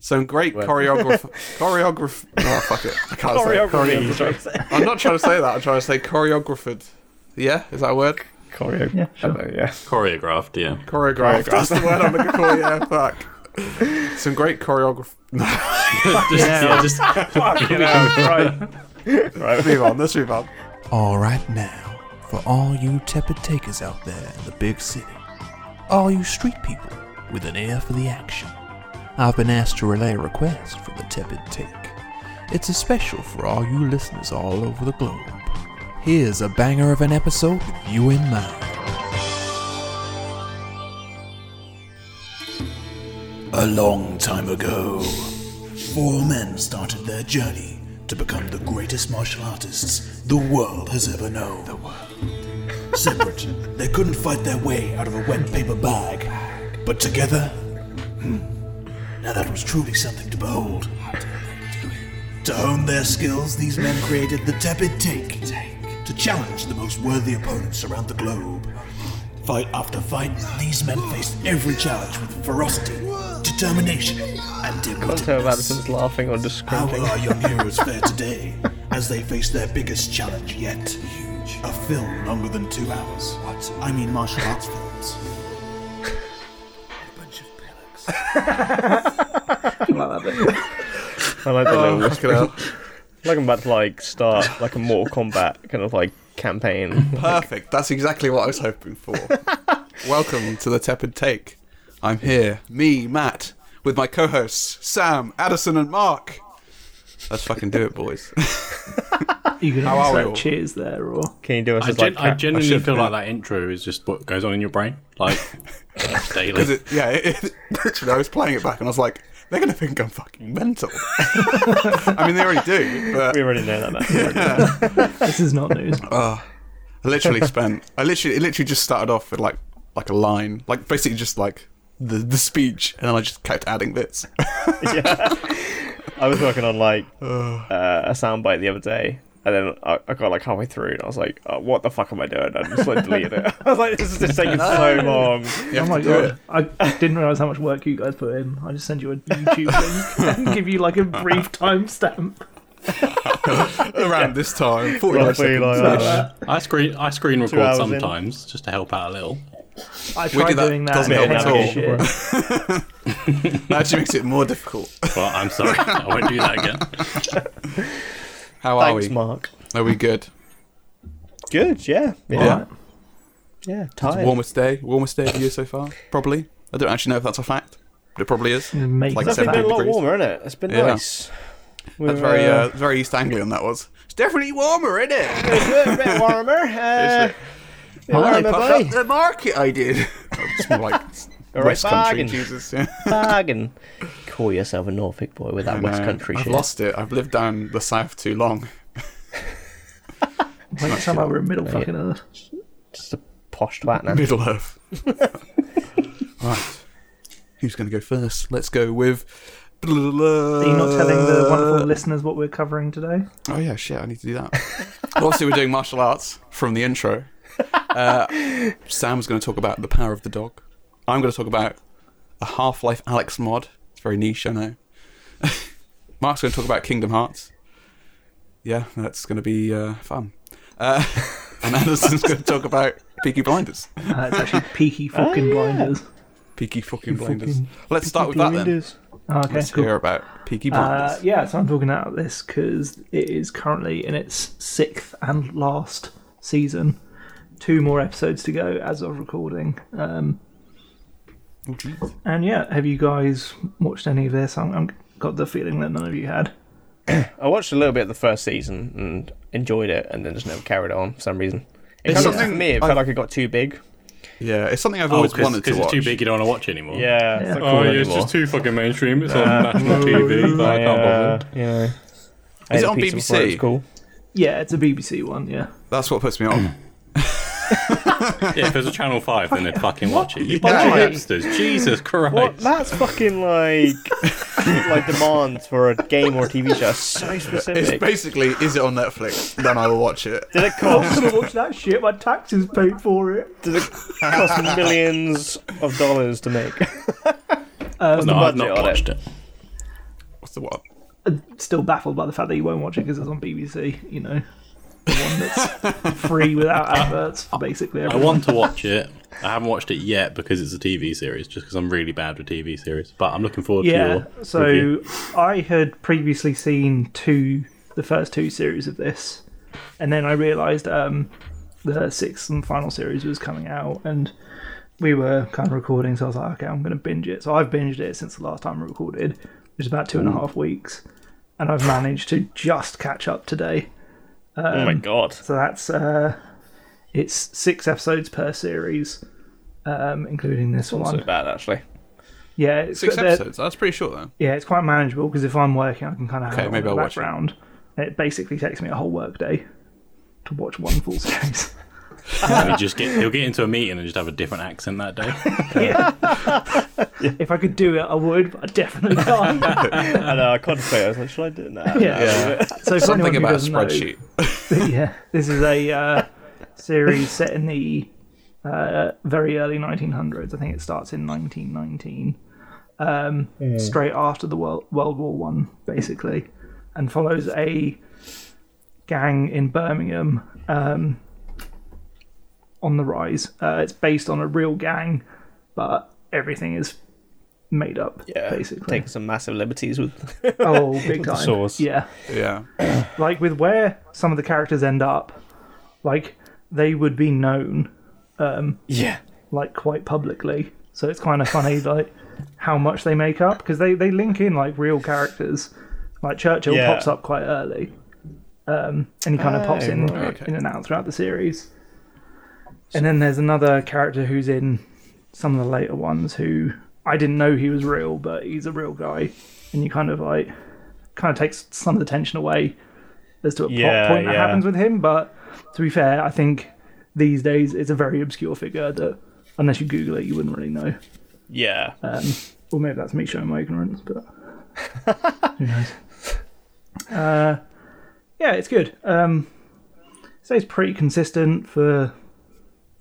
Some great choreograph choreograph. Oh fuck it, I can't say. it. Choreography. Chore- I'm not trying to say that. I'm trying to say choreographed. Yeah, is that a word? Choreo. Yeah, I sure. don't know, yeah. Choreographed, yeah. Choreographed. That's the word I'm looking for. Yeah, fuck. Some great choreograph. Just, yeah, just Fucking hell, right. right. Move on. Let's move on. All right now, for all you tepid takers out there in the big city, all you street people with an ear for the action, I've been asked to relay a request for the tepid take. It's a special for all you listeners all over the globe. Here's a banger of an episode with you in mind. A long time ago, Four men started their journey to become the greatest martial artists the world has ever known. The world. Separate, they couldn't fight their way out of a wet paper bag. But together, hmm, now that was truly something to behold. To hone their skills, these men created the tepid take to challenge the most worthy opponents around the globe. Fight after fight, these men faced every challenge with ferocity, determination, and Can't dignity. tell if Addison's laughing or just How will squinting. our young heroes fare today as they face their biggest challenge yet? A film longer than two hours. What? I mean, martial arts films. Like that bit. I like the Oh. little Fucking hell. Like I'm about to like start like a Mortal Kombat kind of like campaign. Perfect. That's exactly what I was hoping for. Welcome to the Tepid Take. I'm here, me, Matt, with my co-hosts Sam, Addison, and Mark. Let's fucking do it, boys. You could How are we all? insert cheers there, or Can you do us I, as gen- like I cat- genuinely should- feel like that intro is just what goes on in your brain, like daily. Is it- yeah, it, it, literally, I was playing it back and I was like, they're going to think I'm fucking mental. I mean, they already do, but we already know that. Now. this is not news. I literally spent. I literally, it literally just started off with like, like a line, like basically just like the the speech, and then I just kept adding bits. I was working on like Oh. uh, a soundbite the other day, and then I, I got like halfway through, and I was like, oh, "What the fuck am I doing?" I just like deleted it. I was like, "This is just taking so long." You have Oh my to do it. god! I didn't realize how much work you guys put in. I just send you a YouTube link and give you like a brief timestamp. around this time, forty nine Roughly seconds. like uh, that. I screen I screen record hours in. sometimes just to help out a little. I tried did that. doing that. Doesn't and help it was at shit. uh, That actually makes it more difficult. But I'm sorry, I won't do that again. How are Thanks, we? Mark. Are we good? Good, yeah, yeah, Yeah. yeah. Tired. Warmest day, warmest day of the year so far, probably. I don't actually know if that's a fact, but it probably is. It makes Like sense. It's actually been a lot 17 degrees. warmer, isn't it? It's been Yeah. nice. We That's were, very, uh, very East Anglian. That was. It's definitely warmer, isn't it? a bit warmer. Uh, it? bit warmer, boy. the market I did. It's more like All West right, Country bargain. Jesus. Yeah. bargain. Call yourself a Norfolk boy with that West No, Country I've shit. lost it. I've lived down the south too long. Wait, somehow we're in middle fucking earth. Just a posh twat now. Middle Earth. right. Who's going to go first? Let's go with. Are you not telling the Uh, wonderful listeners what we're covering today? Oh yeah, shit! I need to do that. Obviously, we're doing martial arts from the intro. Uh, Sam's going to talk about the power of the dog. I'm going to talk about a Half-Life Alex mod. It's very niche, I know. Mark's going to talk about Kingdom Hearts. Yeah, that's going to be uh, fun. Uh, and Anderson's going to talk about Peaky Blinders. Uh, it's actually Peaky Oh, fucking Blinders. Peaky fucking Blinders. Let's start with that then. Oh, okay, Let's cool. hear about Peaky Uh, Blinders. yeah, so I'm talking about this because it is currently in its sixth and last season. Two more episodes to go as of recording. Um, and yeah, have you guys watched any of this? I'm, I'm got the feeling that none of you had. I watched a little bit of the first season and enjoyed it, and then just never carried on for some reason. It It's kind of, for something me, it I- felt like it got too big. yeah, it's something I've Oh, always because wanted to it's watch. too big, you don't want to watch anymore. Yeah. Yeah. not Oh, cool yeah, it's anymore. just too fucking mainstream. It's on national TV. I can't bother. Uh, you know. I Is ate it a on pizza before it was BBC? Cool. Yeah, it's a BBC one. Yeah, That's what puts me on. Yeah, if it was a Channel 5, then they'd fucking watch it. You What? bunch Yeah. of hipsters. Jesus Christ. What? That's fucking like like demands for a game or TV show. are So It's specific. basically, is it on Netflix? Then I will watch it. Did it cost? gonna watch that shit. My taxes paid for it. Did it cost millions of dollars to make? no, I've Um, budget on not it? watched it. What's the what? Still baffled by the fact that you won't watch it because it's on BBC. You know, the one that's free without adverts for basically I everyone. want to watch it. I haven't watched it yet because it's a TV series, just because I'm really bad with TV series. But I'm looking forward to Yeah. your So review. I had previously seen two, the first two series of this, and then I realised um, the sixth and final series was coming out, and we were kind of recording. So I was like, okay, I'm going to binge it. So I've binged it since the last time I recorded, which is about two and a half weeks, and I've managed to just catch up today. Um, oh my god. So that's uh, it's six episodes per series, um, including this Not so one. bad actually. Yeah, it's 6 they're- episodes. That's pretty short then. Yeah, it's quite manageable because if I'm working, I can kind of have Okay, it on maybe in the I'll watch it. background. It. basically takes me a whole workday to watch one full series. He'll just get he'll get into a meeting and just have a different accent that day. yeah. if I could do it, I would, but I definitely can't. I know. I contemplated. I was like, should I do it now? Yeah. So for anyone Something who about a doesn't know, spreadsheet. yeah, this is a uh, series set in the uh, very early 1900s. I think it starts in 1919, um, straight after the World, World War One, basically, and follows a gang in Birmingham um, on the rise. Uh, it's based on a real gang, but everything is made up, Yeah. basically. Taking some massive liberties with. oh, big time! source. Yeah Yeah. like with where some of the characters end up, like they would be known yeah. like quite publicly. So it's kind of funny like how much they make up because they they link in like real characters. Like Churchill Yeah. pops up quite early, um, and he kind of pops in right. in and out throughout the series. And then there's another character who's in some of the later ones who I didn't know he was real, but he's a real guy, and you kind of like kind of takes some of the tension away as to a Yeah, plot point that yeah. happens with him. But to be fair, I think these days it's a very obscure figure that unless you Google it, you wouldn't really know. Yeah. Uh, Or maybe that's me showing my ignorance, but who knows? Uh, yeah, it's good. Um, so it's pretty consistent for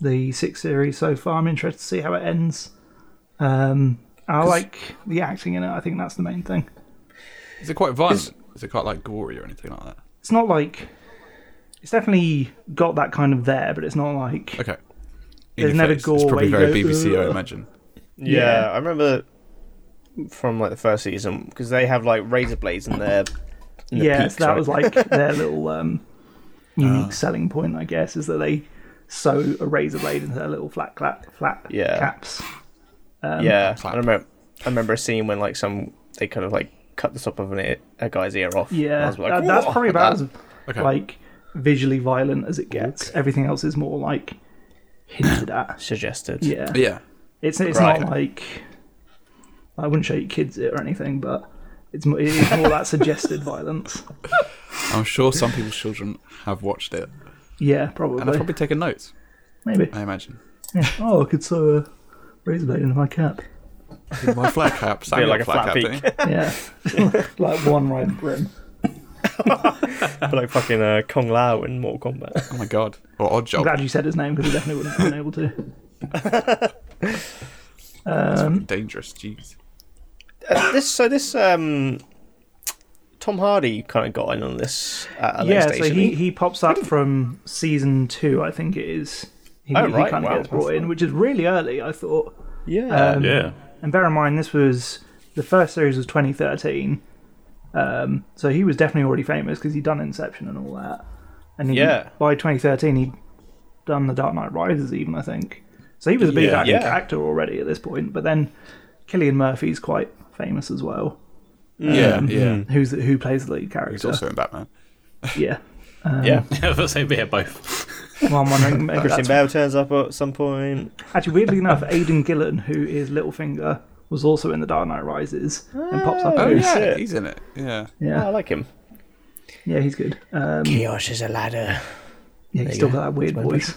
the six series so far. I'm interested to see how it ends. Um, I like the acting in it. I think that's the main thing. Is it quite violent? Is it quite like gory or anything like that? It's not like it's definitely got that kind of there, but it's not like Okay. In your There's never face. gore It's probably where you very go, BBC, I "Ugh." imagine. Yeah, Yeah. I remember from like the first season because they have like razor blades in their. In the yeah, peaks, so that right? was like their little um, unique selling point, I guess, is that they sew a razor blade into their little flat clap, flat Yeah. caps. um, yeah, Clap. I remember. I remember a scene when like some they kind of like cut the top of an ear, a guy's ear off. And I Yeah, was like, that- that's "Whoa, probably about as Okay. like visually violent as it gets. Everything else is more like hinted at. suggested. Yeah, Yeah. it's it's Right. not like I wouldn't show your kids it or anything, but it's mo- it's more that suggested violence. I'm sure some people's children have watched it Yeah, and have probably, probably taken notes, maybe. I imagine. Yeah. Oh, I could sew a razor blade into my cap. My flat cap. Sam Bit like got cap, a flat peak. didn't Yeah, like one right brim. But like fucking uh, Kong Lao in Mortal Kombat. he? Oh my god. Or odd Oh. I'm job. glad you said his name because I definitely wouldn't have been able to. Dangerous. Jeez. this so this um, Tom Hardy kind of got in on this. At a later yeah, stage, so didn't he, he pops up from season two, I think it is. He, Oh, right, kind of wow, gets brought in, which is really early, I thought. yeah, Um, yeah. And bear in mind, this was the first series was 2013, um, so he was definitely already famous because he'd done Inception and all that. And he, Yeah. by 2013, he'd done The Dark Knight Rises, even I think. So he was a big Yeah. act- Yeah. actor already at this point. But then, Killian Murphy's quite famous as well. Yeah, yeah. Who's the, who plays the lead character? He's also in Batman. Yeah. yeah. Let's say we have both. Well, I'm wondering. Maybe Christian that's Bale turns up at some point. Actually, weirdly enough, Aidan Gillen, who is Littlefinger, was also in The Dark Knight Rises and pops up. Oh, in- yeah. shit. He's in it. Yeah. Oh, I yeah, like him. yeah, he's good. Um, Kiosh is a ladder. yeah, he's still got that weird voice.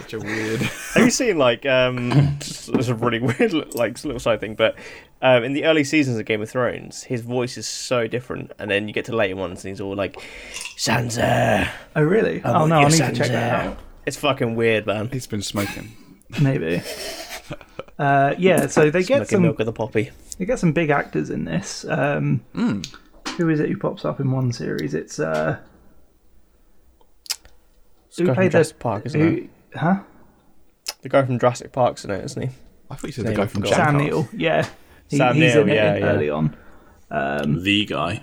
Such a weird. Have you seen like um? just- It's a really weird like little side thing, but um, in the early seasons of Game of Thrones, his voice is so different, and then you get to later ones, and he's all like, "Sansa." Oh, really? oh want no, I your need to Sansa." check that out. It's fucking weird, man. He's been smoking. Maybe. Uh, yeah, so they get Smoking some milk of the poppy. they get some big actors in this. Um, Who is it who pops up in one series? It's uh, guy who from played the Jurassic Park, isn't who, huh? The guy from Jurassic Park's in it, isn't he? I thought you said the Name guy I from forgot. Jack. Sam Neill. Yeah, He- Sam he's Neill, in it yeah, in yeah. early on. the guy.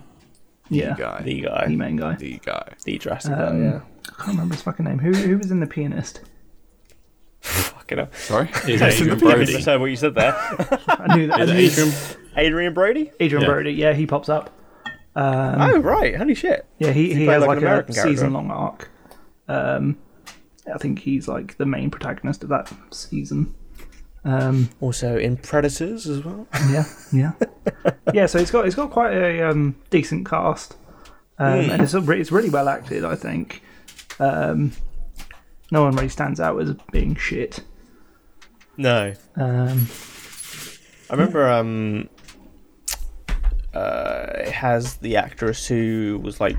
Yeah, The guy. The The, guy. the main guy. guy. The Jurassic guy, yeah. I can't remember his fucking name. Who who was in the pianist? Fucking hell. Sorry? It's Is in Adrian the I Brody. Brody. understand what you said there. I knew that. I Is it knew- Adrian? Adrian Brody? Adrian Yeah. Brody. Yeah, he pops up. oh, right. Holy shit. Um, Yeah, he, he play has like an like, a American character? season long arc. Um, I think he's like the main protagonist of that season. Also in Predators as well. Yeah, yeah, yeah. So it's got it's got quite a um, decent cast, um, Hmm. and it's a re- it's really well acted. I think um, no one really stands out as being shit. No. Um, I remember um uh it has the actress who was like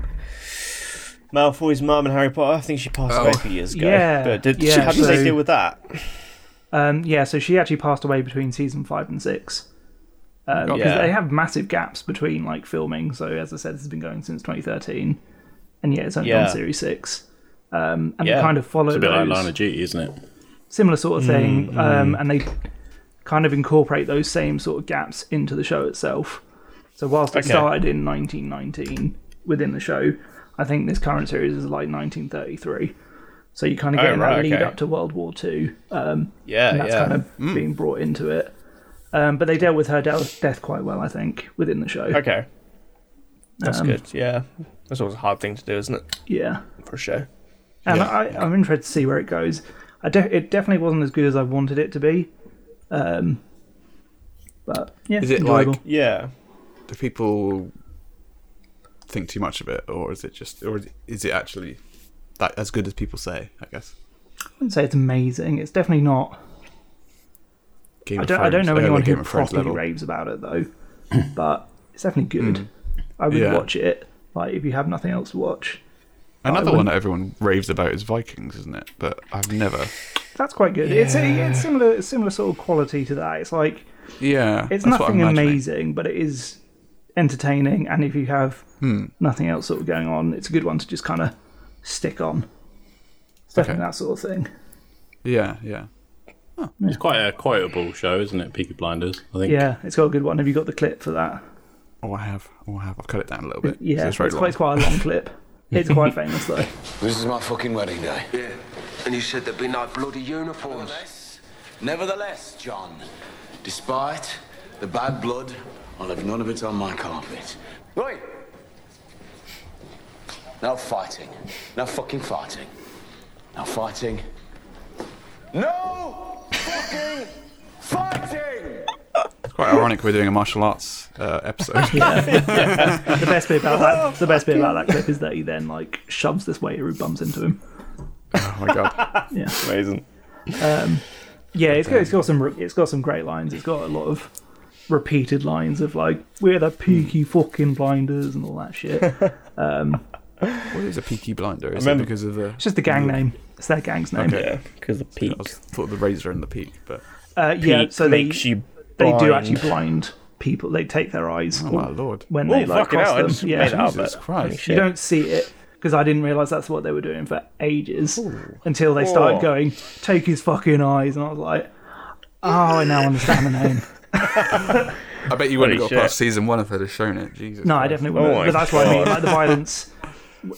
Malfoy's mum in Harry Potter. I think she passed away a few years ago. Yeah, Oh. But did, yeah, how did so- they deal with that? um, yeah, so she actually passed away between season five and six. Um, 'cause Yeah. they have massive gaps between like filming. So as I said, this has been going since 2013, and yeah, it's only Yeah. on series six. Um, and we Yeah. kind of follow A bit like those- Line of Duty, isn't it? similar sort Mm, of thing, um, and they kind of incorporate those same sort of gaps into the show itself. So whilst it Okay. started in 1919 within the show, I think this current series is like 1933. So you kind of Oh, get in that right, lead okay. up to World War Two, um, Yeah, and that's yeah. kind of Mm. being brought into it. Um, but they dealt with her death death quite well, I think, within the show. Okay. That's Um, good. Yeah. That's always a hard thing to do, isn't it? Yeah. For a show. and I, I'm interested to see where it goes. I de- it definitely wasn't as good as I wanted it to be, um, but yeah, Is it enjoyable. like- Yeah. Do people think too much of it, or is it just, or is it actually that as good as people say? I guess. I wouldn't say it's amazing. It's definitely not. Game I of don't, I don't Thrones- know early anyone who Game of Thrones properly level. raves about it though, but it's definitely good. I would Mm. Yeah. watch it. Like if you have nothing else to watch, Another one that everyone raves about is Vikings, isn't it? But I've never. that's quite good. It's a, it's similar similar sort of quality to that. It's like Yeah, it's that's what I'm nothing imagining. amazing, but it is entertaining. And if you have Hmm. nothing else sort of going on, it's a good one to just kind of stick on. It's definitely Okay. that sort of thing. Yeah, yeah. It's quite a quotable show, isn't it? Peaky Blinders. I think. Yeah, it's got a good one. Have you got the clip for that? Oh, I have. Oh, I have. I've cut it down a little bit. 'cause Yeah, it's very it's quite, long. it's quite a long clip. It's quite famous though. This is my fucking wedding day. Yeah, and you said there'd be no bloody uniforms. Nevertheless, nevertheless, John, despite the bad blood, I'll have none of it on my carpet. Right. No fighting. No fucking fighting. No fighting. No fucking fighting! It's quite ironic we're doing a martial arts uh, episode. The best bit about that, the best bit about that clip is that he then like shoves this waiter who bumps into him. Oh my god. Amazing. Yeah, it's got it's got some re- it's got some great lines. It's got a lot of repeated lines of like we're the peaky fucking blinders and all that shit. It's What is a Peaky Blinder? Is remember- it because of the? just the gang name. It's their gang's name. Hmm. Okay. Yeah, because the peak, I was, thought the razor and the peak, but Uh, yeah, so they makes you they do blind. actually blind people. They take their eyes oh my lord, when Oh, they like fucking cross hell, I them. just yeah, made it up. Jesus but- Christ. holy You shit. you don't see it because I didn't realize that's what they were doing for ages until they started Oh. going take his fucking eyes, and I was like, oh, I now understand the name. I bet you wouldn't have Holy got past shit. season one if they'd have shown it. Jesus. No, I Christ. definitely wouldn't. Oh my but that's what I mean. God. Like the violence,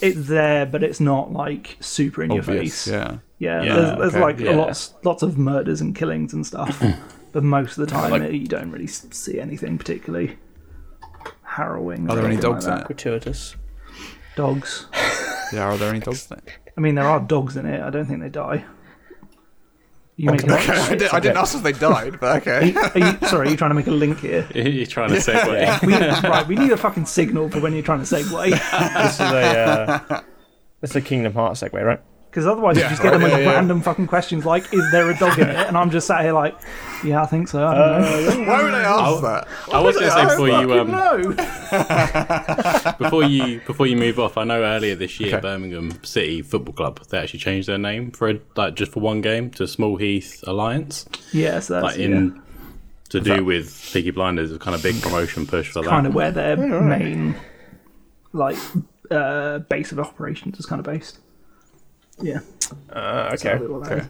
it's there, but it's not like super in your Obvious, face. Yeah. Yeah, Yeah, there's, there's okay, like yeah. lots lots of murders and killings and stuff, but most of the time Like- it- you don't really s- see anything particularly harrowing. Are or there any anything dogs like in that. it? gratuitous. Dogs. Yeah. Are there any dogs? Then? I mean, there are dogs in it. I don't think they die. You making Okay, a- I, did, I didn't ask if they died, but okay. are you, sorry, are you trying to make a link here? You're trying to segue. We, right, we need a fucking signal for when you're trying to segue, This is a uh, this is a Kingdom Hearts segue, right? because otherwise you Yeah, just get them with yeah, yeah. random fucking questions like, "Is there a dog in it?" And I'm just sat here like, "Yeah, I think so." I don't know. Why would I ask that? I was going to say before you um, no. before you before you move off, I know earlier this year Okay. Birmingham City Football Club they actually changed their name for a, like just for one game to Small Heath Alliance, Yes, that's like in to do with Peaky Blinders, a kind of big promotion push for that. kind of where their main like uh, base of operations is kind of based. Yeah, Uh, okay. what that is.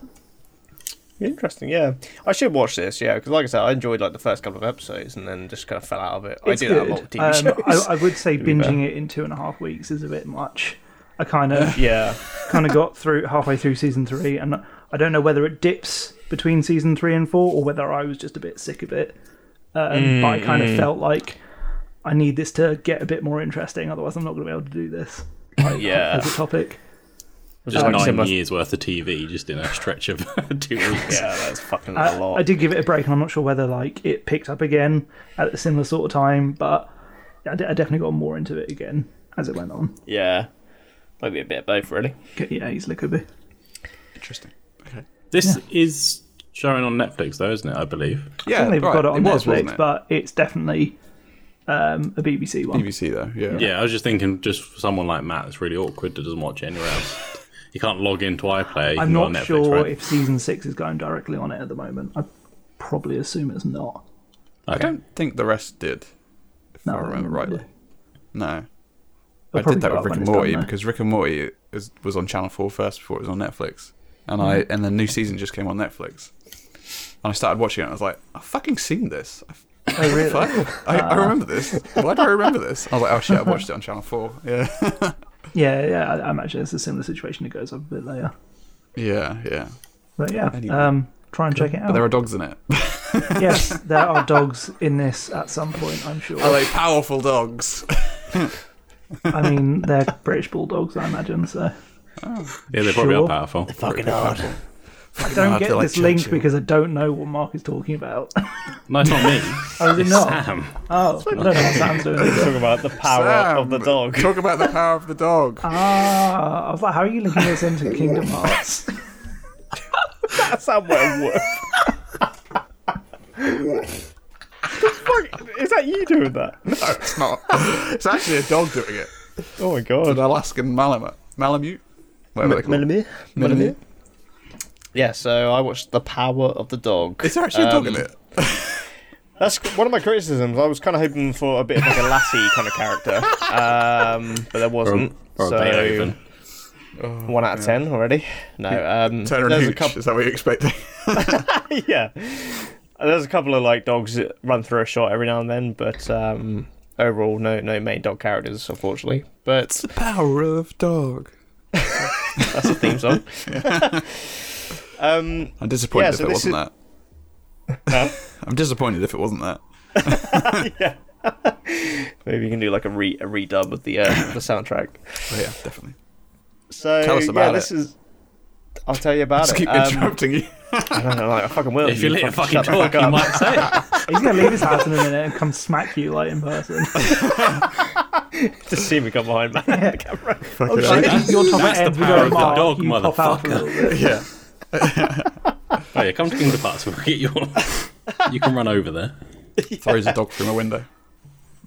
Interesting, yeah. I should watch this, yeah, because like I said, I enjoyed like the first couple of episodes and then just kind of fell out of it. It's I do that a lot with good. TV Um, shows. I, I would say be fair. binging it in two and a half weeks is a bit much. I kind of yeah, kind of got through halfway through season three, and I don't know whether it dips between season three and four or whether I was just a bit sick of it. Um, but I kind Mm-hmm. of felt like I need this to get a bit more interesting, otherwise I'm not going to be able to do this yeah. as a topic. just Oh, Um, nine similar- years worth of TV just in a stretch of two weeks. Yeah, that's fucking a I, lot. Uh, I did give it a break, and I'm not sure whether like it picked up again at a similar sort of time, but I, de- I definitely got more into it again as it went on. Yeah. Maybe a bit of both, really. C- Yeah, easily could be. Interesting. Okay. This is showing on Netflix though, isn't it? I believe. Yeah, I think they've right. got it on was, Netflix, wasn't it? but it's definitely um, a BBC one. BBC though. Yeah. Yeah, I was just thinking, just for someone like Matt, it's really awkward that doesn't watch it anywhere else. You can't log into iPlayer. You I'm can go on not Netflix, sure right? if season six is going directly on it at the moment. I probably assume it's not. I don't think the rest did, if No, I remember they didn't rightly. No. They'll I probably did that go with up Rick when and it's done, Morty though. because Rick and Morty is, was on Channel 4 first before it was on Netflix. And I Mm-hmm. and the new season just came on Netflix. And I started watching it and I was like, I've fucking seen this. I've, Oh, really? fuck? I, I remember this. Why do I remember this? I was like, oh shit, I watched it on Channel 4. Yeah. yeah, yeah. I, I imagine it's a similar situation. It goes up a bit later, yeah, yeah. but yeah. Anyway. Um, try and check it But there out. are dogs in it. yes, there are dogs in this at some point. I'm sure. are they powerful dogs? I mean, they're British bulldogs, I imagine. So Yeah, they probably Sure. are powerful. Fucking hard. I don't hard get to, like, this link judge you. because I don't know what Mark is talking about. No, it's not me. Oh, is it it's not? Sam. Oh, I don't know what Sam's doing. Talk about the power of the Sam, dog. Talk about the power of the dog. Ah, I was like, how are you linking this into Kingdom Hearts? Sam went woof. Fuck, Is that you doing that? It's not. It's actually a dog doing it. Oh my An god. Alaskan Malamute. Malamute? Whatever they call it. Melanie? Malamute? Yeah, so I watched The Power of the Dog. Is there actually a dog in Um, it? That's one of my criticisms. I was kind of hoping for a bit of like a lassie kind of character, um, but there wasn't. Or so a Beethoven. one out of ten already. No, um, Turner and there's a Hooch. couple. Is that what you're expecting? yeah, there's a couple of like dogs that run through a shot every now and then, but um, overall, no, no main dog characters, unfortunately. But Power of dog. that's the theme song. um, I'm disappointed Yeah, if so it this wasn't is- that. I'm disappointed if it wasn't that. maybe you can do like a re a redub of the uh, the soundtrack. But yeah, definitely. So Tell us yeah, about this it. is. I'll tell you about Just it. keep Um, interrupting you. I don't know, like, I fucking will. If you let it fucking shut the talk, fuck you up. might say it. He's gonna leave his house in a minute and come smack you like in person. Just see me come behind man. Oh, shit, your top That's the ends, we power go of Mark, the dog, you pop out for a little bit. yeah. Oh yeah, come to Kingdom Hearts. We'll get you on. You can run over there. Throws a dog through my window.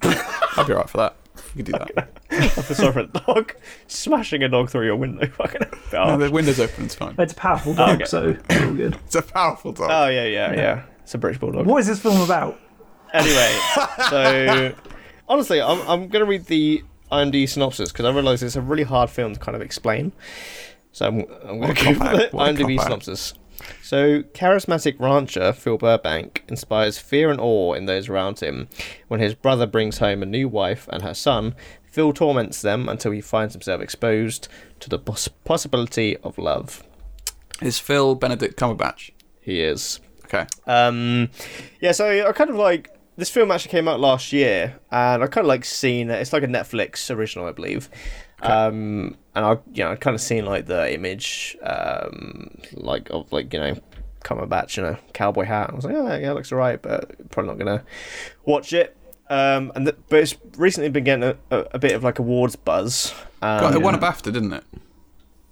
I'll be alright for that. You can do that. the sofa dog smashing a dog through your window. Fucking No, hell. the window's open. It's fine. It's a powerful dog, Okay. so it's all good. It's a powerful dog. Oh yeah, yeah, yeah. It's a British bulldog. What is this film about? Anyway, so honestly, I'm I'm gonna read the IMDb synopsis because I realise it's a really hard film to kind of explain. So I'm, I'm going What a to go for cop-out, the what a IMDb cop-out. synopsis. So, charismatic rancher Phil Burbank inspires fear and awe in those around him. When his brother brings home a new wife and her son, Phil torments them until he finds himself exposed to the poss- possibility of love. Is Phil Benedict Cumberbatch? He is. Okay. Um, yeah, so I kind of like this film actually came out last year, and I kind of like seen it. It's like a Netflix original, I believe. Um, and I, you know, I kind of seen like the image, um, like of like you know, Cumberbatch in a cowboy hat. I was like, oh yeah, it looks alright, but probably not gonna watch it. Um, and th- but it's recently been getting a, a, a bit of like awards buzz. Um, God, it won a BAFTA, didn't it?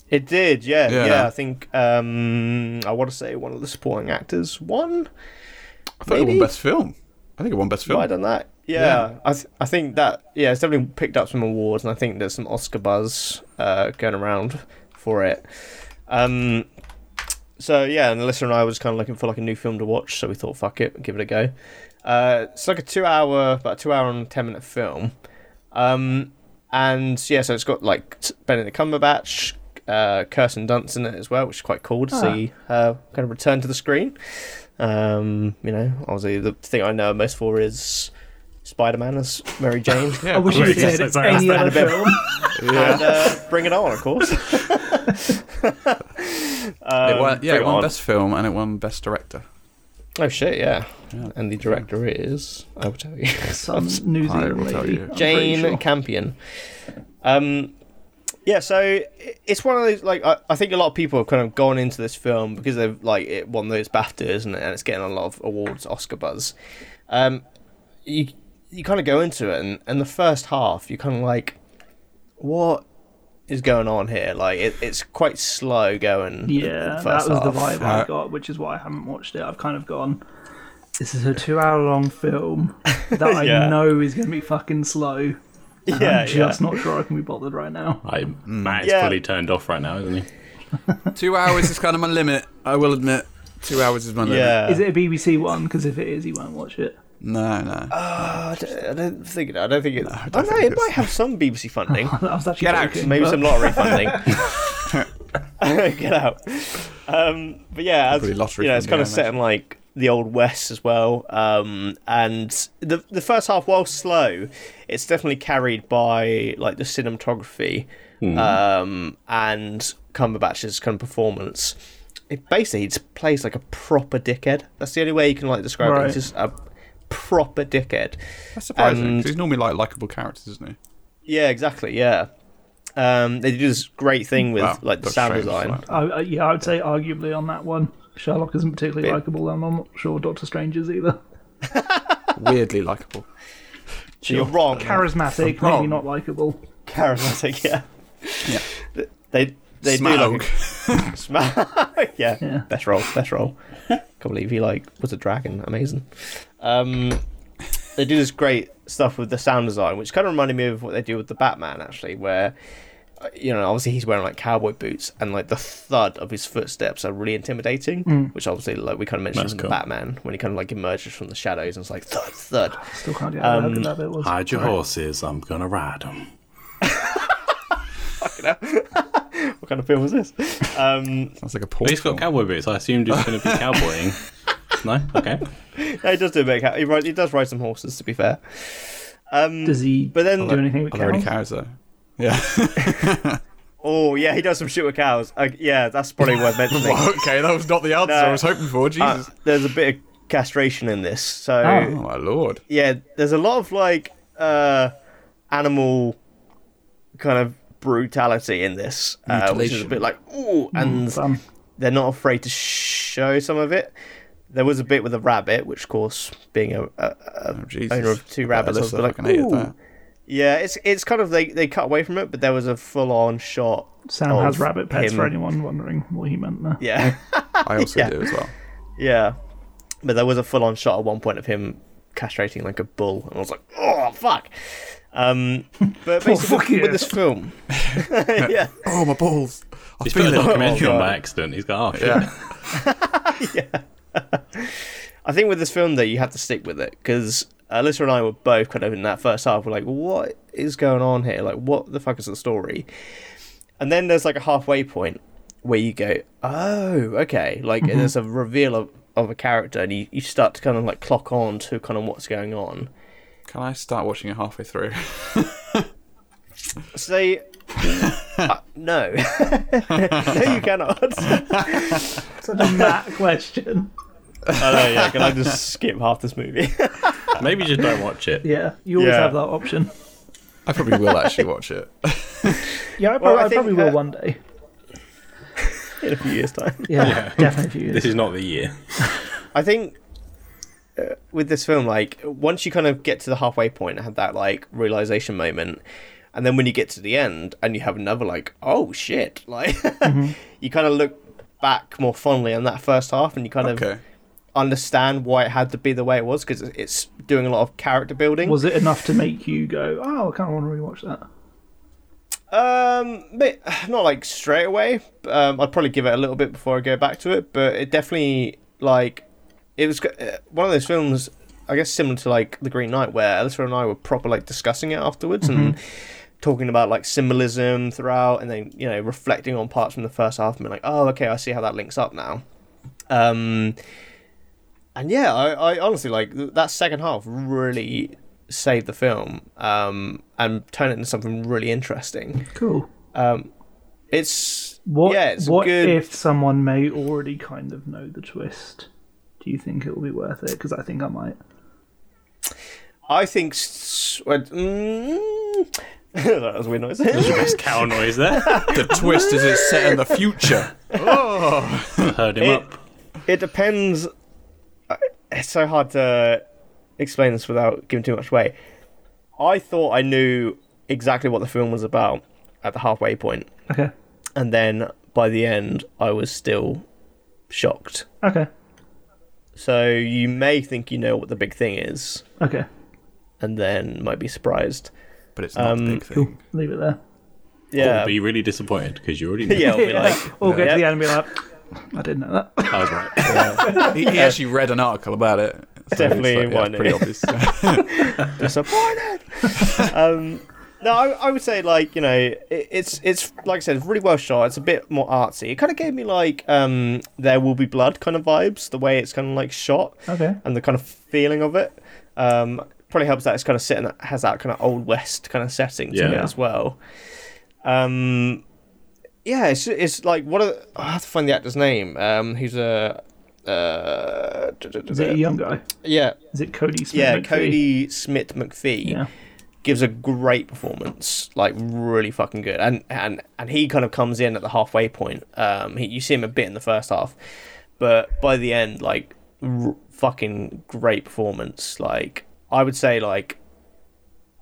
it did, yeah, Yeah. yeah. I think um, I want to say one of the supporting actors won. I thought it Maybe? won best film. I think it won best film. Why done that? Yeah, I th- I think that yeah, it's definitely picked up some awards, and I think there's some Oscar buzz uh, going around for it. Um, so yeah, and Alyssa and I were just kind of looking for like a new film to watch, so we thought, fuck it, give it a go. Uh, it's like a two-hour, about a two-hour and ten-minute film, um, and yeah, so it's got like s- Benedict Cumberbatch, uh, Kirsten Dunst in it as well, which is quite cool to see her kind of return to the screen. Um, you know, obviously the thing I know her most for is Spider-Man as Mary Jane. I wish you great. could say Yes, it's that's- any other film. and uh, Bring It On, of course. it won, yeah, bring it won on. best film and it won best director. Oh shit, yeah. And the director is I will tell you. Some New I Zealand will tell lady. you. Jane sure. Campion. Um, yeah, so i- it's one of those like I, I think a lot of people have kind of gone into this film because they've like it won those BAFTAs and, and it's getting a lot of awards, Oscar buzz. Um, you you kind of go into it and, and the first half you kind of like what is going on here? Like it, it's quite slow going. Yeah, the that first was the half. vibe I got, which is why I haven't watched it. I've kind of gone. This is a two-hour-long film that I Yeah. know is going to be fucking slow. Yeah, I'm just not sure I can be bothered right now. I, Matt's Yeah. fully turned off right now, isn't he? Two hours is kind of my limit. I will admit, two hours is my limit. yeah. Is it a BBC one? Because if it is, you won't watch it. No, no. Oh, I don't, I don't think it. I don't think it. I don't know. think It it's- might have some BBC funding. I was actually Get out. joking, Maybe but- some lottery funding. Get out. Um, but yeah, as, you Probably know, lottery it's funding, kind I of set in like the old west as well. Um, and the the first half, while slow, it's definitely carried by like the cinematography Hmm. um, and Cumberbatch's kind of performance. It basically he just plays like a proper dickhead. That's the only way you can like describe it. Right. He's just a proper dickhead. That's surprising. 'cause and- he's normally like likable characters, isn't he? Yeah, exactly. Yeah, um, they do this great thing with Wow, like Doctor the sound Strange is design. like- I, I, yeah, I would say arguably on that one. Sherlock isn't particularly Bit- likable, and I'm not sure Doctor Strange is either. Weirdly likable. So you're wrong. Charismatic, maybe Wrong. not likable. charismatic. Yeah. Yeah. Th- They they Smaug. do like a- Smaug. yeah. Yeah. Best role. Best role. Can't believe he like was a dragon. Amazing. Um, they do this great stuff with the sound design, which kind of reminded me of what they do with the Batman actually, where. uh, You know, obviously he's wearing like cowboy boots, and like the thud of his footsteps are really intimidating. Which obviously, like we kind of mentioned Mm. That's in cool. Batman when he kind of like emerges from the shadows and it's like thud, thud. Still can't get out Um, of that bit. Was Hide your horses, I'm gonna ride them. What kind of film was this? Um, Sounds like a porn. But he's got cowboy boots. I assumed he's gonna be cowboying. No, okay. No, he does do a bit. Of cow- he, ride, he does ride some horses, to be fair. Um, Does he But then- do anything with Are there any cows cows? though? Yeah. oh yeah, he does some shit with cows. Uh, yeah, that's probably worth mentioning. okay, that was not the answer No. I was hoping for. Uh, Jesus. there's a bit of castration in this, so oh my lord. yeah, there's a lot of like uh, animal kind of brutality in this, uh, which is a Mutilation. bit like ooh, Mm, and Fun. they're not afraid to show some of it. There was a bit with a rabbit, which, of course, being a, a, a Oh, Jesus. owner of two I bet rabbits, I was Alyssa like, fucking hated ooh. that. Yeah, it's it's kind of they they cut away from it, but there was a full on shot. Sam of has rabbit pets him. for anyone wondering what he meant there. Yeah, I also Yeah. do as well. yeah, but there was a full on shot at one point of him castrating like a bull, and I was like, oh fuck. Um, but basically, Oh, fuck with, yeah. with this film, yeah, Oh my balls. I He's put feel a it. documentary on God. by accident. He's got oh, shit. Yeah. I think with this film though, you have to stick with it because Alyssa and I were both kind of in that first half. We're like, what is going on here? Like, what the fuck is the story? And then there's like a halfway point where you go, oh, okay. Like, Mm-hmm. there's a reveal of, of a character, and you, you start to kind of like clock on to kind of what's going on. Can I start watching it halfway through? So they. Uh, no. no, you cannot. Such a Matt question. I know, yeah. Can I just skip half this movie? Maybe you just don't watch it. Yeah, you always Yeah. have that option. I probably will actually watch it. Yeah, I, Well, prob- I I probably think, will uh, one day. in a few years' time. Yeah, definitely. for you. This is not the year. I think uh, with this film, like once you kind of get to the halfway point and have that like realization moment, and then when you get to the end and you have another like, oh shit, like you kind of look back more fondly on that first half and you kind Okay. of understand why it had to be the way it was because it's doing a lot of character building. Was it enough to make you go, oh, I kind of want to rewatch that? Um, but not like straight away. Um, I'd probably give it a little bit before I go back to it, but it definitely like it was g- uh, one of those films. I guess similar to like The Green Knight, where Alistair and I were proper like discussing it afterwards and talking about like symbolism throughout, and then you know reflecting on parts from the first half and being like, oh, okay, I see how that links up now. Um, and yeah, I, I honestly like th- that second half really saved the film um, and turned it into something really interesting. Cool. It's What, yeah, it's a what good. if someone may already kind of know the twist? Do you think it will be worth it? Because I think I might. I think s- well, mm, that was a weird noise. I Best cow noise there. The twist is it's set in the future. Heard him It- up. it depends. I- It's so hard to explain this without giving too much away. I thought I knew exactly what the film was about at the halfway point, Okay. and then by the end, I was still shocked. Okay. So you may think you know what the big thing is, Okay. and then might be surprised. But it's not Um, the big Cool. thing. Leave it there. Yeah, Or be really disappointed because you already know. yeah. It'll be Yeah. like, Or go yeah. to the end and be like, I didn't know that. I was right. He, he actually read an article about it. So it's Definitely like, yeah, one. pretty obvious. disappointed. um, no, I, I would say like you know it, it's it's like I said, it's really well shot. It's a bit more artsy. It kind of gave me like um, there will be blood kind of vibes. The way it's kind of like shot Okay. and the kind of feeling of it um, probably helps that it's kind of sitting has that kind of old west kind of setting to it Yeah. as well. Um, yeah, it's it's like what are the, I have to find the actor's name. Um, who's a uh, d- d- d- Is it a young guy? yeah Is it Cody Smith? yeah McPhee? Cody Smith McPhee Yeah. gives a great performance, like really fucking good. And and and he kind of comes in at the halfway point. Um, he, you see him a bit in the first half, but by the end, like r- fucking great performance. Like I would say, like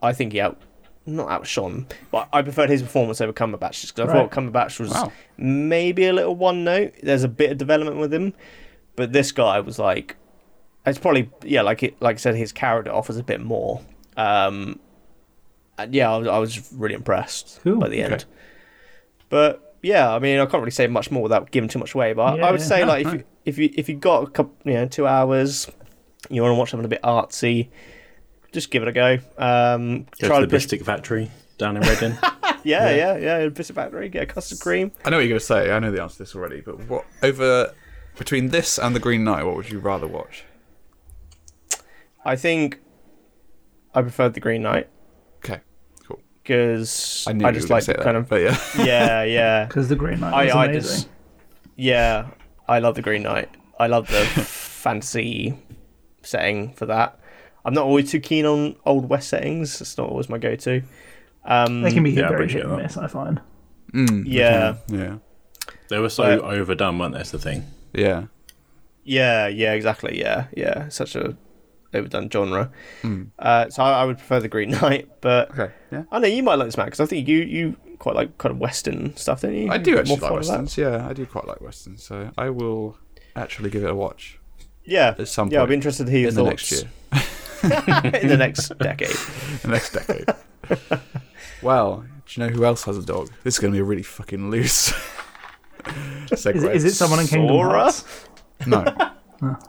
I think he out. Not outshone, but I preferred his performance over Cumberbatch just because I Right. thought Cumberbatch was Wow. maybe a little one note. There's a bit of development with him, but this guy was like, it's probably yeah, like it, like I said, his character offers a bit more. Um, and yeah, I was, I was really impressed Cool. by the end. Okay. But yeah, I mean, I can't really say much more without giving too much away. But Yeah, I would yeah. say No, like if you, if you if you got a couple, you know, two hours, you want to watch something a bit artsy, just give it a go. Um, Go to the push- biscuit factory down in Reading. Yeah, yeah, yeah. yeah biscuit factory, get a custard cream. I know what you're going to say. I know the answer to this already. But what over between this and The Green Knight, what would you rather watch? I think I preferred the Green Knight Okay, cool. because I I, knew you just were going to like say the that. kind of but yeah. yeah, yeah. Because the Green Knight I, was I amazing. just yeah, I love the Green Knight. I love the fantasy setting for that. I'm not always too keen on old west settings. It's not always my go-to. Um, They can be hit Yeah, I very appreciate hit and that. miss, I find. Mm, yeah, Yeah. They were so overdone, weren't they? That's the thing. Yeah. yeah, yeah, exactly. Yeah, yeah. Such a overdone genre. Mm. Uh, so I, I would prefer the Green Knight, but Okay. Yeah. I know you might like this man because I think you you quite like kind of western stuff, don't you? I do More actually fond like of that? westerns. Yeah, I do quite like westerns. So I will actually give it a watch Yeah, at some yeah. I'd point be interested to hear your in the thoughts next year, in the next decade. the next decade. well, do you know who else has a dog? This is going to be a really fucking loose. Is segue. it, is it someone in Kingdom Sora? Hearts? No.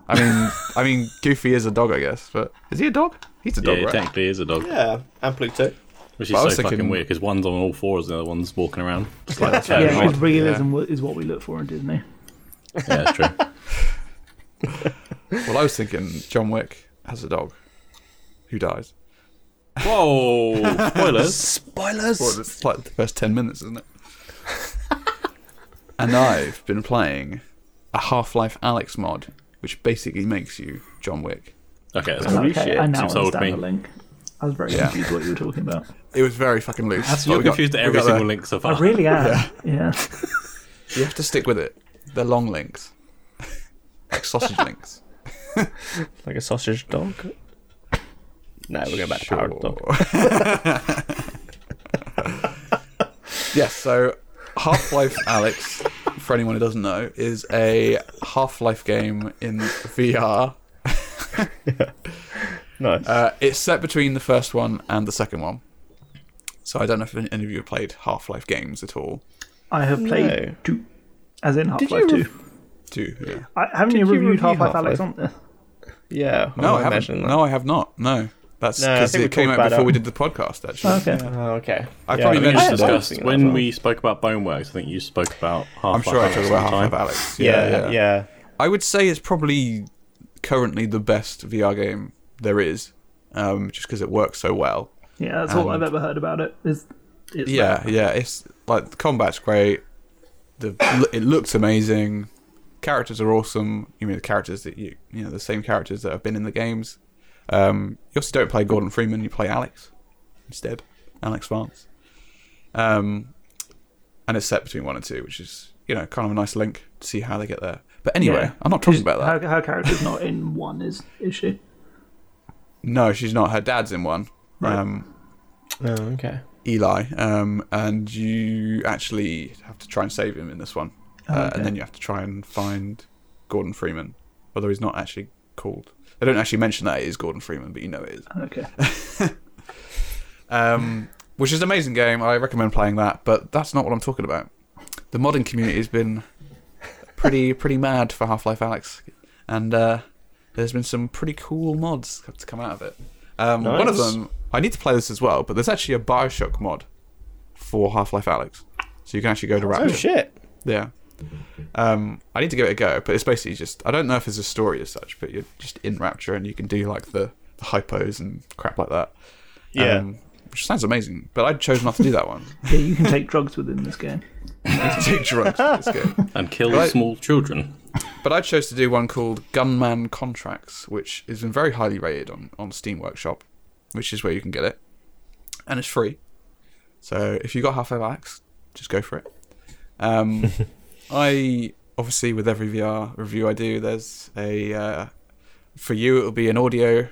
I mean, I mean, Goofy is a dog, I guess. But is he a dog? He's a dog, yeah, it right? technically is a dog, Yeah, and Pluto. which But I is so was thinking- fucking weird because one's on all fours and the other one's walking around. It's like that's Yeah, yeah, because realism wa- is what we look for in Disney. that's true. Well, I was thinking John Wick has a dog who dies. Whoa! Spoilers. Spoilers. Well, it's like the first 10 minutes, isn't it? and I've been playing a Half Life Alex mod, which basically makes you John Wick. Okay, that's Holy Okay, shit. I now Seems old to understand me. the link. I was very Yeah. confused what you were talking about. It was very fucking loose. but You're we got- confused we at every got there. single link so far. I really am. Yeah. You have to stick with it. They're long links, like sausage links. Like a sausage dog? No, we're going back to powered dog. yes, so Half Life Alex, for anyone who doesn't know, is a Half Life game in VR. Nice. Uh, it's set between the first one and the second one. So I don't know if any of you have played Half Life games at all. I have played No. two, as in Half Did Life you Two. re- Do yeah. I, haven't did you you reviewed review Half Life Alex on Half-Life? there? Yeah. No, I haven't. imagine that. No, I have not. No, that's No, I because think we it came talked out about before it. we did the podcast. Actually, Okay. Oh, okay. I probably We Yeah, just I discussed when we spoke about Boneworks. I think you spoke about half. I'm sure I talk about Half Life Alex. Yeah, yeah. I would say it's probably currently the best VR game there is, um, just because it works so well. Yeah, that's And- all I've ever heard about it. Is it's Yeah, that. yeah. It's like the combat's great. The it looks amazing. Characters are awesome. You mean the characters that you you know the same characters that have been in the games. Um, you also don't play Gordon Freeman. You play Alex instead. Alex Vance. Um, and it's set between one and two, which is you know kind of a nice link to see how they get there. But anyway, Yeah. I'm not talking about that. Her, her character's not in one, is is she? No, she's not. Her dad's in one. Um, Oh, okay. Eli, um, and you actually have to try and save him in this one, uh, and then you have to try and find Gordon Freeman, although he's not actually called. They don't actually mention that it is Gordon Freeman, but you know it is. Okay. Um, which is an amazing game. I recommend playing that, but that's not what I'm talking about. The modding community has been pretty pretty mad for Half Life Alex, and uh, there's been some pretty cool mods to come out of it. Um, One of Nice. them, I need to play this as well, but there's actually a Bioshock mod for Half Life Alex, so you can actually go to Oh Rapture. shit. Yeah. Um, I need to give it a go, but it's basically just I don't know if it's a story as such, but you're just in Rapture and you can do like the, the hypos and crap like that. Yeah. Um, which sounds amazing, but I chose not to do that one. Yeah, you can take drugs within this game. Take drugs for this game. and kill Right. small children. But I chose to do one called Gunman Contracts, which has been very highly rated on, on Steam Workshop, which is where you can get it. And it's free. So if you got Half-Life Axe, just go for it. Um, I obviously with every VR review I do, there's a uh, for you it'll be an audio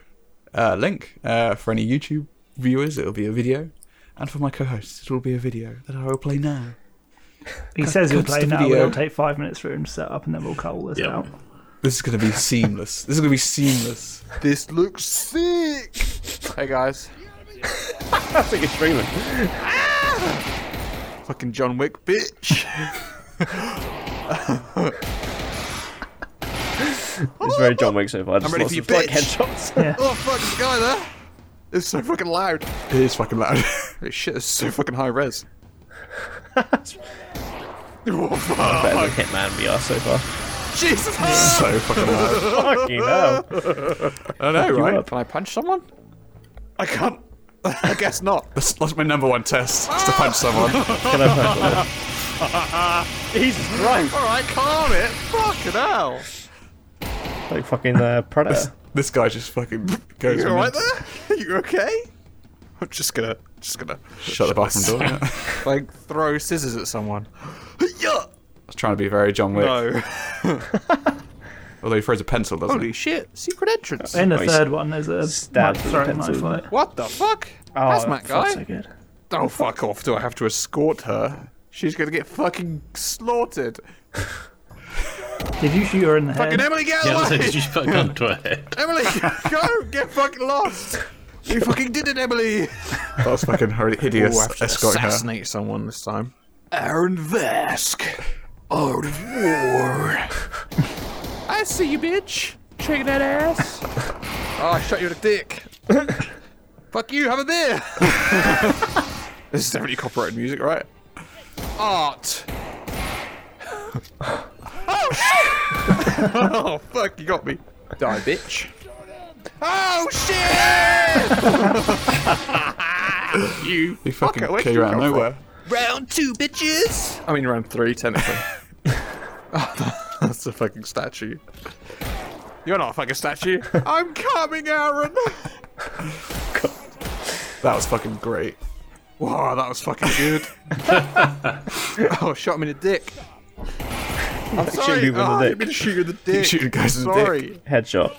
uh, link. Uh, for any YouTube viewers, it'll be a video, and for my co-hosts, it'll be a video that I will play now. He says he'll cuts play the now, but video. it'll take five minutes for him to set up, and then we'll cull this Yep. out. This is gonna be seamless. This is gonna be seamless. This looks sick. Hey guys, That's like a streamer. fucking John Wick, bitch. It's very John Wick so far. Just ready lots for you, of, like bitch. headshots. oh fuck, there's a guy there. It's so fucking loud. It is fucking loud. Holy shit, it's so fucking high res. oh fuck. Better than Hitman VR so far. Jesus. so fucking loud. Fucking hell. I know, right? up. Can I punch someone? I can't. I guess not. That's, that's my number one test, is to punch someone. Can I punch it? Jesus Christ. Alright, calm it. Fucking hell. Like fucking uh, Predator. This guy just fucking goes. You alright there? You okay? I'm just gonna, just gonna Shut the bathroom door. yeah. like throw scissors at someone. Yeah. I was trying to be very John Wick. No. Although he throws a pencil, doesn't Holy he? shit! Secret entrance. In the Nice. third one, there's a Stabbed with knife a throwing pencil. knife fight. What the fuck? Oh, That's that felt guy. So good. Oh fuck off! Do I have to escort her? She's gonna get fucking slaughtered. Did you shoot her in the head? Fucking Emily, get Yeah, out I of the said, way! did you put a gun to her head? Emily, go! Get fucking lost! You fucking did it, Emily! That was fucking hor- Ooh, I hideous have to escorting her. assassinate someone this time. Aaron Vask! Out of war! I see you, bitch! Shaking that ass! oh, I shot you in the dick! Fuck you, have a beer! this is definitely copyrighted music, right? Art! oh, shit! oh, fuck, you got me. Die, bitch. Oh, shit! you He fucking fucker, where'd came you out of come from? nowhere. Round two, bitches. I mean, round three, technically. That's a fucking statue. You're not a fucking statue. I'm coming, Aaron. That was fucking great. Wow, that was fucking good. oh, shot him in the dick. I'm sorry. people in the uh, oh, dick. I didn't shoot you in the dick. Shooting guys in the dick. sorry. Headshot.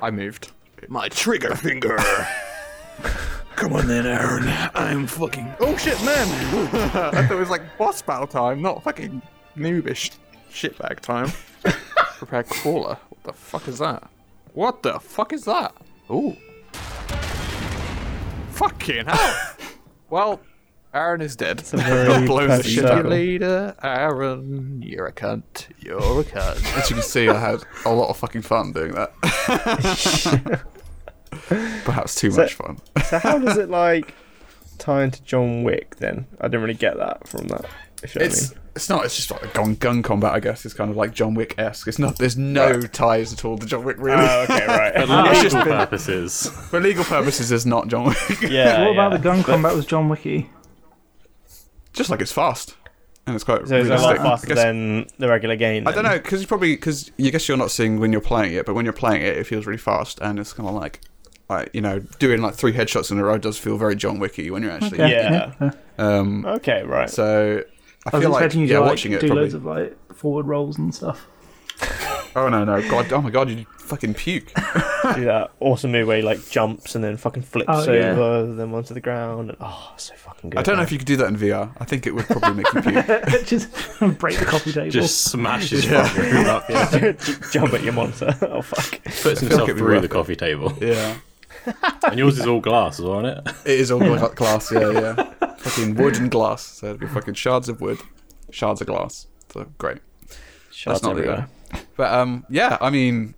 I moved. My trigger finger. Come on then, Aaron. I'm fucking. Oh shit, man! I thought it was like boss battle time, not fucking noobish shitbag time. Prepare crawler. What the fuck is that? What the fuck is that? Ooh. Fucking hell. well, Aaron is dead. Got blown the shit out. circle. of me. Leader Aaron, you're a cunt. You're a cunt. As you can see, I had a lot of fucking fun doing that. Perhaps too much fun. So how does it like tie into John Wick then? I didn't really get that from that. If you know what It's it's not. It's just like a gun gun combat. I guess it's kind of like John Wick esque. It's not. There's no ties at all to John Wick really. I mean. Uh, Oh, okay, right. For legal just been- purposes. For legal purposes, it's not John Wick. yeah. what about yeah. the gun combat with John Wicky? just like it's fast and it's quite So it's a realistic. lot faster I guess- than the regular game. I then? don't know because you probably because you guess you're not seeing when you're playing it, but when you're playing it, it feels really fast and it's kind of like. Like, you know, doing like three headshots in a row does feel very John Wicky when you're actually. Yeah. Um, Okay, right. so I, I was feel like expecting you to yeah, like, watching it do probably. loads of like forward rolls and stuff. Oh no no god! Oh my god! You fucking puke. do that awesome move where he like jumps and then fucking flips Oh, yeah. over, then onto the ground, and oh, so fucking good. I don't know man. if you could do that in VR. I think it would probably make you puke. Just break the coffee table. Just smashes fucking room up. Yeah. jump at your monitor. Oh fuck! Puts himself it'd be through worth the it. coffee table. Yeah, And yours is all glass, as well, isn't it? it is all gla- glass. Yeah, yeah. fucking wood and glass. So it'd be fucking shards of wood, shards of glass. So great. Shards not the everywhere. But um, yeah. I mean,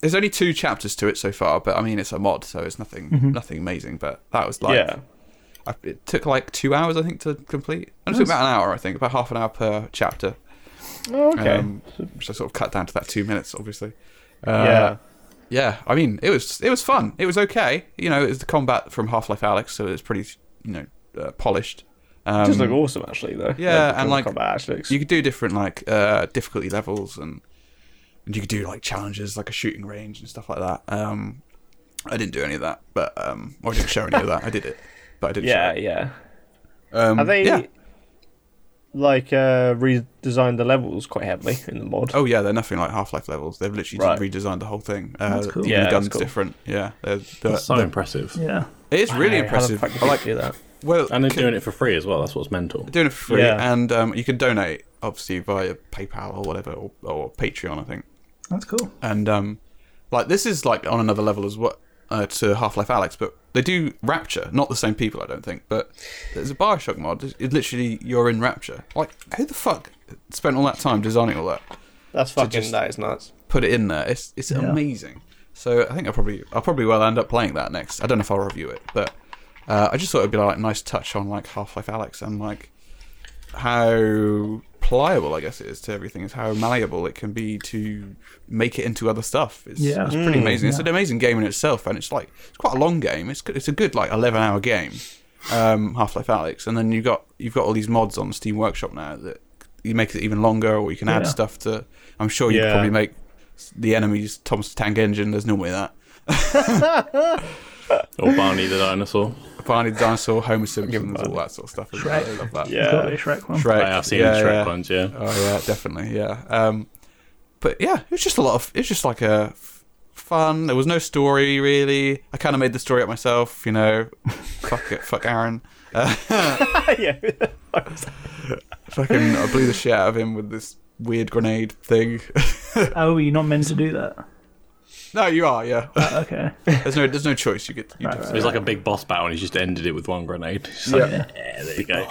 there's only two chapters to it so far. But I mean, it's a mod, so it's nothing, nothing amazing. But that was like, Mm-hmm. yeah, I, it took like two hours, I think, to complete. And it took about an hour, I think, about half an hour per chapter. oh, okay, Um, which I sort of cut down to that two minutes, obviously. Uh, yeah. yeah, I mean, it was it was fun. It was okay. You know, it was the combat from Half Life Alex, so it was pretty, you know, uh, polished. Um, Just look awesome actually though. yeah, the and, like, combat actually looks- you could do different like uh, difficulty levels, and and you could do like challenges, like a shooting range and stuff like that. Um, I didn't do any of that, but um, or I didn't show any of that. I did it, but I didn't. yeah, show it. yeah. Um, Have they yeah. like uh redesigned the levels quite heavily in the mod? Oh yeah, they're nothing like Half Life levels. They've literally Right. redesigned the whole thing. Uh, That's cool. even Yeah, the that's gun's cool. different. Yeah, they're, That's so they're- impressive. yeah. it is Oh, really Hey, how the impressive. fuck did I you like do that? well, And they're c- doing it for free as well. That's what's mental. doing it for free, Yeah. and um, you can donate obviously via PayPal or whatever, or, or Patreon, I think. That's cool. And um, like this is like on another level as what uh, to Half Life Alex, but they do Rapture, not the same people, I don't think. But there's a Bioshock mod. It's it's literally you're in Rapture. Like who the fuck spent all that time designing all that? That's fucking just- that is nuts. Put it in there. It's it's amazing. So I think I'll probably I'll probably well end up playing that next. I don't know if I'll review it, but uh, I just thought it'd be like a nice touch on like Half Life Alex and like how pliable I guess it is to everything is how malleable it can be to make it into other stuff. It's, Yeah. Mm. it's pretty amazing. It's an amazing game in itself, and it's like it's quite a long game. It's good- it's a good like eleven hour game, um, Half Life Alex, and then you got you've got all these mods on Steam Workshop now that you make it even longer, or you can add Yeah. stuff to. I'm sure you could Yeah. probably make the enemies Thomas the Tank Engine. There's normally that. Or Barney the dinosaur. Barney the Dinosaur, Homer Simpson, all that sort of stuff. Shrek. I love that. Got Yeah, a Shrek one. Uh, Shrek. I have seen yeah, the Shrek yeah. ones, yeah. Oh yeah, definitely, yeah. Um, but yeah, it was just a lot of. It was just like a f- fun. There was no story really. I kind of made the story up myself, you know. fuck it, fuck Aaron. Uh, yeah. Fucking, I blew the shit out of him with this weird grenade thing. Oh, you're not meant to do that. no, you are, yeah. Uh, Okay. There's no, there's no choice. You get, you do It was like a big boss battle, and he just ended it with one grenade. It's just like, yeah, there you go.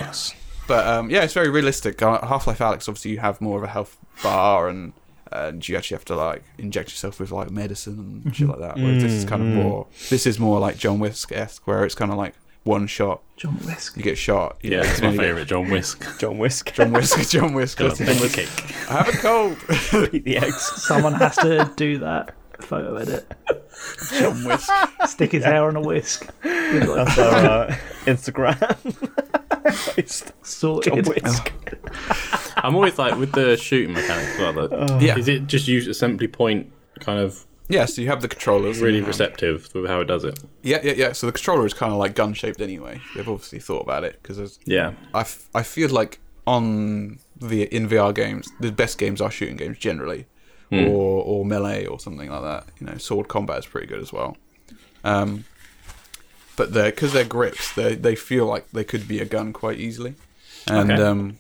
But um, yeah, it's very realistic. Half Life Alex, obviously, you have more of a health bar and uh, and you actually have to like inject yourself with like medicine and shit like that. Whereas this is kind of more this is more like John Wisk esque, where it's kind of like one shot, John Wisk. you get shot. You Yeah, know, it's you my only get favourite, John Whisk. John Whisk. John Wisk, John Wisk. Got a John big Wisk. cake. I have a cold. beat the eggs. Someone has to do that photo edit. John Wisk. Stick his hair on a whisk. We've got So, uh, Instagram. Post it sorted. John Whisk. I'm always like with the shooting mechanics as well. Though, Yeah. Is it just use assembly point kind of Yeah, so you have the controllers. really and- receptive with how it does it? Yeah, yeah, yeah. So the controller is kind of like gun shaped anyway. They've obviously thought about it because there's Yeah. I, f- I feel like on the in VR games, the best games are shooting games generally, Hmm. or or melee or something like that. You know, sword combat is pretty good as well. Um, but they're because they're grips, they they feel like they could be a gun quite easily, and Okay. um,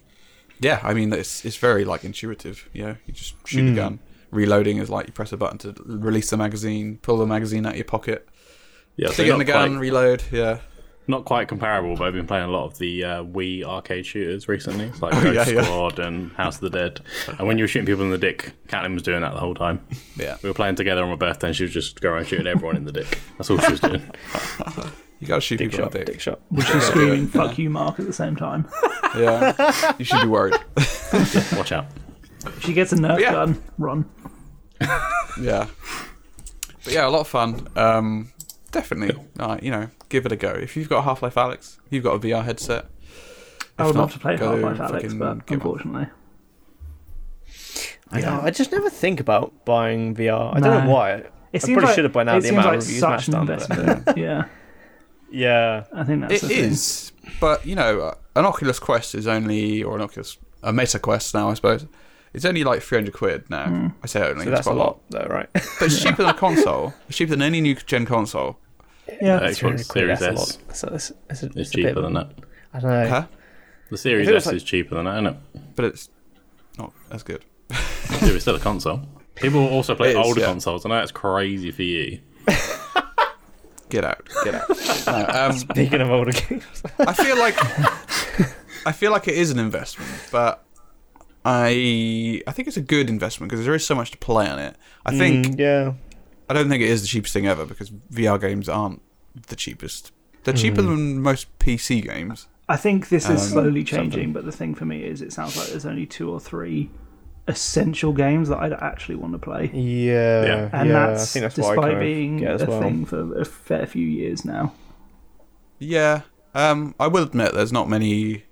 yeah, I mean it's it's very like intuitive. You know, you just shoot Hmm. the gun. Reloading is like you press a button to release the magazine, pull the magazine out of your pocket, Yeah, so stick it in not the gun, quite- reload. Yeah, not quite comparable, but I've been playing a lot of the uh, Wii arcade shooters recently, It's like Ghost yeah, yeah. Squad and House of the Dead. And when you were shooting people in the dick, Catelyn was doing that the whole time. Yeah. we were playing together on my birthday, and she was just going around shooting everyone in the dick. That's all she was doing. You gotta shoot Dick people shot, in the dick dick. shot. Which is screaming "fuck you, Mark" at the same time. Yeah, you should be worried. Watch out. If she gets a nerf Yeah. gun, run. Yeah, but yeah, a lot of fun. Um, definitely, uh, you know, give it a go. If you've got Half Life Alex, you've got a VR headset. I would not, love to play go Half Life Alex, fucking but give up. unfortunately, I, don't, I just never think about buying VR. I don't know No. why. I probably should have by now. It The seems amount like of reviews such matched an on, but investment. yeah, yeah, I think that's It the thing. is, but you know, an Oculus Quest is only, or an Oculus, a Meta Quest now, I suppose. It's only like 300 quid now. Hmm. I say only, so it's that's quite a lot, though, right? But it's cheaper than a console. It's cheaper than any new gen console. Yeah, Uh, Xbox Series That's a S lot. So it's, it's, a- is a bit cheaper of- than that. I don't know. Huh? The Series If it was S like- is cheaper than that, isn't it? But it's not as good. Dude, it's still a console. People also play It is, older yeah. consoles. I know it's crazy for you. Get out. Get out. No, um, Speaking of older games, I feel like I feel like it is an investment, but I I think it's a good investment because there is so much to play on it. I Mm. think yeah, I don't think it is the cheapest thing ever because VR games aren't the cheapest. They're cheaper than most PC games. I think this is Um, slowly changing, but the thing for me is it sounds like there's only two or three essential games that I'd actually want to play. yeah, Yeah. And yeah, that's I think that's why I despite kind of being get a as well. thing for a fair few years now. Yeah, um, I will admit there's not many.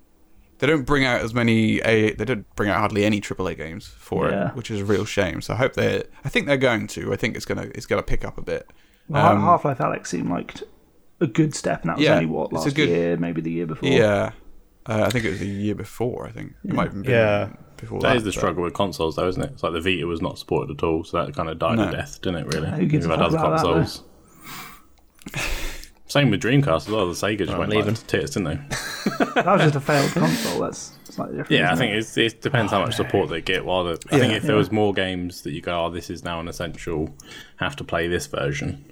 They don't bring out as many. A they don't bring out hardly any AAA games for Yeah. it, which is a real shame. So I hope they. I think they're going to. I think it's gonna. It's gonna pick up a bit. Um, Half Life Alex seemed like a good step, and that was Yeah, only what it's a last good- year, maybe the year before. Yeah, uh, I think it was the year before. I think it might have been Yeah. before That that is the but- struggle uh, with consoles, though, isn't it? It's like the Vita was not supported at all, so that kind of died No. a death, didn't it? Really, Who gives a We've had fuck other about that, though? consoles. Same with Dreamcast as well. The Sega just went leaving. like, to tits, didn't they? that was just a failed console. That's slightly different. Yeah, I isn't think it's, it depends how Oh, much support they get. While the, I think if there was more games that you go, oh, this is now an essential, have to play this version.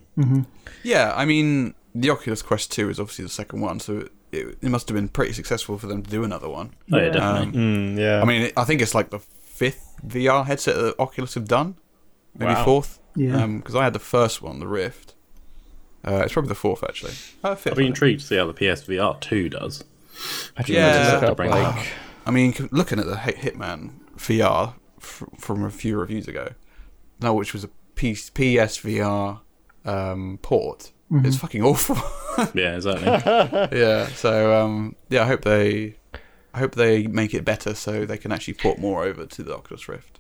Yeah, I mean the Oculus Quest Two is obviously the second one, so it, it must have been pretty successful for them to do another one. Um, Oh, yeah, Um, definitely. Mm, yeah. I mean, it, I think it's like the fifth VR headset that Oculus have done, maybe Wow. fourth. Yeah. because I had the first one, the Rift. Uh, it's probably the fourth actually. Uh, fifth, I'd be I think. intrigued to see how the PSVR two does. Actually, yeah. let's look To up, bring like- back. I mean, c- looking at the Hit- Hitman VR f- from a few reviews ago, no, which was a P- PSVR um, port, Mm-hmm. it's fucking awful. Yeah, exactly. yeah. So um, yeah, I hope they, I hope they make it better so they can actually port more over to the Oculus Rift.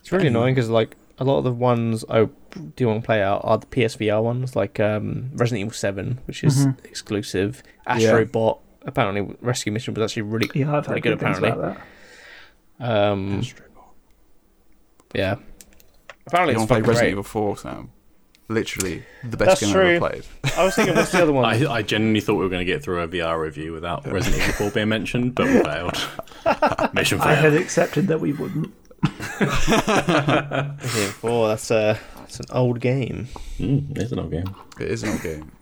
It's really Um, annoying because like a lot of the ones I do want to play out are the PSVR ones, like um, Resident Evil Seven, which is Mm-hmm. exclusive. Astro Yeah. Bot apparently Rescue Mission was actually really Yeah, I've pretty heard good good things apparently. about that. Um, yeah, apparently You it's want to play fucking Resident great. Evil Four, Sam? Literally the That's best game I've true. ever played. I was thinking what's the other one? I, I genuinely thought we were going to get through a VR review without Resident Evil four being mentioned, but we failed. Mission I failed. had accepted that we wouldn't. Resident Evil Four. That's a that's an old game. Mm, it's an old game. It is an old game.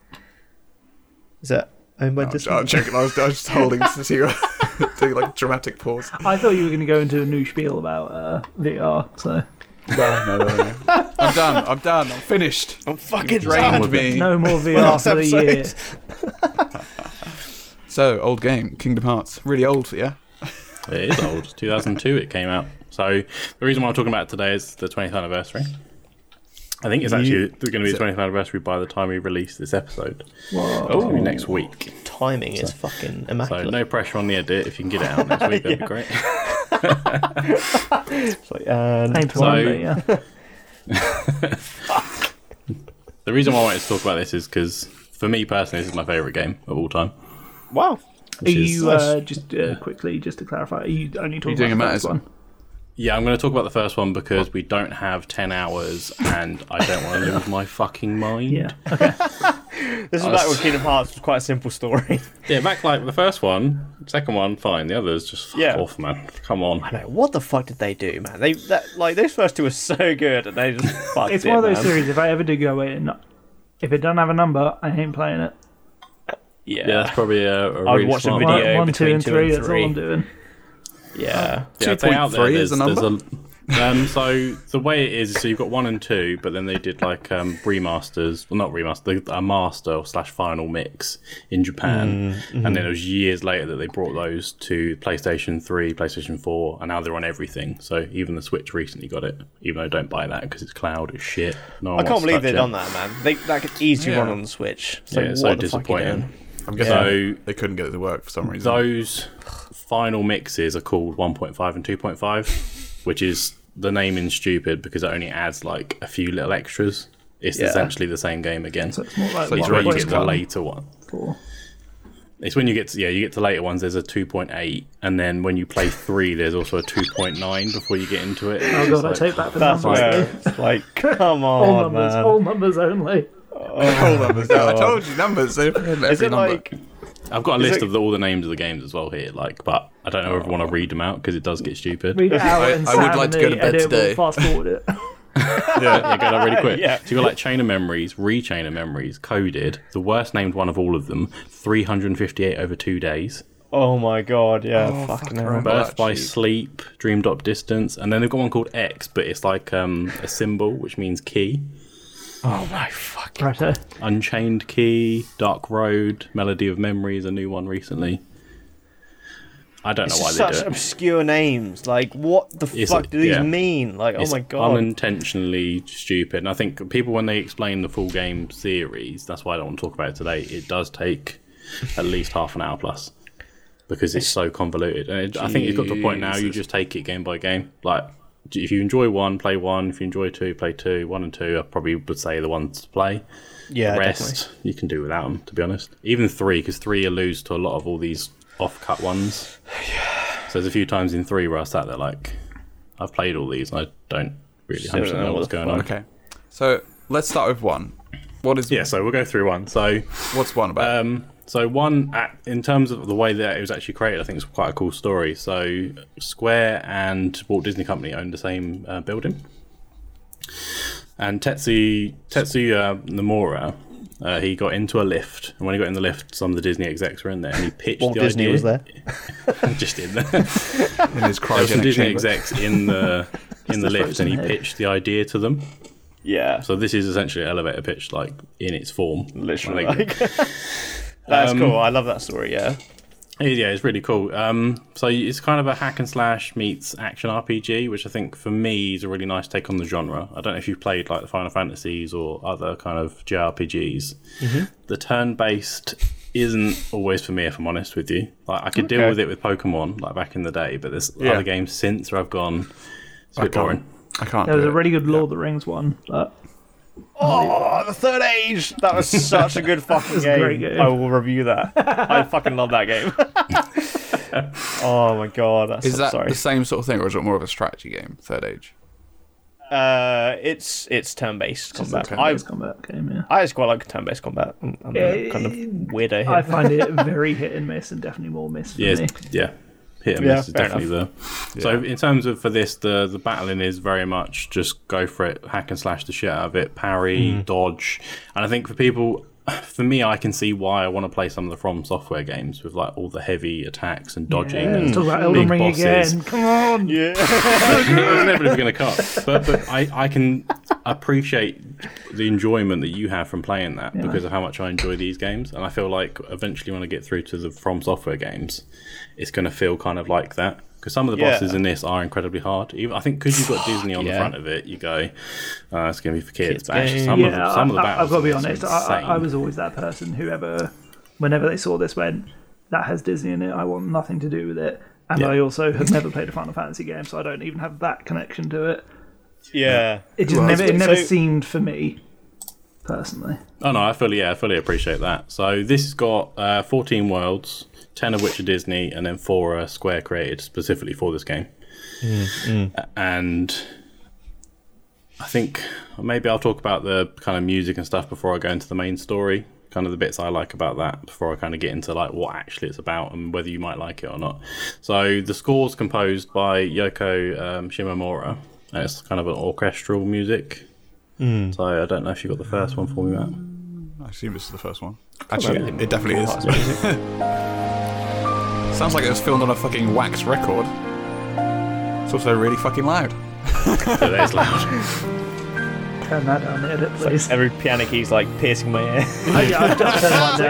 Is that owned by Disney? I'm joking. I was, I was just holding to see doing like dramatic pause. I thought you were going to go into a new spiel about uh, VR. So No, no, no, no. I'm done. I'm done. I'm finished. I'm fucking Drained me. no more VR Last for the year. episode. So old game, Kingdom Hearts. Really old, yeah. It is old. 2002 it came out. So the reason why I'm talking about it today is the 20th anniversary. I think it's actually going to be the 20th anniversary by the time we release this episode. Whoa. It's gonna be next week. Timing is fucking So immaculate. no pressure on the edit. If you can get it out next week, that'd be great. It's like, and- Aim for one, but yeah. The reason why I wanted to talk about this is because for me personally, this is my favourite game of all time. wow. Are Which is- you uh, just uh, quickly just to clarify? Are you only talking doing a about the Matters? first one? Yeah, I'm going to talk about the first one because we don't have 10 hours and I don't want to lose my fucking mind. Yeah. This is back when Kingdom Hearts was quite a simple story. Yeah, back like the first one, second one, fine. The others just fuck Yeah. off, man. Come on. Like, what the fuck did they do, man? They that like those first two were so good, and they just fucked It's it, one of those man. series. If I ever do go in, if it doesn't have a number, I ain't playing it. Yeah. Yeah, that's probably a, a I'd really watch a smart video. one. one, one, two, between and two three, and That's all I'm three. doing. Yeah. Yeah, I'd say out there, 2.3 is there's- a there's a- um, so the way it is, so you've got one and two, but then they did like um, remasters. Well, not remaster, they- a master slash final mix in Japan, Mm, and mm-hmm. then it was years later that they brought those to PlayStation Three, PlayStation Four, and now they're on everything. So even the Switch recently got it. Even though don't buy that because it's cloud as shit. No one I can't wants to believe touch they've it. done that, man. They, that could easily Yeah. run on the Switch. So Yeah, what it's so the fuck you doing? disappointing. I'm guessing So they couldn't get it to work for some reason. those final mixes are called 1.5 and 2.5 which is the naming stupid because it only adds like a few little extras it's Yeah. essentially the same game again So it's more like So it's it's when you already get to the later one four. it's when you get to yeah you get to later ones there's a 2.8 and then when you play 3 there's also a 2.9 before you get into it Oh god, I take back the That's numbers. where it's like, come on, Oh, all numbers, man. all numbers only. All numbers. No, I told you numbers. They put in Is every it number. like? have got a list it- of the, all the names of the games as well here like but I don't know if I want to read them out because it does get stupid Read it out I- and I would Sam like to and go to the bed editor will today. Fast forward it. yeah, go down really quick. Yeah. So you got like Chain of Memories, Rechain of Memories, Coded, the worst named one of all of them, 358 over two days, Oh my god, yeah, fucking hell. Well, Birth by that's cheap. Sleep, Dreamed Up Distance, and then they've got one called X, but it's like um, a symbol which means key, Oh my fucking. Righto. Unchained Key, Dark Road, Melody of Memories, a new one recently. I don't It's know why just they do such it. obscure names. Like, what the It's- fuck do these yeah. mean? Like, It's oh my god. unintentionally stupid. And I think people, when they explain the full game series, that's why I don't want to talk about it today. It does take at least half an hour plus because it's so convoluted. And it, I think it's got to a point now you just take it game by game. Like, d- if you enjoy one, play one. If you enjoy two, play two. One and two, I probably would say the ones to play. yeah, Rest, definitely. you can do without them, to be honest. Even three, because three alludes to a lot of all these off cut ones. So there's a few times in three where I sat there like, I've played all these and I don't really Still 100% don't know know what's what the going on. Okay. So let's start with one. What is Yeah, so we'll go through one. So, what's one about? um, so one a- in terms of the way that it was actually created, I think it's quite a cool story. So, Square and Walt Disney Company owned the same uh, building, and Tetsu Tetsuya Nomura. Uh, he got into a lift, and when he got in the lift, some of the Disney execs were in there, and he pitched Walt the Disney idea. was there. just in there. in his there were some cryogenic Uh, Disney chamber. execs in the in the lift, and he pitched the idea to them. Yeah, So this is essentially elevator pitch, like in its form. literally. Like, Like, that's Um, cool. I love that story. Yeah. It- Yeah, it's really cool. Um, so it's kind of a hack and slash meets action RPG, which I think for me is a really nice take on the genre. I don't know if you've played like the Final Fantasies or other kind of JRPGs. The turn based isn't always for me, if I'm honest with you. Like I could deal Okay. with it with Pokemon, like back in the day, but there's Yeah. other games since where I've gone. It's a bit can't- boring. I can't. There was do a it. really good Lord of the Rings one, but Oh, the Third Age! That was such a good fucking was a game. great game. I will review that. I fucking love that game. oh my god, that's Is I'm that sorry. the same sort of thing, or is it more of a strategy game? Third Age. Uh, it's it's turn-based combat. I it's combat game. Yeah. I just quite like turn-based combat. I'm, I'm Yeah, kind of weirdo here. I find it very hit and miss, and definitely more miss for Yeah, me. it's- yeah. Hit and Yeah, miss is fair definitely there. So in terms of for this, the the battling is very much just go for it, hack and slash the shit out of it, parry, dodge, and I think for people. For me, I can see why I want to play some of the From Software games with like all the heavy attacks and dodging and Talk about big Elden Ring bosses. again. Come on. yeah, it was inevitably going to cut. But, but I, I can appreciate the enjoyment that you have from playing that because of how much I enjoy these games. And I feel like eventually when I get through to the From Software games, it's going to feel kind of like that. Because some of the Yeah. bosses in this are incredibly hard. Even, I think because you've got Disney on the yeah. front of it, you go, uh, it's going to be for kids. But actually, game. some, of, Yeah, the- some of the I, battles. I've got to be in honest. this are I, I, I insane. was always that person who ever, whenever they saw this, went, "That has Disney in it. I want nothing to do with it." And I also have never played a Final Fantasy game, so I don't even have that connection to it. yeah. It just Well, never, it never so- seemed for me, personally. Oh no, I fully yeah, I fully appreciate that. So this has got uh, 14 worlds, 10 of which are Disney, and then four are Square created specifically for this game. A- And I think maybe I'll talk about the kind of music and stuff before I go into the main story. Kind of the bits I like about that before I kind of get into like what actually it's about and whether you might like it or not. So the score's composed by Yoko um, Shimomura, and it's kind of an orchestral music. So I don't know if you got the first one for me, Matt. I assume this is the first one. Actually, it definitely is. Sounds like it was filmed on a fucking wax record. It's also really fucking loud. But that is loud. Turn that down, edit, please. Every piano key's like piercing my ear. Oh, yeah, I've just turned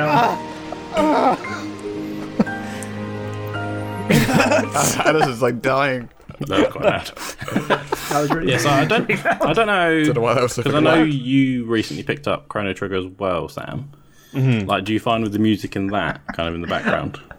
that down. Addison's like dying. That's quite loud. That was really Yeah, so I don't, I don't know. Don't know why that was so Because I fucking know loud. you recently picked up Chrono Trigger as well, Sam. Mm-hmm. Like, do you find with the music in that kind of in the background?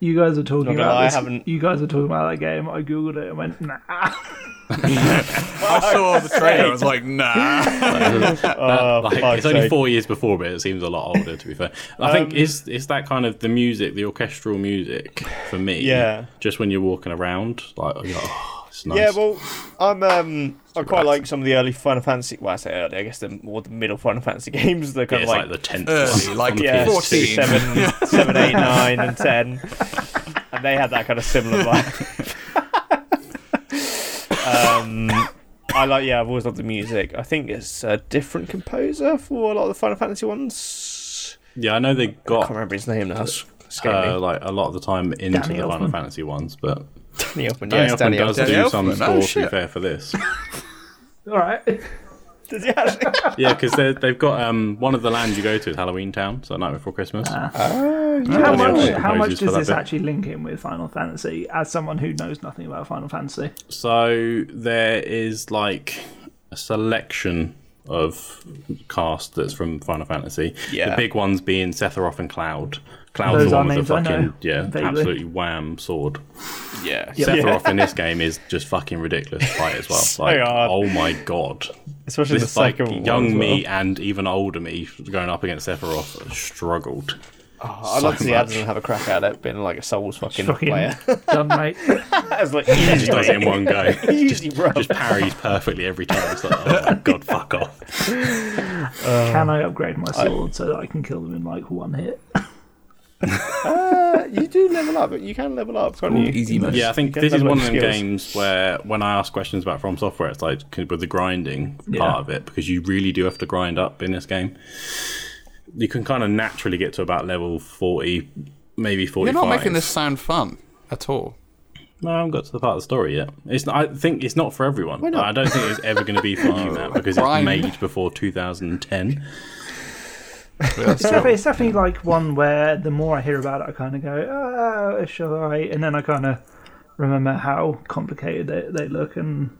You guys are talking gonna about lie, I this. haven't- You guys are talking about that game. I googled it and went, nah. I saw the trailer. I was like, nah. Oh, Like, fuck's it's only sake. Um, four years before, but it seems a lot older. To be fair, I think is is that kind of the music, the orchestral music for me. Yeah. Just when you're walking around, like, you're like, oh, it's nice. Yeah, well, I'm um, I quite like some of the early Final Fantasy. Well, I say early, I guess the more the middle Final Fantasy games. They're kind Yeah, it's of like, like, the tenth, Early, one like, on the yeah, PS2. 14. seven, seven, eight, nine, and ten, and they had that kind of similar vibe. um, I like, yeah, I've always loved the music. I think it's a different composer for a lot of the Final Fantasy ones. Yeah, I know they I got can't remember his name now. It's scaring uh, me. like a lot of the time into Danny the Final Elfman. Fantasy ones, but Danny Elfman, Danny yes, Elfman Danny does Elfman. do Danny some Elfman, oh, score. to be shit. fair for this. All right. Does he actually? Yeah, because they've got um, one of the lands you go to is Halloween Town, so Night Before Christmas. Ah. How Daniel much, Elfman how much composes for does that this bit. actually link in with Final Fantasy as someone who knows nothing about Final Fantasy? So there is like a selection of cast that's from Final Fantasy. Yeah. The big ones being Sephiroth and Cloud. Cloud's Those the are one with the names I know, fucking yeah, vaguely. absolutely wham sword. yeah, Sephiroth in this game is just fucking ridiculous to fight as well. Like, hard. oh my god. especially This the like second one as young well. me and even older me going up against Sephiroth struggled. I'd love to see much. Addison have a crack at it, being like a Souls fucking, Fucking player. done, mate. That's like He just does it in one go. just, Easy, bro. just parries perfectly every time. It's like, oh my god, fuck off. Can I upgrade my sword so that I can kill them in like one hit? You do level up, but you can level up, can't you? Easy mode. Yeah, I think Get this is level one up of them skills. games where when I ask questions about From Software, it's like c- with the grinding Yeah. part of it because you really do have to grind up in this game. You can kind of naturally get to about level forty, maybe You're forty-five. not making this sound fun at all. No, I haven't got to the part of the story yet. It's I think it's not for everyone. I don't think it's ever going to be for you, Matt, because it's Grind. made before 2010. It's definitely, it's definitely like one where the more I hear about it, I kind of go, oh, shall I? And then I kind of remember how complicated they, they look, and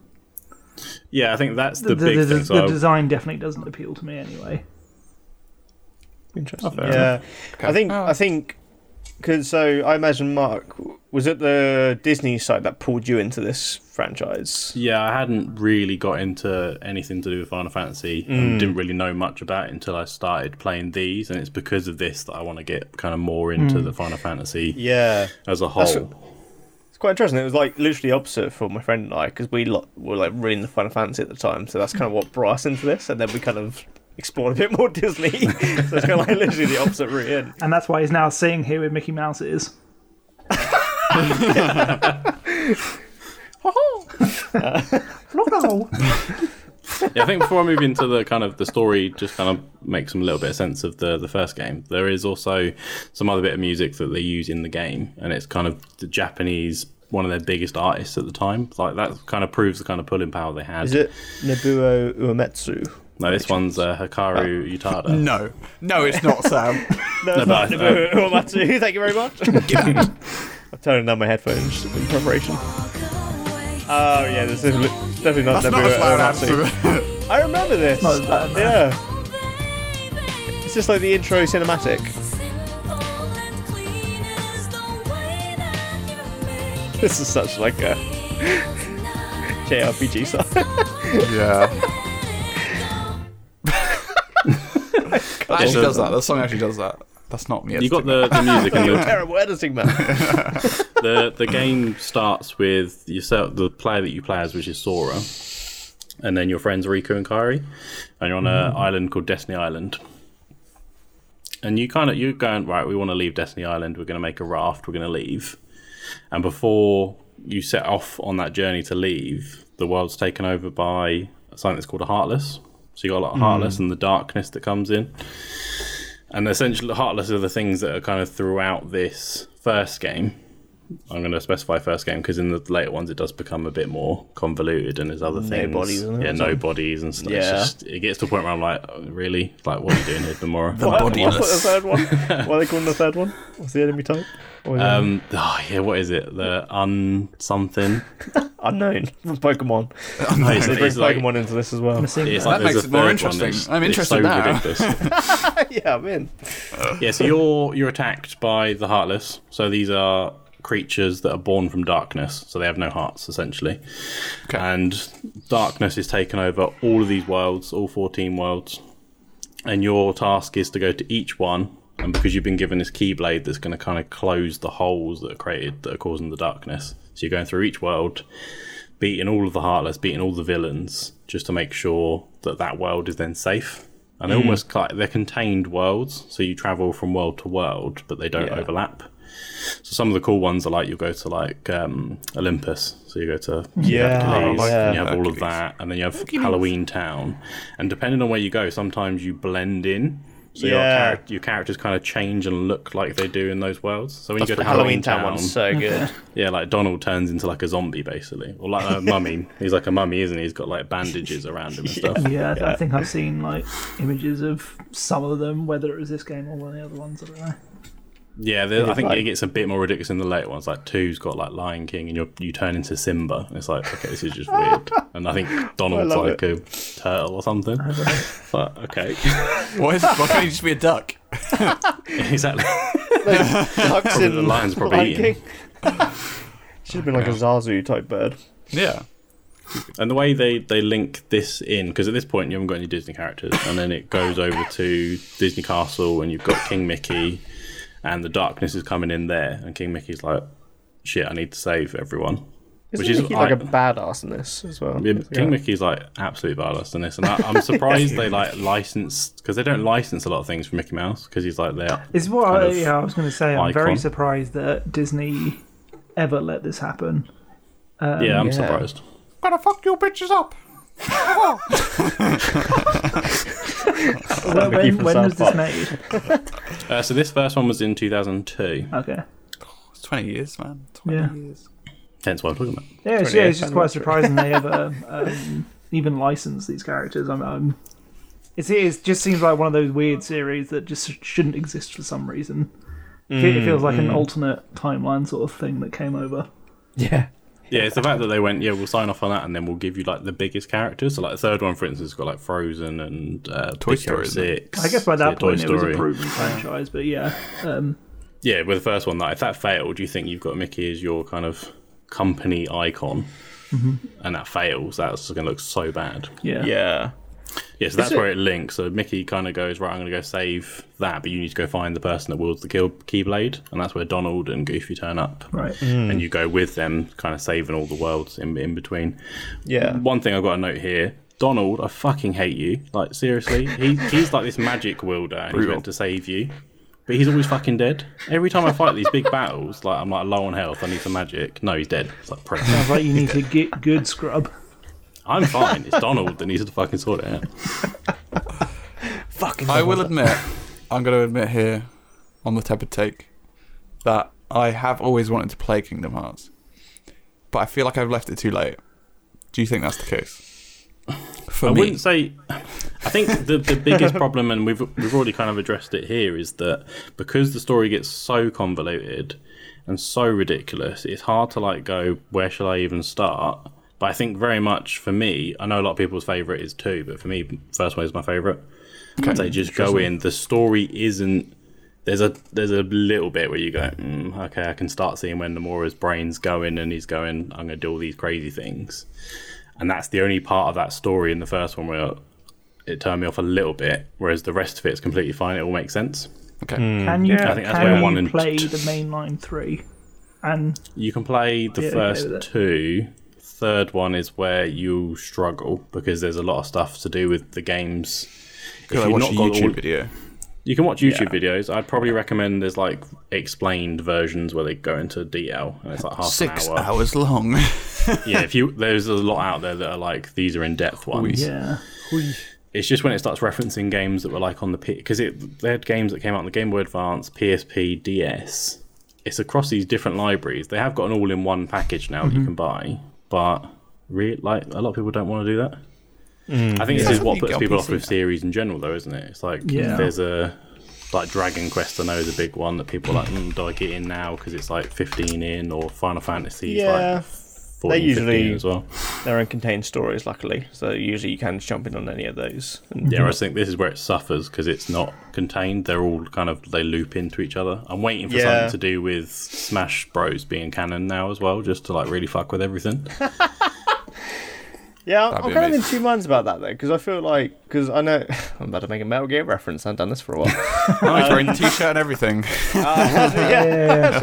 Yeah, I think that's the, the, big the- thing. the So I- design definitely doesn't appeal to me anyway. Interesting. yeah, I think I think because so I imagine Mark was it the Disney site that pulled you into this franchise. Yeah, I hadn't really got into anything to do with Final Fantasy and Mm. didn't really know much about it until I started playing these, and it's because of this that I want to get kind of more into the Final Fantasy Mm. Yeah, as a whole. it's quite interesting. It was like literally opposite for my friend and I because we lo- were like really into Final Fantasy at the time, so that's kind of what brought us into this, and then we kind of explored a bit more Disney. so it's kind of like literally the opposite route in. And that's why he's now seeing here with Mickey Mouse is. Look out! yeah, I think before I move into the kind of the story, just kind of make some little bit of sense of the the first game. There is also some other bit of music that they use in the game, and it's kind of the Japanese one of their biggest artists at the time. Like that kind of proves the kind of pulling power they had. Is it Nobuo Uematsu? No, this one's uh, Hikaru Utada. No, no, it's not Sam. No, it's but not I- uh, Nobuo Uematsu. Thank you very much. I'm turning down my headphones in preparation. Oh yeah, this is definitely not That's Nobuo not as loud as Uematsu. I remember this. Not as bad, no. yeah. It's just like the intro cinematic. This is such like a JRPG song. Yeah. That actually does that. The song actually does that. That's not me. You got the, the music and the, Terrible editing, man. the the game starts with yourself, the player that you play as, which is Sora, and then your friends Riku and Kairi, and you're on Mm-hmm. an island called Destiny Island. And you kind of you're going right. We want to leave Destiny Island. We're going to make a raft. We're going to leave. And before you set off on that journey to leave, the world's taken over Mm. by something that's called a Heartless. So you got a lot of Heartless and the darkness that comes in. And essentially, Heartless are the things that are kind of throughout this first game. I'm going to specify first game because in the later ones it does become a bit more convoluted and there's other things. bodies, isn't it, Yeah, or no something? bodies and stuff. It's Yeah. just, it gets to a point where I'm like, oh, really? Like, what are you doing here, Nomura? The What's the bodiless. third one? what are they calling the third one? What's the enemy type? Or is it Um, oh, yeah, what is it? The un something. unknown from Pokemon. No, They bring it's like- Pokemon into this as well. Missing it's that. like That there's makes a it more third one interesting. that's- I'm it's interested now. ridiculous. yeah, I'm in. yeah, so you're you're attacked by the heartless. So these are creatures that are born from darkness. So they have no hearts essentially. Okay. And darkness is taken over all of these worlds, all 14 worlds. And your task is to go to each one. And because you've been given this keyblade that's going to kind of close the holes that are created that are causing the darkness. So you're going through each world, beating all of the heartless, beating all the villains, just to make sure that that world is then safe. And they're almost like they're contained worlds, so you travel from world to world, but they don't overlap. So some of the cool ones are like you'll go to like um, Olympus, so you go to Yeah, Hercules, and you Oh, yeah. have all of that, and then you have Halloween Town. And depending on where you go, sometimes you blend in. So Yeah. your, charac- your characters kind of change and look like they do in those worlds. So when you go to Halloween Town one's so good. yeah, like Donald turns into like a zombie basically, or like a mummy. He's like a mummy, isn't he? He's got like bandages around him and stuff. Yeah, I think I've seen like images of some of them, whether it was this game or one of the other ones. I don't know. Yeah, there, I think like- it gets a bit more ridiculous in the later ones. Like two's got like Lion King, and you you turn into Simba. And it's like okay, this is just weird. And I think Donald's love like a turtle or something. But okay, Why, is, why can't you just be a duck? exactly. Ducks in the lion's probably Lion eating. King. Should have been like a Zazu type bird. Yeah. And the way they, they link this in, because at this point you haven't got any Disney characters, and then it goes over to Disney Castle, and you've got King Mickey, and the darkness is coming in there, and King Mickey's like, shit, I need to save everyone. Isn't Mickey like a badass in this as well? Yeah, King Mickey's like absolute badass in this, and I, I'm surprised they like license because they don't license a lot of things for Mickey Mouse because he's like there. It's what kind I, um, of yeah, I was going to say. I'm very icon. surprised that Disney ever let this happen. yeah, I'm yeah. surprised. Gonna fuck your bitches up. Well, Mickey when from when South was this Park. made? Uh, so this first one was in 2002. Okay. It's 20 years, man. 20 Yeah. years. Hence why I'm talking about. Yeah, it's, yeah, it's 28th just quite surprising they ever um, even license these characters. I'm, I'm, it's, it just seems like one of those weird series that just shouldn't exist for some reason. It fe- it feels like an alternate timeline sort of thing that came over. Yeah. Yeah, it's the fact that they went, yeah, we'll sign off on that, and then we'll give you like the biggest characters. So like the third one, for instance, has got like Frozen and uh, Toy Big Hero Story, isn't it? Six. I guess by yeah, that Toy point it was a Story. proven franchise, but yeah, um, Yeah, with the first one, that if that failed, you think you've got Mickey as your kind of company icon, Mm-hmm. and that fails, that's going to look so bad. yeah, Yeah. Yeah, so that's it- where it links. So Mickey kind of goes, right, I'm going to go save that, but you need to go find the person that wields the kill- Keyblade. And that's where Donald and Goofy turn up. right. And you go with them, kind of saving all the worlds in, in between. Yeah. One thing I've got a note here Donald, I fucking hate you. Like, seriously, he, he's like this magic wielder and he's Brutal. meant to save you. But he's always fucking dead. Every time I fight these big battles, like I'm like low on health, I need some magic. No, he's dead. It's like, prick. Sounds like you need to get good scrub. I'm fine. It's Donald that needs to fucking sort it out. I will admit, I'm going to admit here on the tepid take that I have always wanted to play Kingdom Hearts, but I feel like I've left it too late. Do you think that's the case? For I me, wouldn't say. I think the the biggest problem, and we've we've already kind of addressed it here, is that because the story gets so convoluted and so ridiculous, it's hard to like go where shall I even start. But I think very much for me, I know a lot of people's favorite is two, but for me, first one is my favorite. They just go in. The story isn't. There's a there's a little bit where you go, mm, okay, I can start seeing when Nomura's brain's going, and he's going, I'm gonna do all these crazy things and that's the only part of that story in the first one where it turned me off a little bit. Whereas the rest of it is completely fine; it all makes sense. okay. Can you, I think that's where can one you and play t- the mainline three? And You can play the Yeah, okay first with it. two. Third one is where you struggle because there's a lot of stuff to do with the games. Could I you've watch a not got YouTube all- video? You can watch YouTube videos. I'd probably recommend there's like explained versions where they go into detail and it's like half Six an hour. hours long. yeah, if you there's a lot out there that are like these are in depth ones. yeah, it's just when it starts referencing games that were like on the P because it they had games that came out on the Game Boy Advance, PSP, DS. It's across these different libraries. They have got an all-in-one package now that you can buy, but re- like a lot of people don't want to do that. I think this Yeah. is what You puts get on people off PC with series in general, though, isn't it? It's like Yeah. there's a like Dragon Quest. I know is a big one that people are like. Mm, do I get in now because it's like 15 in or Final Fantasy? is, Yeah. like 14, They usually- 15 as well. They're uncontained stories, luckily, so usually you can just jump in on any of those. And Yeah, I think this is where it suffers because it's not contained. They're all kind of they loop into each other. I'm waiting for Yeah. something to do with Smash Bros being canon now as well, just to like really fuck with everything. Yeah, I'm be kind of in amazing. two minds about that though, because I feel like because I know I'm about to make a Metal Gear reference. I've done this for a while. I'm wearing Uh, the t-shirt and everything. yeah,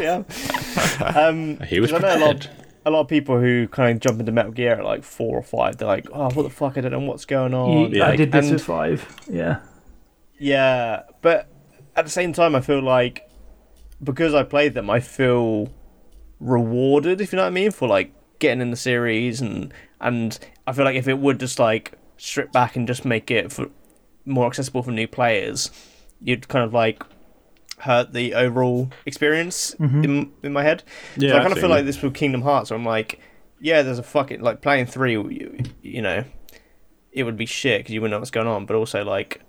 yeah. Um, He was 'cause I know a lot, prepared. a lot of people who kind of jump into Metal Gear at like four or five. They're like, "Oh, what the fuck? I don't know what's going on." You- I Like, did this and- with five. Yeah. Yeah, but at the same time, I feel like because I played them, I feel rewarded, if you know what I mean, for like getting in the series, and and I feel like if it would just like strip back and just make it for more accessible for new players, you'd kind of like hurt the overall experience in in my head. Yeah, so I I kind of see. feel like this with Kingdom Hearts, where I'm like, yeah, there's a fucking like playing three, you, you know, it would be shit because you wouldn't know what's going on, but also like.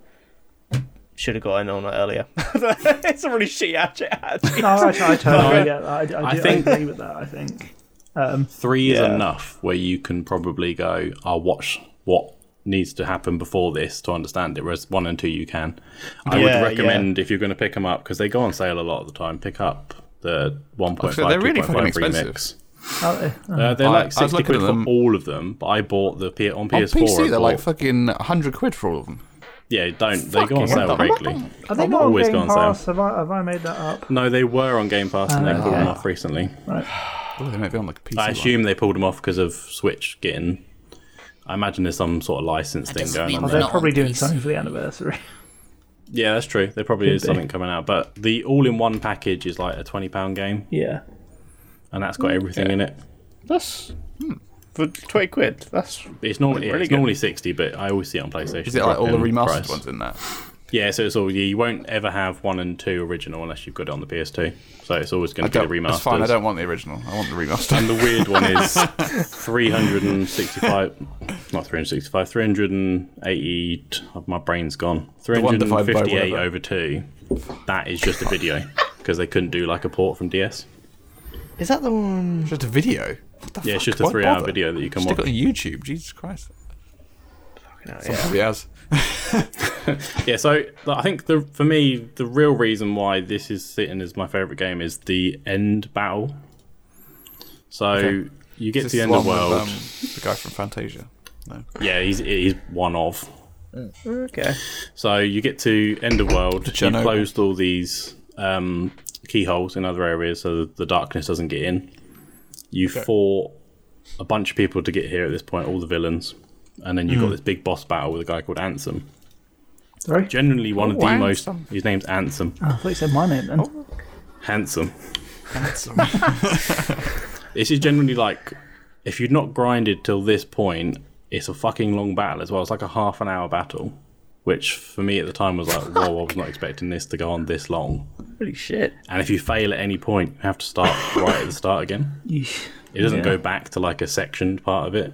Should have got in on it earlier. it's a really shitty actually. No, I, I totally I- get that. I, I, I do, I think- agree with that. I think. Three is Yeah. enough where you can probably go. I'll watch what needs to happen before this to understand it. Whereas one and two, you can. I Yeah, yeah. would recommend if you're going to pick them up because they go on sale a lot of the time. Pick up the 1.5, So they're really 2.5 fucking remix. expensive. Are they? Oh, Uh, they're Mm. I- I like was 60 looking quid at for them. all of them, but I bought the P- on On PS4. I PC, they're like bought- fucking 100 quid for all of them. yeah, don't they go Fucking on sale hell. regularly? are they I've not always on Game gone sale. Pass? Have I, have I made that up? No, they were on Game Pass and they pulled them off recently. Oh, they might be on like a PC. I one. assume they pulled them off because of Switch getting. I imagine there's some sort of license thing doesn't going mean on Well, Not there. they're on probably doing PC. something for the anniversary. Yeah, that's true. There probably is be. something coming out, but the all-in-one package is like a twenty-pound game, yeah. and that's got everything in it. That's for twenty quid. That's It's normally Really it's good. normally sixty, but I always see it on PlayStation. Is it like all the drop in remastered price. ones in there? Yeah, so it's all you won't ever have one and two original unless you've got it on the PS2. So it's always I going to be don't, the remastered. That's fine. I don't want the original. I want the remastered. And the weird one is 365, not 365, 380. oh, My brain's gone. one divided by 358 whatever. over two. That is just a video because they couldn't do like a port from DS. is that the one? Just a video. What the Yeah, it's fuck? just a Why three-hour bother? video that you can Stick watch. it on YouTube. Jesus Christ. yeah. Three hours. Yeah, so I think the for me the real reason why this is sitting as my favorite game is the end battle. So you get Is to this the end of one with, world. um, the guy from Fantasia. No. Yeah, he's he's one of. Okay. So you get to end of world. You Chernobyl. closed all these um, keyholes in other areas so that the darkness doesn't get in. You fought a bunch of people to get here at this point, all the villains, and then you got this big boss battle with a guy called Ansem. Sorry. Generally, one of the Oh, most. Ansem. His name's Ansem. I thought you said my name then. Oh, Handsome. this is generally like if you'd not grinded till this point, it's a fucking long battle as well. It's like a half an hour battle, which for me at the time was like, whoa, I was not expecting this to go on this long. Holy shit. And if you fail at any point, you have to start right at the start again. Yeesh. It doesn't Yeah. go back to like a sectioned part of it.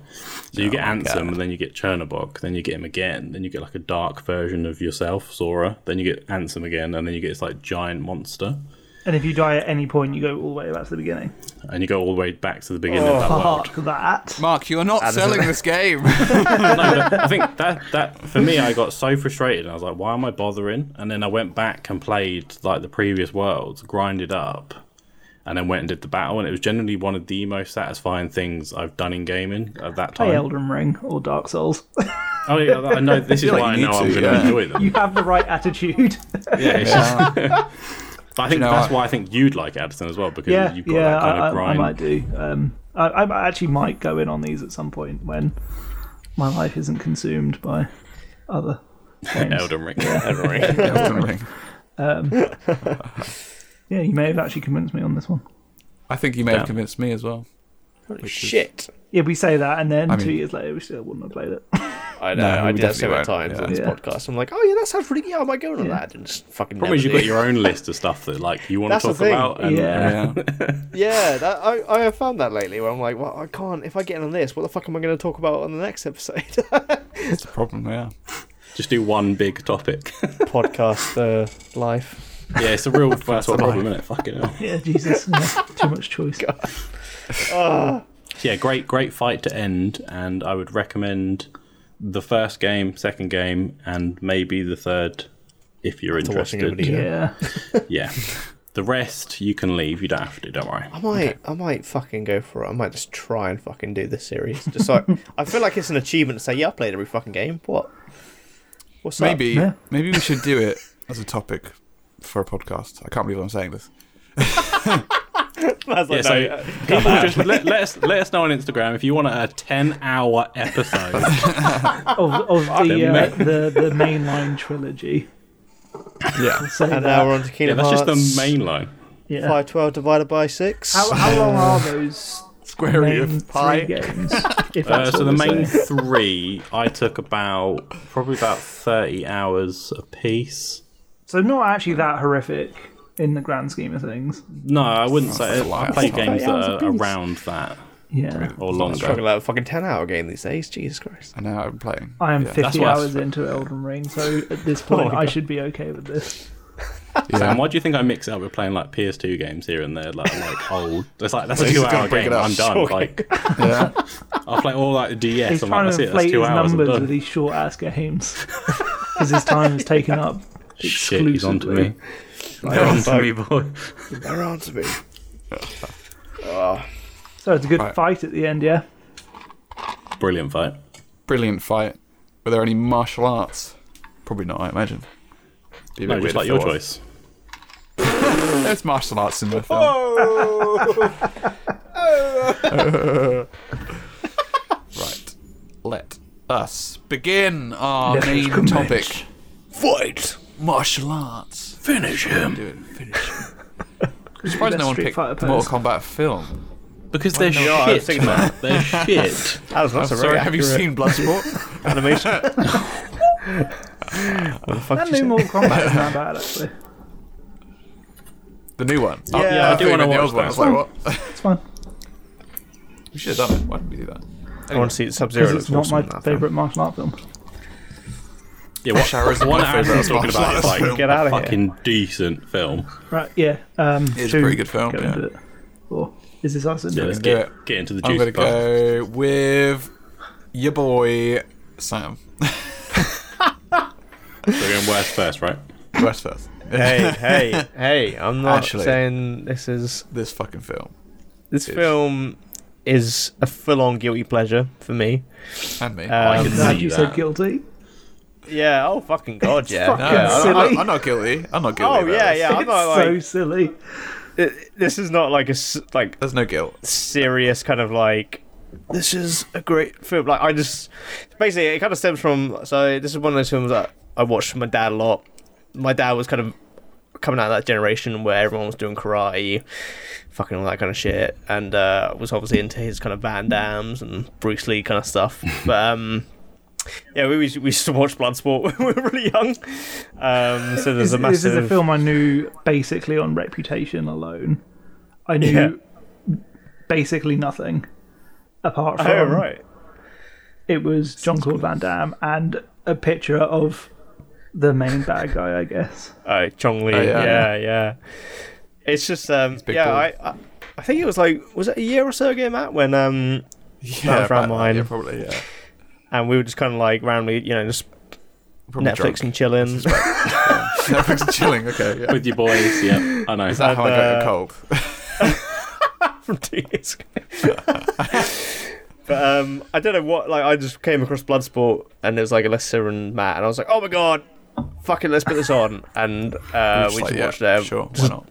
So you get Ansem, and then you get Chernobog, then you get him again, then you get like a dark version of yourself, Sora, then you get Ansem again, and then you get this like giant monster. And if you die at any point, you go all the way back to the beginning. and you go all the way back to the beginning of Oh, that Oh. world. Fuck that. Mark, you are not selling this game. No, but I think that that for me, I got so frustrated. I was like, "Why am I bothering?" And then I went back and played like the previous worlds, grinded up, and then went and did the battle. And it was generally one of the most satisfying things I've done in gaming at that Play time. Elden Ring or Dark Souls. Oh, yeah, I know this is feel like why I you know need I'm to, going to yeah. enjoy them. you have the right attitude. Yeah, it's just- But I think know that's what? why I think you'd like Addison as well because yeah, you've got yeah. that I, kind of I, I grind. might do. Um, I, I actually might go in on these at some point when my life isn't consumed by other. Games. Elden Ring. Elden Ring. Yeah, you may have actually convinced me on this one. I think you may Yeah. have convinced me as well. Holy shit. Yeah, we say that, and then I two mean- years later, we still wouldn't have played it. I know. No, I we did that definitely won't. several times Yeah. on this Yeah. podcast. I'm like, oh yeah, that sounds really. Yeah, I might go on Yeah. that and just fucking. Problem is, never you've did. got your own list of stuff that like you want That's to the talk thing. Yeah. about. And, Yeah. Yeah, that, I I have found that lately where I'm like, well, I can't. If I get on this, what the fuck am I going to talk about on the next episode? It's the problem, yeah. Just do one big topic. podcast uh, life. yeah, it's a real first world problem, isn't it? Fucking hell. Yeah, Jesus, yeah, too much choice. yeah, great, great fight to end, and I would recommend the first game, second game, and maybe the third if you're To watching interested. everybody. Yeah, Yeah. The rest you can leave. You don't have to. Don't worry. I might I might fucking go for it. I might just try and fucking do this series. Just so I, I feel like it's an achievement to say, yeah, I played every fucking game. What? What's up? Maybe Yeah. maybe we should do it as a topic for a podcast. I can't believe I'm saying this. I was Yeah, like, so no, uh, people just let, let us let us know on Instagram if you want a ten hour episode. of, of the, Fucking uh, the the mainline trilogy. Yeah. Say and that. now we're on to yeah, Kingdom that's just Hearts. the main line. Yeah. Five twelve divided by six. How, how long are those Square root main of pi. three games? If Uh, what so the we're main saying. three, I took about probably about thirty hours a piece. So not actually that horrific in the grand scheme of things. No, I wouldn't say. a lot. I play That's not games that hours a are piece. around that Yeah, or Talking longer. about a fucking ten hour game these days. Jesus Christ. I know I'm playing. I am Yeah. 50 what I Oh hours s- into Elden Ring, so at this point my I God. should be okay with this. Sam, why do you think I mix it up with playing like PS2 games here and there, like like old? It's like that's a He's just two-hour gonna break game. it up. I'm done. Sure. Like Yeah. I'll play all like DS. He's I'm like, trying that's to it. That's inflate two his hours. I'm numbers done. with these short ass games because his time is taken up. Shit, he's onto exclusively. me. They're onto me, boy. They're on to me. So it's a good Right. fight at the end, yeah. Brilliant fight. Brilliant fight. Were there any martial arts? Probably not, I imagine. Be a bit No, weird just like if your there was. choice. There's martial arts in the film. right. Let us begin our Let us main commence. topic. Fight! Martial arts. Finish him! Do it. Finish. I'm surprised Best no one Street picked Fighter the Mortal person. Kombat film. Because they're I was shit, thinking man. They're shit. That was not a Sorry, very have you accurate seen Bloodsport? animation? what the fuck did That you new say? Mortal Kombat isn't that bad actually. the new one. Yeah, I thought do you wanna meant the old watch one. I was that. like, what? It's fine we should have done it. Why didn't we do that? I want to see Sub Zero. because it's not my favorite martial art film. Yeah, what, Hour is the one my that Aaron's favourite talking about is martial arts like film. Get out of a here. fucking decent film. Right, yeah. Um, It's two, a pretty good film, go yeah. into it. Or is this us? Yeah, into let's it? do get, it. get into the I'm juicy gonna part. go with your boy Sam. We're going worst first, right? West first. hey, hey, hey! I'm not Actually. saying this is This fucking film this Yes. film is a full-on guilty pleasure for me. and me. I Um, can Glad see you that. said guilty. yeah. Oh fucking god, yeah. fucking I'm, yeah I'm I- not- silly. I'm not guilty. I'm not guilty. oh about yeah, this. yeah. I'm it's not so like silly. it- this is not like a s- like There's no guilt. serious kind of like this is a great film. Like I just basically it kind of stems from so this is one of those films that I watched with my dad a lot. My dad was kind of coming out of that generation where everyone was doing karate, fucking all that kind of shit, and uh, was obviously into his kind of Van Dams and Bruce Lee kind of stuff. But um, yeah, we, we used- we used to watch Bloodsport when we were really young. Um, so This, there's a this massive is a film I knew basically on reputation alone. I knew Yeah. basically nothing apart from Oh right. it was John Claude Van Damme and a picture of the main bad guy, I guess. Oh, Chong Li. yeah. yeah. yeah, It's just, um, big yeah, ball. I, I, I think it was like, was it a year or so ago, Matt, when, um, Yeah, was around about- mine. Yeah, probably. Yeah. and we were just kind of like randomly, you know, just Probably Netflix drunk. and chilling. Netflix and chilling. Okay. Yeah. With your boys, yeah. I know. Is that how I got a uh, cold? from two years ago. but um, I don't know what. Like, I just came across Bloodsport, and it was like Alyssa and Matt, and I was like, oh my god, fucking let's put this on, and uh, Just we just like, watched yeah, it, Sure. Why not?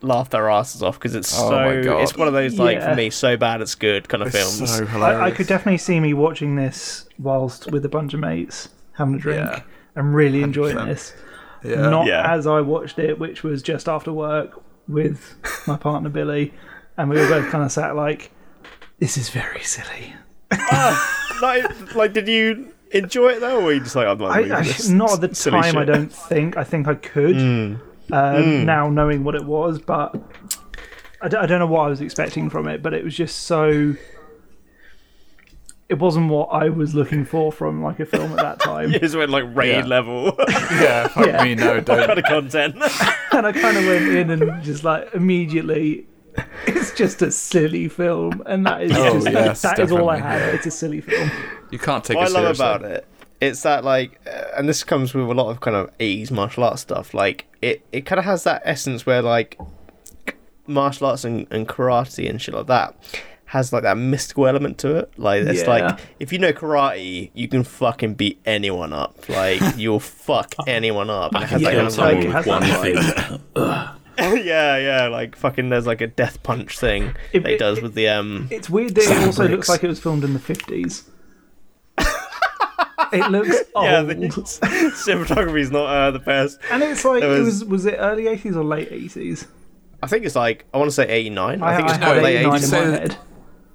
laughed our asses off because it's Oh my so. God. It's one of those like Yeah. for me, so bad it's good kind of It's films. so hilarious. I, I could definitely see me watching this whilst with a bunch of mates, having a drink, Yeah. and really enjoying 100%. this. Yeah. Not Yeah. as I watched it, which was just after work with my partner Billy, and we were both kind of sat like, "This is very silly." like, like, did you? enjoy it though, or are you just like I'm not. I, doing I, this not at the silly time. I shit? Hmm. don't think. I think I could. Uh, Now knowing what it was, but I d- I don't know what I was expecting from it. But it was just so. It wasn't what I was looking for from like a film at that time, It's went like raid Yeah. level kind Yeah, fuck Yeah. me, no, don't. of content. and I kind of went in and just like immediately. It's just a silly film, and that is Oh, just yes, that is all I definitely. had. It's a silly film. You can't take what it I love seriously. about it, it's that like, uh, and this comes with a lot of kind of 80s martial arts stuff. Like it, it kind of has that essence where like martial arts and, and karate and shit like that has like that mystical element to it. Like it's Yeah. like if you know karate, you can fucking beat anyone up. Like you'll fuck anyone up. And it has Kill that kind of someone like, it has with one that thing. yeah, yeah, like fucking. There's like a death punch thing If- that he it- does it- with the um. It's weird that it also looks bricks. like it was filmed in the fifties. it looks old, Yeah, the cinematography's not uh, the best. and it's like there it was- was was it early eighties or late eighties? I think it's like I want to say 89. I, think it's had quite late 80s. 89 in my So- head.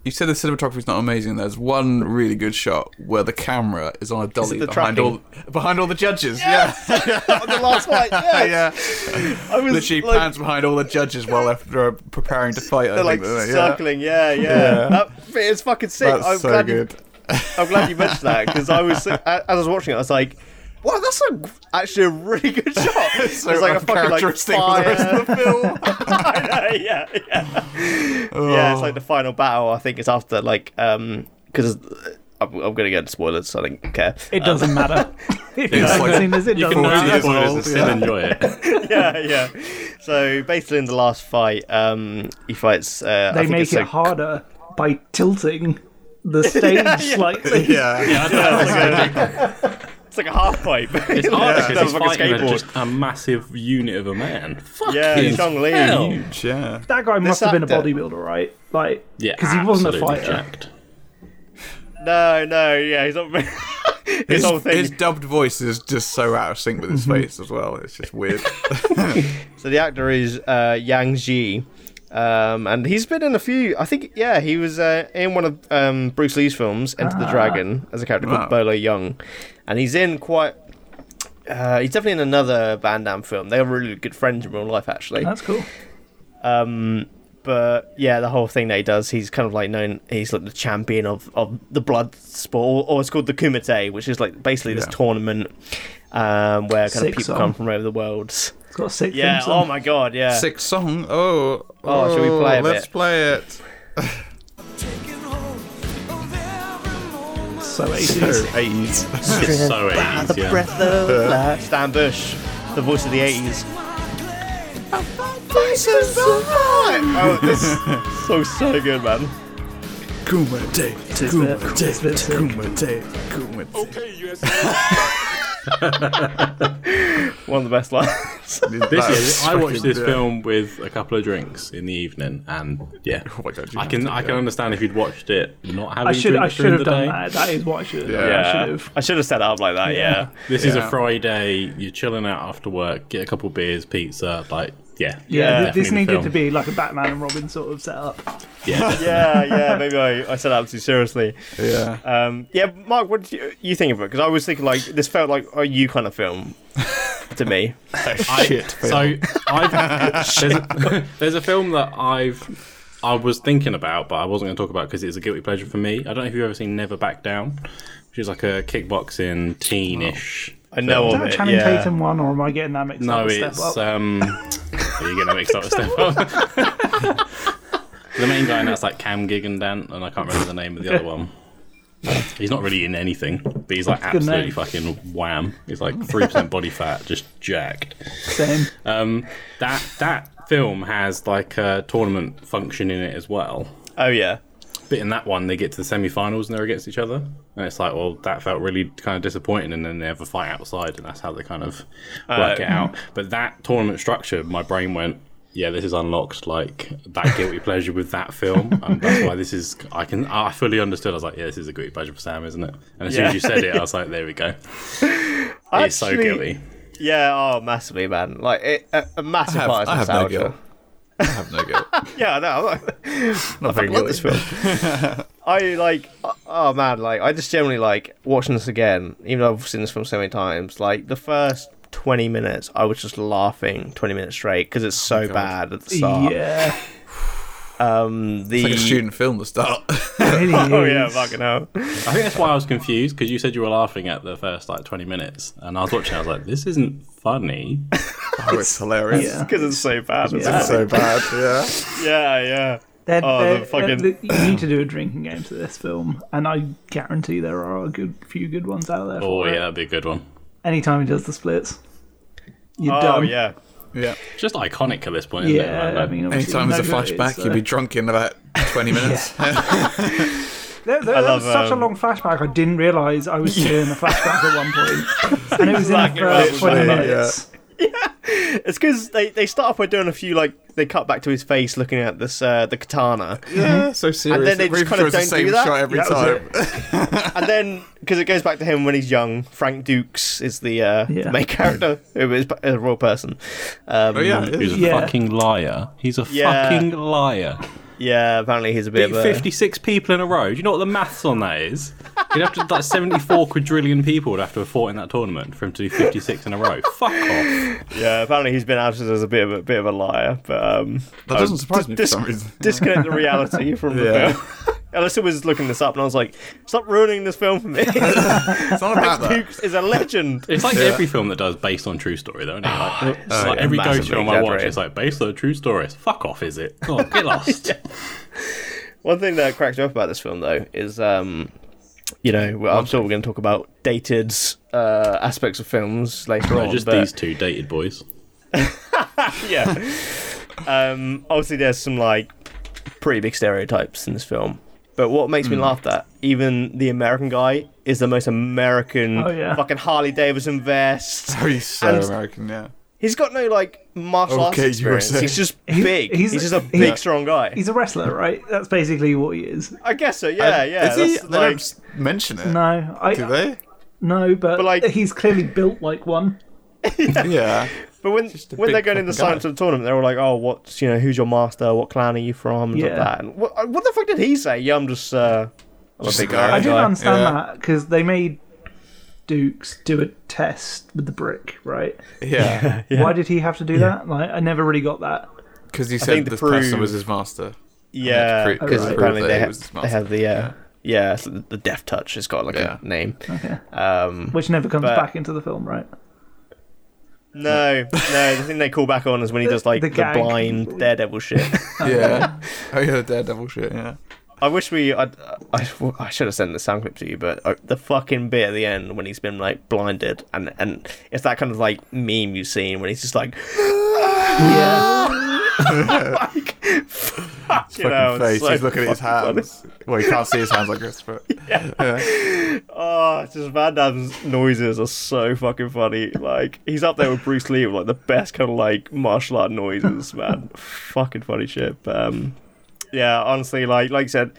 You said the cinematography's not amazing. There's one really good shot where the camera is on a dolly the behind tracking? all behind all the judges. on the last fight. Yeah, Yeah, yeah. I was Literally like, pans behind all the judges while they're- they're preparing to fight. I they're like think, don't they? Yeah. circling. Yeah, yeah. That bit is fucking sick. That's I'm so glad good. You, I'm glad you mentioned that because I was as I was watching it, I was like. Wow, that's a, actually a really good shot. It's so like a fucking like uncharacteristic for the rest fire- of the film. Oh. I know, yeah, yeah. Yeah, it's like the final battle. I think it's after like um because I'm, I'm gonna get into spoilers, so I don't care. It doesn't matter. If you haven't like- seen this, it You doesn't can know Forty years the matter. spoilers old, and still yeah. enjoy it. yeah, yeah. So basically, in the last fight, um, he fights. Uh, I They think make it's it a- harder by tilting the stage slightly. Yeah. Yeah, I thought that was ridiculous. It's like a half pipe. It's hard because he's Does like a fighting a, skateboard. just a massive unit of a man. Fuck yeah, Chong Li. hell. Yeah. That guy must have been a actor- bodybuilder, right? Like, Yeah, because he wasn't a absolutely fighter. jacked. No, no, yeah, he's not. his, His, whole thing. his dubbed voice is just so out of sync with his face as well. It's just weird. So the actor is uh, Yang Ji, um, and he's been in a few. I think, yeah, he was uh, in one of um, Bruce Lee's films, Enter the Dragon, as a character called Ah. Wow. Bolo Young, and he's in quite. Uh, he's definitely in another Van Damme film. They are really good friends in real life, actually. Um, That's cool. but yeah, the whole thing that he does, he's kind of like known. He's like the champion of, of the blood sport, or, or it's called the Kumite, which is like basically this Yeah. tournament um, where kind of Sick people song. come from all over the world. It's got a sick Yeah. theme song. Oh my god. Yeah. Sick song. Oh. Oh, shall we play a Let's bit? play it. So 80s. Eight. It's so 80s, yeah. of life. Stan Bush, the voice of the 80s. Oh, this so so good, man. Kumite, bit- kumite, this bit's sick. kumite, kumite. One of the best lines. This is, I watched this film with a couple of drinks in the evening, and yeah, my God, you I can have to I can go. understand if you'd watched it not having I should I drinks should during have the done day. that. That is what I should have done. I should yeah, have. I should have set it up like that. Yeah, This is Yeah. a Friday. You're chilling out after work. Get a couple beers, pizza. Like, yeah, Yeah, th- definitely this the needed film. to be like a Batman and Robin sort of setup. Yeah, yeah, yeah. Maybe I, I set it up too seriously. Yeah. Um, yeah, Mark, what did you, you think of it? Because I was thinking like this felt like a you kind of film to me. I, So I've, there's, a, there's a film that I've I was thinking about, but I wasn't going to talk about because it's a guilty pleasure for me. I don't know if you've ever seen Never Back Down, which is like a kickboxing teenish. I know Oh. Is of that a it. Channing yeah. Tatum one, or am I getting that mixed No, up? with Step it's Up? um. are you gonna mix up with Step Up? the main guy in that's like Cam Gigandant, and I can't remember the name of the other one. He's not really in anything, but he's like good absolutely name. fucking wham. He's like three percent body fat, just jacked. same. Um, that that film has like a tournament function in it as well. Oh yeah. But in that one, they get to the semi-finals and they're against each other, and it's like, well, that felt really kind of disappointing. And then they have a fight outside, and that's how they kind of work it out. But that tournament structure, my brain went, yeah, this is unlocked like that guilty pleasure with that film, and that's why this is. I can, I fully understood. I was like, yeah, this is a guilty pleasure for Sam, isn't it? And as soon Yeah. as you said it, I was like, there we go. It's so Actually, guilty. Yeah. Oh, massively, man. Like it, a, a massive I have, part of I have no nostalgia. guilt. I have no guilt. Yeah, no, I'm like, I fucking love this film. I like, oh, oh man, like I just generally like watching this again, even though I've seen this film so many times. Like the first twenty minutes, I was just laughing twenty minutes straight because it's Oh, so bad at the start. Yeah. Um, the It's like a student film to start. Really oh yeah, is. fucking hell. I think that's why I was confused because you said you were laughing at the first like 20 minutes, and I was watching. I was like, "This isn't funny." oh, it's hilarious. Yeah. Because it's so bad. It's Yeah. yeah. So bad, yeah. yeah, yeah. They're- Oh, the they're- fucking- they're- you need to do a drinking game to this film, and I guarantee there are a good few good ones out there. Oh for it. yeah, that'd be a good one. Anytime he does the splits, you're Oh done. yeah. Yeah. It's just iconic at this point. Isn't Yeah, it? I Like, mean, obviously Anytime there's a no good it is, uh, flashback, so- you'll be drunk in about 20 minutes. There, there, love, was such um, a long flashback. I didn't realise I was still in the flashback at one point, and it was in the Exactly right, first twenty yeah. minutes. It's because they, they start off by doing a few like they cut back to his face looking at this uh, the katana, yeah, so serious. And then they It just kind of shows the don't do same that. shot every That was time. and then because it goes back to him when he's young. Frank Dukes is the, uh, the Yeah. main character who is a real person. Um, Oh, yeah. it He's is. a Yeah. fucking liar. He's a Yeah. fucking liar. yeah, apparently he's a bit Beat of a 56 people in a row. Do you know what the maths on that is? You'd have to like 74 quadrillion people would have to have fought in that tournament for him to do 56 in a row. Fuck off. yeah. Apparently he's been outed as a bit of a bit of a liar, but um, That doesn't surprise me for dis- some reason. disconnect the reality from Yeah. the film. Unless I was looking this up and I was like, stop ruining this film for me. It's not about that. Dukes is a legend. Uh, It's like every film that does based on true story, though, isn't it? Like, it's like yeah, every ghost Oh, massively film I watch, exaggerated. it's like based on a true story. It's fuck off, is it? Oh, get lost. One thing that cracks me up about this film, though, is um, you know, well, I'm sure we're going to talk about dated uh, aspects of films later No, on. just but, these two dated boys. yeah. um, obviously, there's some like pretty big stereotypes in this film. But what makes me laugh that even the American guy is the most American Oh, yeah. fucking Harley Davidson vest. Oh, he's so And- American, yeah. He's got no like martial arts Okay, experience. USA. He's just He- big. he's- He's, just a he- big, strong guy. He's a wrestler, right? That's basically what he is. I guess so. Yeah, yeah. Is he? that's, They like- don't s- mention it. No, I Do they? no, but, But, like- he's clearly built like one. Yeah. But when a when big they're going in fucking guy. the silence of the tournament, they're all like, "Oh, what's you know, who's your master? What clan are you from?" And Yeah. yeah. that. And what, uh, what the fuck did he say? Yeah, I'm just uh, I'm a big guy. I didn't guy. understand Yeah. that because they made Dukes do a test with the brick, right? Yeah. Why did he have to do that? Like, I never really got that. Because he think said to this person prove- was his master. Yeah, Prove- because prove apparently that they, he ha- was his they master. have the uh, yeah, yeah so the death touch. It's got like Yeah. a name. Um, Which never comes But- back into the film, right? No, no. The thing they call back on is when he does like the the, gag. blind daredevil shit. Yeah. Oh, yeah, the daredevil shit, yeah. I wish we. I'd, I, I should have sent the sound clip to you, but uh, the fucking bit at the end when he's been like blinded, and and it's that kind of like meme you've seen when he's just like, Yeah. you Fucking know, it's face. so He's looking at his hands. Well, you can't see his hands, I guess, but. Oh, it's just Van Damme's noises are so fucking funny. Like he's up there with Bruce Lee with like the best kind of like martial art noises, man. fucking funny shit. But, um, yeah, honestly, like like I said,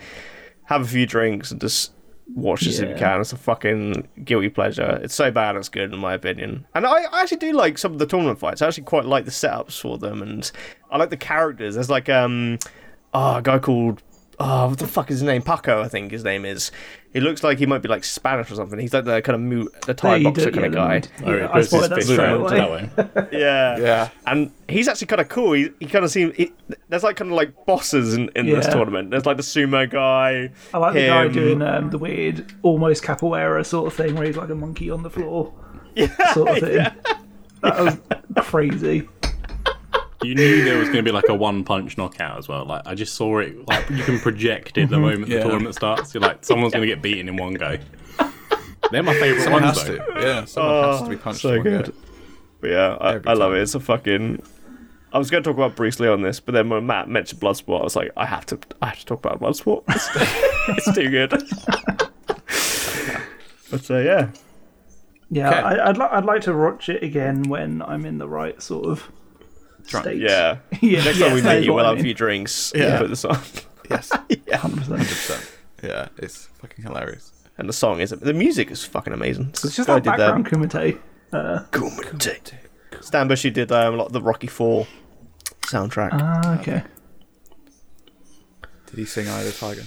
have a few drinks and just watch this if you Yeah. can. It's a fucking guilty pleasure. It's so bad, it's good in my opinion. And I, I actually do like some of the tournament fights. I actually quite like the setups for them, and I like the characters. There's like um, oh, a guy called oh, what the fuck is his name? Paco, I think his name is. He looks like he might be like Spanish or something. He's like the kind of mo- the There Thai you boxer do- kind of guy. yeah, never mind. Yeah, Oh, it I puts his spotted that fist straight round away. that way. Yeah, Yeah. And he's actually kind of cool. He, he kind of seems he, there's like kind of like bosses in, in this Yeah. tournament. There's like the sumo guy. I like the guy him. doing um, the weird, almost capoeira sort of thing, where he's like a monkey on the floor, sort of thing. That was crazy. You knew there was going to be like a one punch knockout as well. Like I just saw it. Like you can project it the moment Mm-hmm. Yeah. the tournament starts. You're like, someone's going to get beaten in one go. They're my favourite Someone ones has though. to. Yeah, someone has to be punched. Oh, so one, yeah. good. But yeah, I, Every I love time. it. It's a fucking. I was going to talk about Bruce Lee on this, but then when Matt mentioned Bloodsport, I was like, I have to, I have to talk about Bloodsport. It's, it's too good. but uh, yeah, Yeah, Okay. I, I'd, li- I'd like to watch it again when I'm in the right sort of state. yeah. yeah. Next time we meet, you, we'll have a few drinks. Yeah, put this on. Yes. It's So, yeah, it's fucking hilarious. And the song is the music is fucking amazing. It's just that background kumite. Stan Bush, who did um, a lot of the Rocky Four Uh. soundtrack. Ah, okay. Did he sing Eye of the Tiger?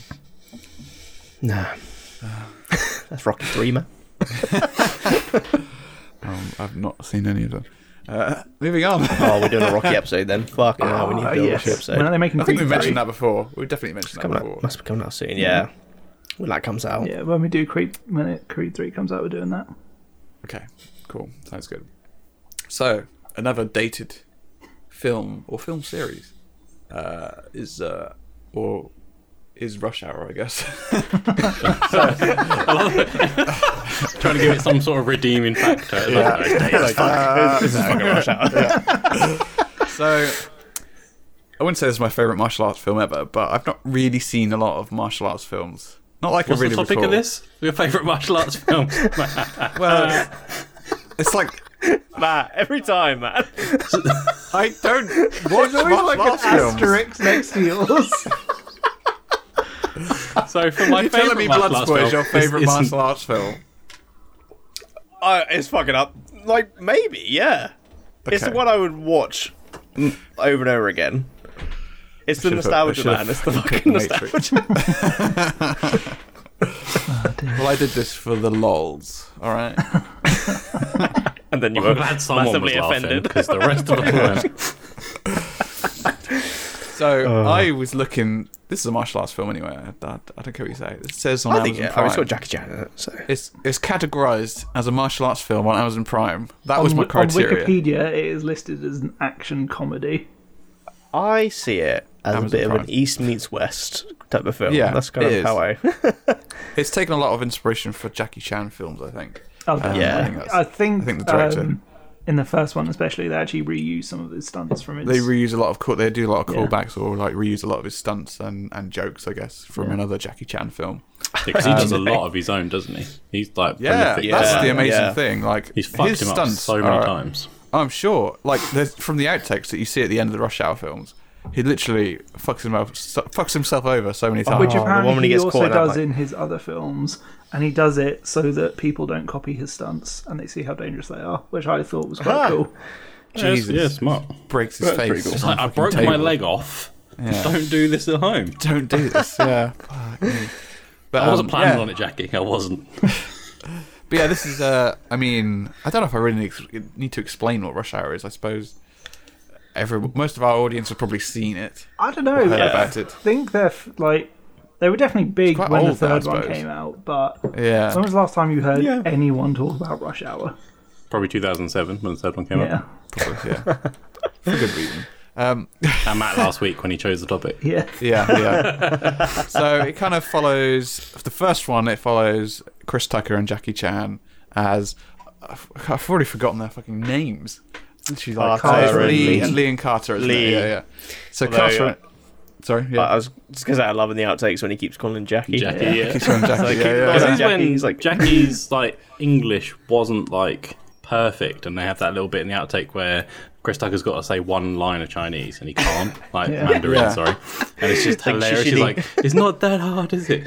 Nah. That's Rocky Dreamer. Um, I've not seen any of them. Uh, moving on. Oh, we're doing a Rocky episode then. Fucking hell, Ah, we need eh? to do a Rocky episode. Ah, When are they making I think we Creed mentioned three? that before. We definitely mentioned that Coming before. out, must be coming out soon, yeah. When that comes out. Mm. Yeah, when we do Creed, when it, Creed three comes out, we're doing that. Okay, cool. Sounds good. So, another dated film or film series uh, is, uh, or is Rush Hour, I guess. Trying to give it some sort of redeeming factor. It's like, okay, like, so, I wouldn't say this is my favourite martial arts film ever, but I've not really seen a lot of martial arts films. Not like What's I really the topic recall. of this? Your favourite martial arts film? Well, it's like Matt, every time, man. I don't watch martial arts films. Asterix next to yours. so for my You're telling favourite me martial Bloodsport arts film, is your this favourite isn't- martial arts film? Uh, it's fucking up. Like, maybe, yeah. It's the Okay. one I would watch over and over again. It's the should've- I nostalgia, should've man. It's the fucking fucking picked nostalgia. Matrix. Well, I did this for the lols. All right. And then you I'm glad someone was laughing because the rest of the plan. So I was looking. This is a martial arts film, anyway. I, I, I don't care what you say. It says on I think Amazon yeah, I Prime. mean, it's got Jackie Chan in it, so. it's it's categorized as a martial arts film on Amazon Prime. That was on, my Wi- on criteria. Wikipedia, it is listed as an action comedy. I see it as Amazon a bit Prime. of an East meets West type of film. Yeah, Yeah, that's kind it is. of how I. It's taken a lot of inspiration for Jackie Chan films, I think. Oh, Ah, yeah. I think, that's- I think, I think the director. um, in the first one, especially, they actually reuse some of his stunts from his. they reuse a lot of cool. They do a lot of Yeah. callbacks or like reuse a lot of his stunts and, and jokes, I guess, from another Jackie Chan film. Because he does a lot of his own, doesn't he? He's like Yeah, prolific. that's Yeah. the amazing Yeah. thing. Like He's fucked his him up stunts so many are- times. I'm sure. Like there's, from the outtakes that you see at the end of the Rush Hour films, he literally fucks himself so- fucks himself over so many times. Which one when apparently Oh, he he gets also caught out, does like- in his other films, and he does it so that people don't copy his stunts and they see how dangerous they are, which I thought was Ah. quite cool. Jesus. Yeah, it's- yeah, smart. breaks his face. It's on like, the I fucking broke my table. leg off. Don't do this at home. Don't do this. Yeah. Fuck me. But, I wasn't um, planning yeah. on it, Jackie. I wasn't. But yeah, this is. Uh, I mean, I don't know if I really need ex- need to explain what Rush Hour is. I suppose every most of our audience have probably seen it, I don't know. heard I about it. think they're f- like they were definitely big quite when the old now, I third one suppose. came out, but Yeah. when was the last time you heard Yeah. anyone talk about Rush Hour? Probably 2007 when the third one came Yeah, out. Probably, yeah, for good reason. Um, And Matt last week when he chose the topic. yeah. Yeah, yeah. so it kind of follows the first one. It follows Chris Tucker and Jackie Chan as I've I've already forgotten their fucking names. She's like Carter Carter and Lee, Lee. and Lee and Carter. Isn't Lee. It? Yeah, yeah. So Although, Carter. uh, sorry, yeah. I was because I love in the outtakes when he keeps calling Jackie. Jackie, yeah. He's from Jackie, yeah, yeah, yeah. Because This is when Jackie's, like- Jackie's like English wasn't like perfect, and they have that little bit in the outtake where Chris Tucker's got to say one line of Chinese and he can't, like Yeah. Mandarin, Yeah. sorry. And it's just Like, hilarious. She's shishini. like, "It's not that hard, is it?"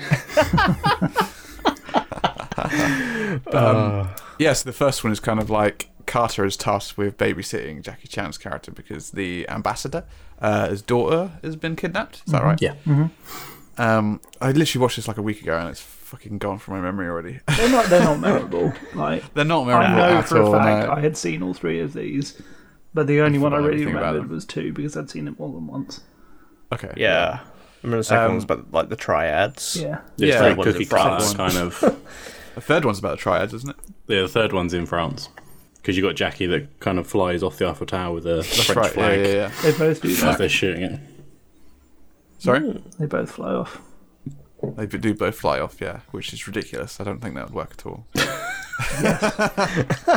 Yeah, so the first one is kind of like Carter is tasked with babysitting Jackie Chan's character because the ambassador, uh, his daughter, has been kidnapped. Is that Mm-hmm. right? Yeah. Um, I literally watched this like a week ago and it's fucking gone from my memory already. They're not they're not memorable. Like They're not memorable I know at for all. a fact no. I had seen all three of these, but the only one I forgot really everything about remembered them. was two because I'd seen it more than once. Okay. Yeah. I remember the second one was Um, about like the triads. Yeah, It's Yeah, very like cookie the front cutter one. kind of. The third one's about the triads, isn't it? Yeah, the third one's in France because you got Jackie that kind of flies off the Eiffel Tower with a French right. flag Yeah, yeah, yeah. they both do as that. they're shooting it. Sorry? They both fly off. They do both fly off, yeah, which is ridiculous. I don't think that would work at all.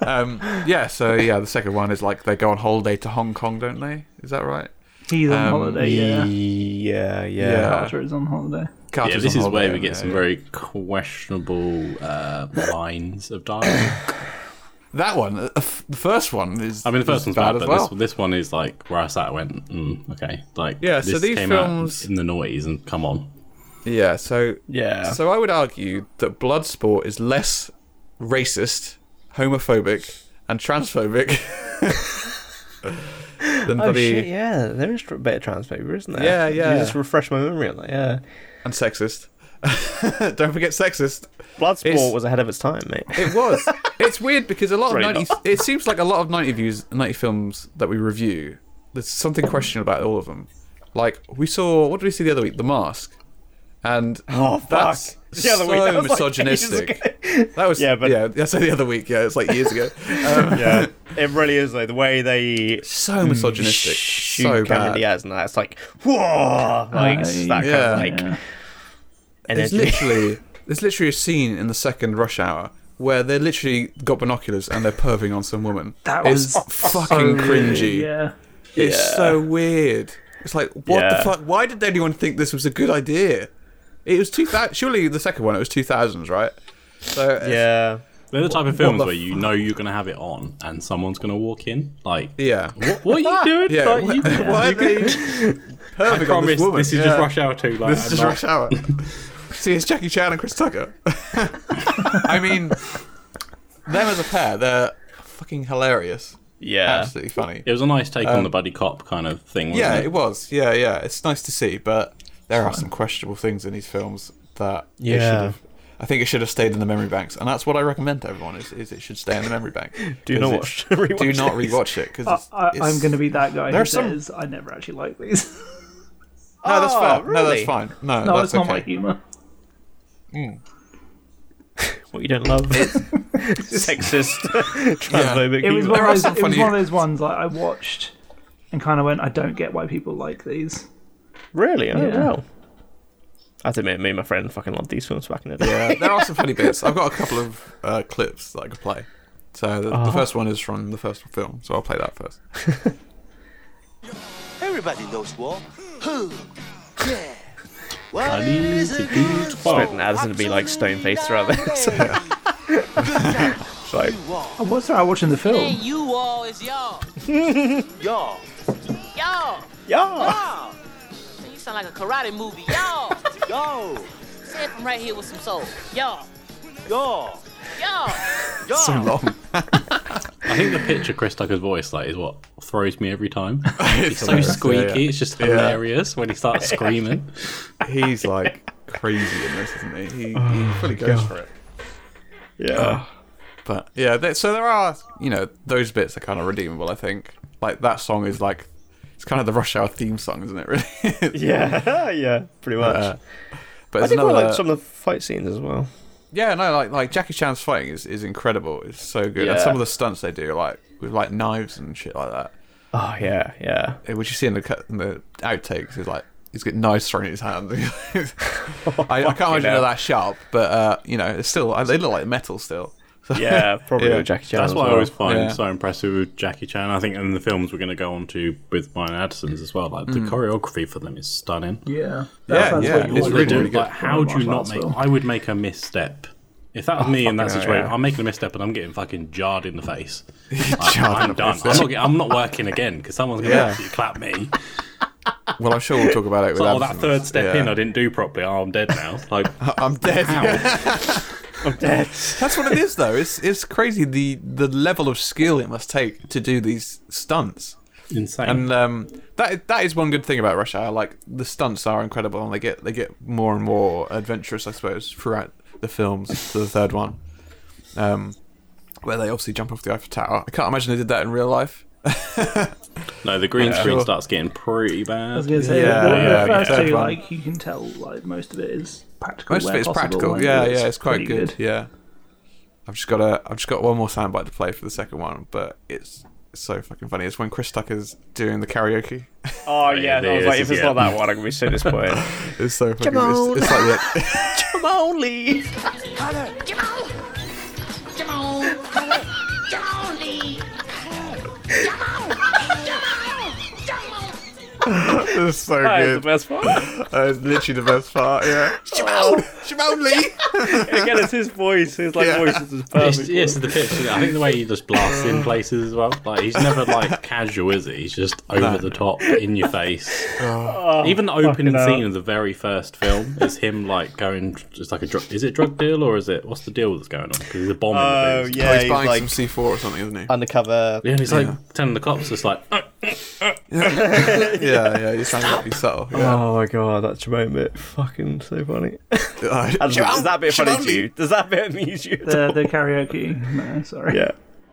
um, yeah, so yeah, the second one is like they go on holiday to Hong Kong, don't they? Is that right? He's on Um, holiday. Yeah, E, Yeah, yeah. Carter is on holiday. Carter's Yeah, this on is holiday, where we get yeah, some yeah. very questionable uh, lines of dialogue. That one, uh, f- the first one is. I mean, the first is one's bad, bad, but as well. this, this one is like where I sat, I went, mm, okay, like Yeah, This so these came films- out in the noughties and come on, Yeah, so Yeah. So I would argue that Bloodsport is less racist, homophobic, and transphobic than Oh bloody shit! Yeah, there is a bit of transphobia, isn't there? Yeah, yeah. You just refresh my memory on that. Yeah, and sexist. Don't forget sexist. Bloodsport It's- was ahead of its time, mate. It was. it's weird because a lot of Really ninety. not. It seems like a lot of ninety views, ninety films that we review. There's something questionable about all of them. Like we saw, what did we see the other week? The Mask, and Oh, fuck. that's The other so week, that was like misogynistic. ages ago. that was Yeah, yeah, but- but yeah, that's the other week. Yeah, it's like years ago. Um, yeah, it really is though. The way they so misogynistic, shoot so Cameron bad. Diaz and that, it's like whoa, like it's that yeah. kind of like There's energy. literally there's literally a scene in the second rush hour where they literally got binoculars and they're perving on some woman. That It's was fucking cringy. Yeah. It's Yeah. so weird. It's like, what Yeah. the fuck? Why did anyone think this was a good idea? It was 2000. Surely the second one, it was 2000s, right? So it's- yeah, They're the type of films the where you know you're going to have it on and someone's going to walk in. Like, yeah, what, what are you doing? yeah. Like, why, you- why are they I perving on promise this woman? this is Yeah. just Rush Hour 2. Like, This is I'm just not- rush hour. See, it's Jackie Chan and Chris Tucker. I mean, them as a pair, they're fucking hilarious. yeah. Absolutely funny. It was a nice take on the buddy cop kind of thing. Wasn't Um, Yeah, it? it was. Yeah, yeah. It's nice to see, but there are some questionable things in these films that it should Yeah. have- I think it should have stayed in the memory banks, and that's what I recommend to everyone: is, is it should stay in the memory bank. Do not 'Cause watch. it- rewatch Do not these. rewatch it because I, I'm going to be that guy There who are some- says I never actually like these. No, that's fair. No, Oh, really? that's fine. No, Oh, no, Oh, that's it's not okay. my humour. What you don't love, sexist, transphobic. It was humour. There one of are those, some it was funny- one of those ones like I watched and kind of went, I don't get why people like these. really. Oh Yeah. wow. I have to admit, me and my friend fucking loved these films back in the day. Yeah, Uh, there are some funny bits. I've got a couple of uh, clips that I could play. So the, Uh-huh. the first one is from the first film, so I'll play that first. Everybody knows war. Who? Yeah. I need to be Expecting Addison to be like stone faced throughout this. like, I was Oh, I watching the film. you all is y'all. Y'all. Y'all. yeah, Y'all. Man, You sound like a karate movie. Y'all. Yo. Say it from right here with some soul. Y'all. Y'all. Y'all. Y'all. So long. I think the pitch of Chris Tucker's voice like is what throws me every time. it's so squeaky, Yeah, yeah. it's just hilarious when he starts screaming. He's like crazy in this, isn't he? He, he Oh, fully goes for it. yeah. But yeah, th so there are you know those bits are kind of redeemable. I think like that song is like it's kind of the rush hour theme song, isn't it? Really. Yeah, yeah, pretty much. Uh, but I there's did another. quite like some of the fight scenes as well. Yeah, no, like like Jackie Chan's fighting is, is incredible. It's so good, Yeah. and some of the stunts they do, like with like knives and shit like that, Oh yeah, yeah. eh, which you see in the cut in the outtakes is like he's got knives thrown in his hand. I, I can't imagine they're hell. that sharp, but uh, you know, it's still they look like metal still. So- Yeah, probably Yeah. with Jackie Chan. That's as what I well. always find Yeah. so impressive with Jackie Chan. I think in the films we're going to go on to with Brian Addison's as well. Like the Mm. choreography for them is stunning. Yeah. Yeah, That's yeah, what you it's What want. they really, do, really good. like, how do you not Martial make? arts film. I would make a misstep. If that was me Oh, in that fucking hell, situation, yeah. I'm making a misstep and I'm getting fucking jarred in the face. Jarred in I'm the done. face. I'm not. get- I'm not working again because someone's going to Yeah. absolutely clap me. Well, I'm sure we'll talk about it. With Like, oh, that Absinthe. third step Yeah. in, I didn't do properly. Oh, I'm dead now. Like, I'm dead. I'm dead. That's what it is, though. It's it's crazy the the level of skill it must take to do these stunts, insane. and um, that that is one good thing about Rush Hour. Like the stunts are incredible, and they get they get more and more adventurous, I suppose, throughout the films to the third one, um, where they obviously jump off the Eiffel Tower. I can't imagine they did that in real life. no, the green screen Sure. starts getting pretty bad. I was going to say, Yeah, the, the yeah, first yeah. two, Fun. like, you can tell, like, most of it is practical. Most of where it is possible, practical. and Yeah, yeah, it's quite pretty good. Yeah. I've just got a I've just got one more soundbite to play for the second one, but it's it's so fucking funny. It's when Chris Tucker's doing the karaoke. Oh yeah, I was is, like, if it's yeah. not that one, I'm gonna be so disappointed. It's so fucking it's, it's like the, Come on, Lee. Come on. Come on. Come on, Lee. Come on. Come on. Come on. it's so That is the good. best part. That is literally the best part. Yeah. Shimon, Shimon Lee. Again, it's his voice. His like Yeah. voice is just It's, perfect. it's the pitch. isn't it? I think the way he just blasts in places as well. Like he's never like casual, is he? He's just over the top, in your face. Even the opening Oh, hell. scene of the very first film is him like going. It's like a drug. Is it drug deal or is it what's the deal that's going on? Because he's a bomb. Oh in the booth. yeah, he's he's buying like some C4 or something, isn't he? undercover. Yeah, and he's like telling the cops, it's like, "Uh, uh, uh, yeah, yeah, he's trying to be subtle. Yeah. Oh my god, that Chimone bit, fucking so funny. Alright. Does that bit funny to you? Does that bit amuse you? at The, all? the karaoke. No, sorry. Yeah.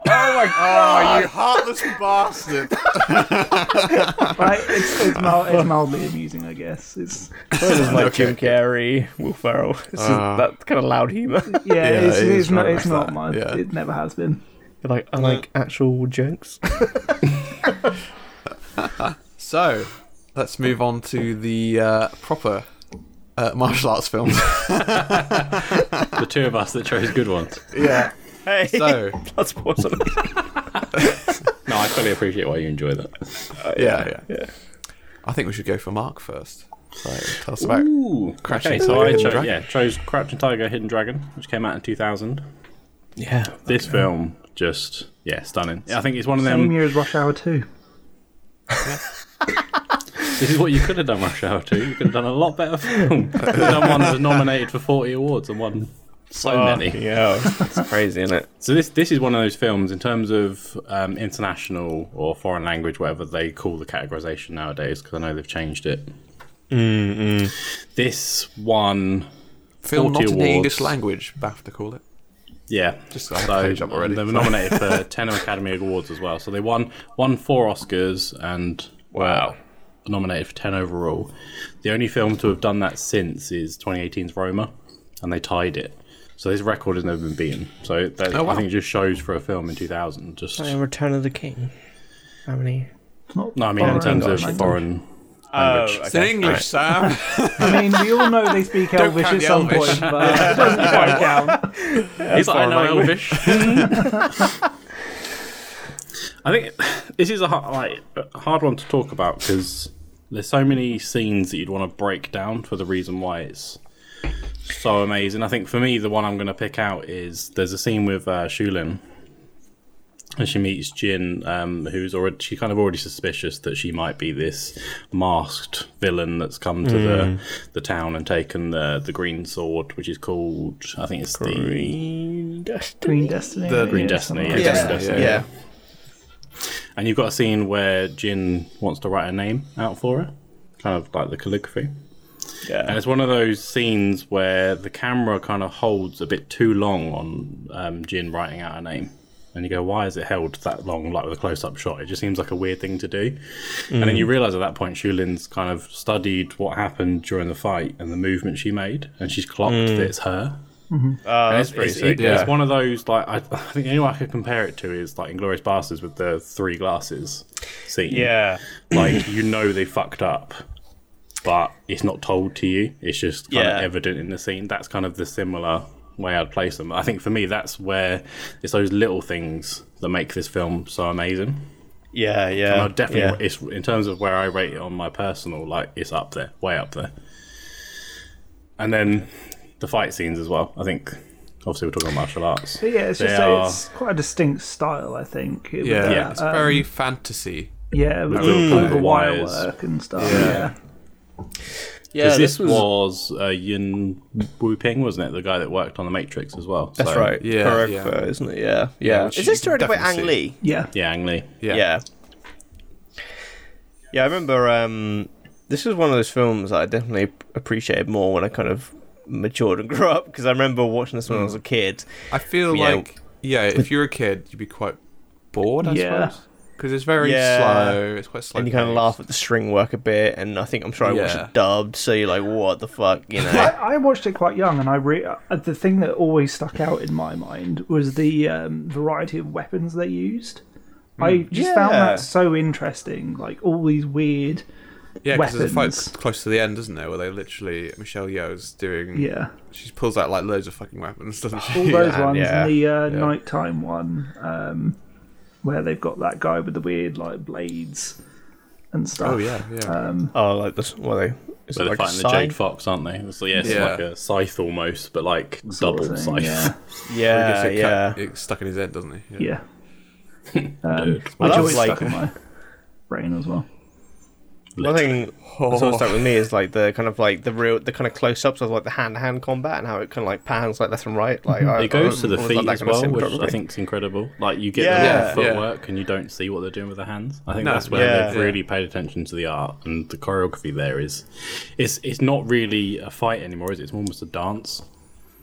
Oh my god. Oh, you heartless bastard! But it's, it's, mild, it's mildly amusing, I guess. It's This is like Okay. Jim Carrey, Will Ferrell. This is that kind of loud humor. yeah, it's, it it's, is not very it's much not that, my yeah. it never has been. like unlike actual jokes. So, let's move on to the uh, proper uh, martial arts film. The two of us that chose good ones. yeah. hey, So, that's awesome. No, I fully appreciate why you enjoy that. yeah, yeah, I think we should go for Mark first. So, tell us about. Ooh, Crouching okay, so Tiger, I Hidden chose, Dragon. yeah, chose Crouching Tiger, Hidden Dragon, which came out in 2000. yeah. This film, just, yeah, stunning. I think it's one of Same them. year as Rush Hour Two. This is what you could have done Rush Hour 2. You could have done a lot better film. You could have done one that was nominated for 40 awards and won so many. Yeah, it's Oh, crazy, isn't it? So this this is one of those films in terms of um, international or foreign language, whatever they call the categorization nowadays, because I know they've changed it. mm This one, Film 40 not in the awards. English language, BAFTA call it. yeah, Just got a page up already. They were nominated for ten Academy Awards as well. So they won won four Oscars and wow, nominated for ten overall. The only film to have done that since is 2018's Roma, and they tied it. So this record has never been beaten. So that, Oh, wow. I think it just shows for a film in 2000. Just Return of the King. How many? It's not No, I mean foreign in terms language. of foreign. Oh, It's in English, Sam. I mean, we all know they speak Elvish count at the some Elvish. point, but it doesn't quite count. It's like, I know Elvish. I think this is a hard, like a hard one to talk about because there's so many scenes that you'd want to break down for the reason why it's so amazing. I think for me, the one I'm going to pick out is there's a scene with uh, Shulin. And she meets Jin, um, who's already she kind of already suspicious that she might be this masked villain that's come to the the town and taken the the green sword, which is called I think it's the Green Destiny. The Green yeah, Destiny. something Yeah, like Green Yeah, Destiny. And you've got a scene where Jin wants to write a name out for her, kind of like the calligraphy. And Yeah. it's one of those scenes where the camera kind of holds a bit too long on um, Jin writing out her name. And you go, why is it held that long, like with a close up shot? It just seems like a weird thing to do. And then you realize at that point, Shulin's kind of studied what happened during the fight and the movement she made, and she's clocked that it's her. Oh, And that's it's- pretty it's, sick. it- it's yeah. one of those like I, I think the only way I could compare it to is like Inglorious Bastards with the three glasses scene. Yeah. like you know they fucked up, but it's not told to you. It's just kind Yeah. of evident in the scene. That's kind of the similar way I'd place them. I think for me that's where it's those little things that make this film so amazing. Yeah, yeah. And I definitely yeah. it's in terms of where I rate it on my personal, like it's up there, way up there. And then the fight scenes as well. I think obviously we're talking about martial arts. But yeah, it's just They a- are- it's quite a distinct style, I think. It was, Yeah, uh, Yeah. it's very Um, fantasy. yeah, with Mm. all the wire wires. work and stuff. Yeah, yeah, this, was, uh, Yin Wu Ping, wasn't it? The guy that worked on The Matrix as well. That's So- right. Yeah, Choreographer, isn't it? Yeah. Yeah. which Is you this can directed by definitely Ang see. Lee? yeah. Yeah, Ang Lee. Yeah. Yeah. Yeah, I remember um, this was one of those films that I definitely appreciated more when I kind of matured and grew up because I remember watching this when I was a kid. I feel Yeah. like yeah, if you're a kid, you'd be quite bored. I Yeah. suppose because it's very Yeah. slow. It's quite slow. and you kind of paced. laugh at the string work a bit, and I think I'm sure I watched Yeah. it dubbed, so you're like, what the fuck, you I, know? I watched it quite young, and I re- uh, the thing that always stuck out in my mind was the um, variety of weapons they used. I just found Hmm. Yeah. that so interesting, like all these weird. Yeah, because there's a fight weapons. close to the end, isn't there? Where they literally Michelle Yeoh's doing. Yeah, she pulls out like loads of fucking weapons, doesn't she? all those ones yeah, and the uh, nighttime one um, where they've got that guy with the weird like blades and stuff Oh yeah, yeah. Uh, oh, like this, well, they, is So it they're like a fighting the Jade side? Fox, aren't they? So yeah, it's Yeah. like a scythe almost, but like sort double of thing, scythe. yeah Yeah, He gets a yeah. cut- it's stuck in his head, doesn't he? yeah Dude. which love, always like- stuck in my brain as well One thing that's always stuck with me is like the kind of like the real the kind of close ups of like the hand to hand combat and how it kind of like pans like left and right. Like I, Mhm. It goes I to the always feet like um, that as kind of well, which I cinematography. think is incredible. Like you get Yeah. the Yeah. footwork and you don't see what they're doing with their hands. I think No. that's where Yeah. they've really paid attention to the art and the choreography. There is, it's it's not really a fight anymore, is it? It's almost a dance.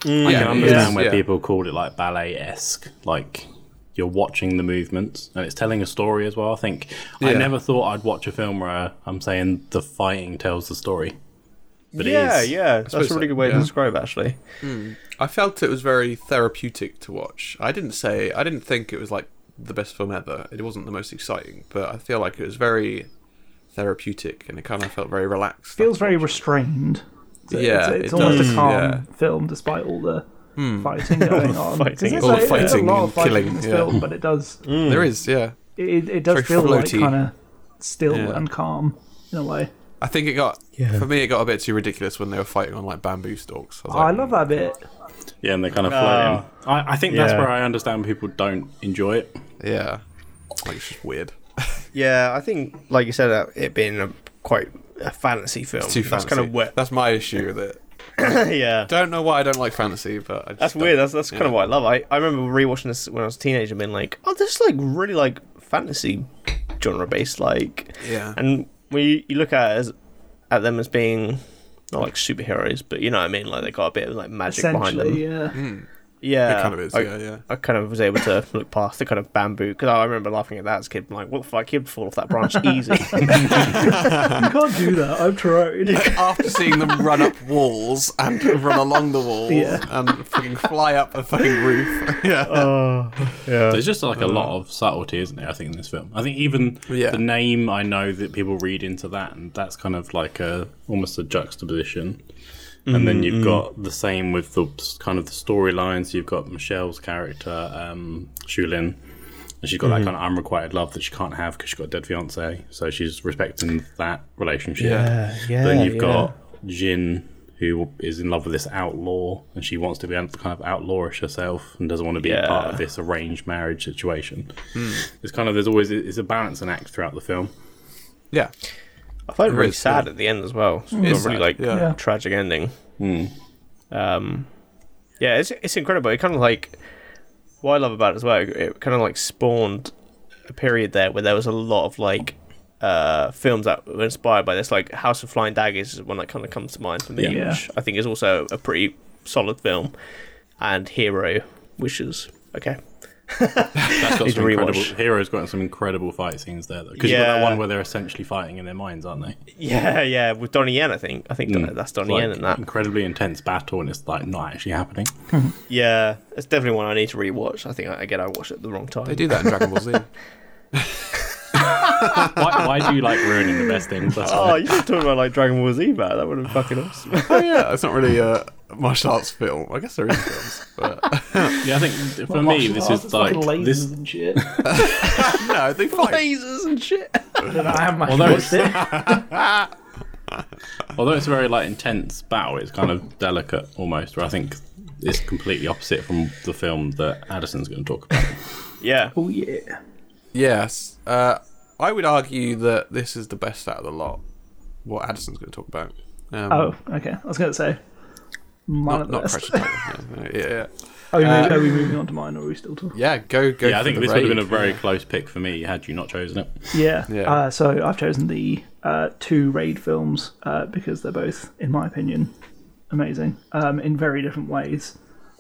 I yeah, can it understand is, where yeah. people called it like ballet esque, like you're watching the movements and it's telling a story as well. I think I Yeah. never thought I'd watch a film where I'm saying the fighting tells the story, but yeah, it is. yeah, that's suppose a really so, good way to yeah. describe actually. I felt it was very therapeutic to watch. I didn't say I didn't think it was like the best film ever. It wasn't the most exciting, but I feel like it was very therapeutic and it kind of felt very relaxed. feels very restrained. So Yeah, it's, it's it almost does. a calm Yeah. film despite all the fighting going on. 'Cause fighting. there's All the a- there's fighting a lot and of fighting killing, in this yeah. film, but it does Hmm. There is, yeah. it, it does Very feel like floaty. kind of still Yeah. and calm in a way. I think it got Yeah. for me. It got a bit too ridiculous when they were fighting on like bamboo stalks. I, was Oh, I like, love that bit. Yeah, and they kind of float in. I, I think that's Yeah. where I understand people don't enjoy it. Yeah, like it's just weird. Yeah, I think like you said, uh, it being a quite a fantasy film. Too that's fancy. kind of weird. That's my issue with it. yeah, Don't know why I don't like fantasy, but I just That's don't. weird. That's that's kind of Yeah. what I love. I, I remember rewatching this when I was a teenager and being like, oh, this is like really like fantasy genre based like. Yeah. And when you, you look at it as at them as being not like superheroes, but you know what I mean. Like they got a bit of like magic behind them. Essentially, yeah. Hmm. Yeah, It kind of is, I, yeah, yeah. I kind of was able to look past the kind of bamboo because I remember laughing at that as a kid, being like, "What the fuck? He'd fall off that branch easy." You can't do that. I've tried. after seeing them run up walls and run along the walls Yeah. and fucking fly up a fucking roof. Yeah. There's just like a lot of subtlety, isn't there? I think in this film, I think even Yeah. the name I know that people read into that, and that's kind of like a almost a juxtaposition. And then you've got the same with the s- kind of the storylines. You've got Michelle's character, um, Shulin, and she's got that kind of unrequited love that she can't have because she's got a dead fiance. So she's respecting that relationship. Yeah, yeah, Then you've yeah. got Jin, who is in love with this outlaw, and she wants to be kind of outlawish herself and doesn't want to be a part Yeah. Hmm. of this arranged marriage situation. It's kind of there's always it's a balancing act throughout the film. Yeah. I find it really is, sad at the end as well. It's got a is really sad, like yeah. Yeah. tragic ending. Um, yeah, it's it's incredible. It kind of like what I love about it as well. It kind of like spawned a period there where there was a lot of like uh films that were inspired by this. Like House of Flying Daggers is one that kind of comes to mind for me, Yeah. which I think is also a pretty solid film. And Hero, which is okay. That's got Need some to rewatch. incredible heroes got some incredible fight scenes there though. Because you've got Yeah. that one where they're essentially fighting in their minds, aren't they? Yeah, yeah, with Donnie Yen, I think. I think Don- Mm. that's Donnie Like, Yen in that. incredibly intense battle and it's like not actually happening. Yeah, it's definitely one I need to rewatch. I think I- again I watched it at the wrong time. They do that in Dragon Ball Z. why, why do you like ruining the best things? That's Oh, you should talk about like Dragon Ball Z, man. That would have been fucking awesome. oh yeah, it's not really a martial arts film. I guess there is films, but yeah, I think for me this is like lasers this and shit. I no, they fight. Lasers and shit. don't know, I haven't Although actually watched it. Although it's a very like intense battle, it's kind of delicate almost. Where I think it's completely opposite from the film that Addison's going to talk about. Yeah. Oh yeah. Yes, uh, I would argue that this is the best out of the lot. What Addison's going to talk about. Um, Oh, okay. I was gonna say. not, Uh, Mine at the not best. Crash Titan, no, no, Yeah, yeah, Are we, moving, are we moving on to mine, or are we still talking? yeah. Go, go. yeah, I for think the this would have raid. been a very close pick for me had you not chosen it. Yeah. Yeah. Uh, so I've chosen the uh, two raid films uh, because they're both, in my opinion, amazing um, in very different ways.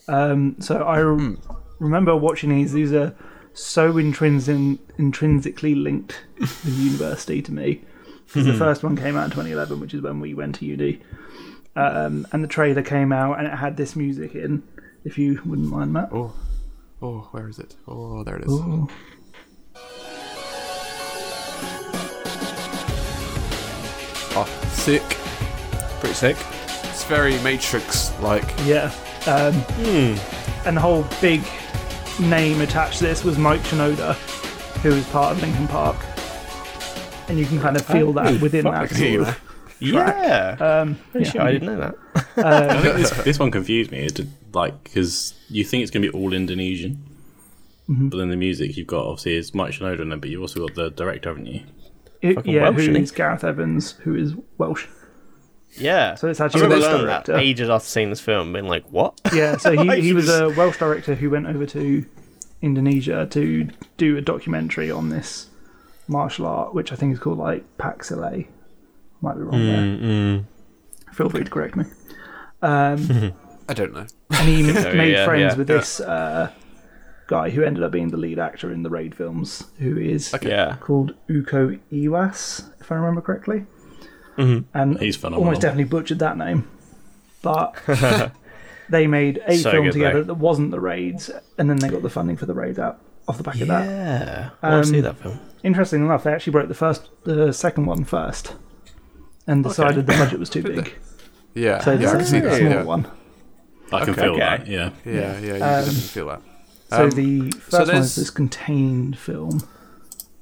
Um, so I re- Hmm. remember watching these. These are so intrinsin- intrinsically linked with university to me. 'Cause the first one came out in 2011, which is when we went to uni. Um, and the trailer came out and it had this music in, if you wouldn't mind, Matt. Oh, where is it? Oh, there it is. Oh, sick. Ah, Pretty sick. It's very Matrix like. Yeah. Um, Hmm. And the whole big name attached to this was Mike Shinoda, who was part of Linkin Park. And you can kind of feel Oh, that within that. Sort of, Yeah. Um, yeah. I didn't know that. I think this, this one confused me. It did, like because you think it's going to be all Indonesian, Mm-hmm. but then the music you've got obviously is Mike Shinoda in it, but you've also got the director, haven't you? It- Fucking yeah, Welsh, who isn't he? is Gareth Evans, who is Welsh. Yeah. So it's actually I a remember Welsh learning that director. ages after seeing this film, and being like, "What?" Yeah, so he, he was Yes. a Welsh director who went over to Indonesia to do a documentary on this martial art, which I think is called like Paxile. Might be wrong there. Mm-hmm. Feel free to correct me. I don't know. And he made yeah, friends yeah. with this uh, guy who ended up being the lead actor in the Raid films, who is Yeah. called Uko Iwas, if I remember correctly. And He's phenomenal. Almost definitely butchered that name, but they made a So film good, together though. that wasn't the raids, and then they got the funding for the raids out off the back of that. Um, Yeah. I want to see that film. Interesting enough, they actually broke the first, the second one first, and decided the budget was too big, Yeah. so they yeah, I can see that. decided to do a Yeah, smaller one. Um, I can feel okay. that. Yeah. yeah, yeah. You can definitely feel that. So Um, the first one there's- is this contained film.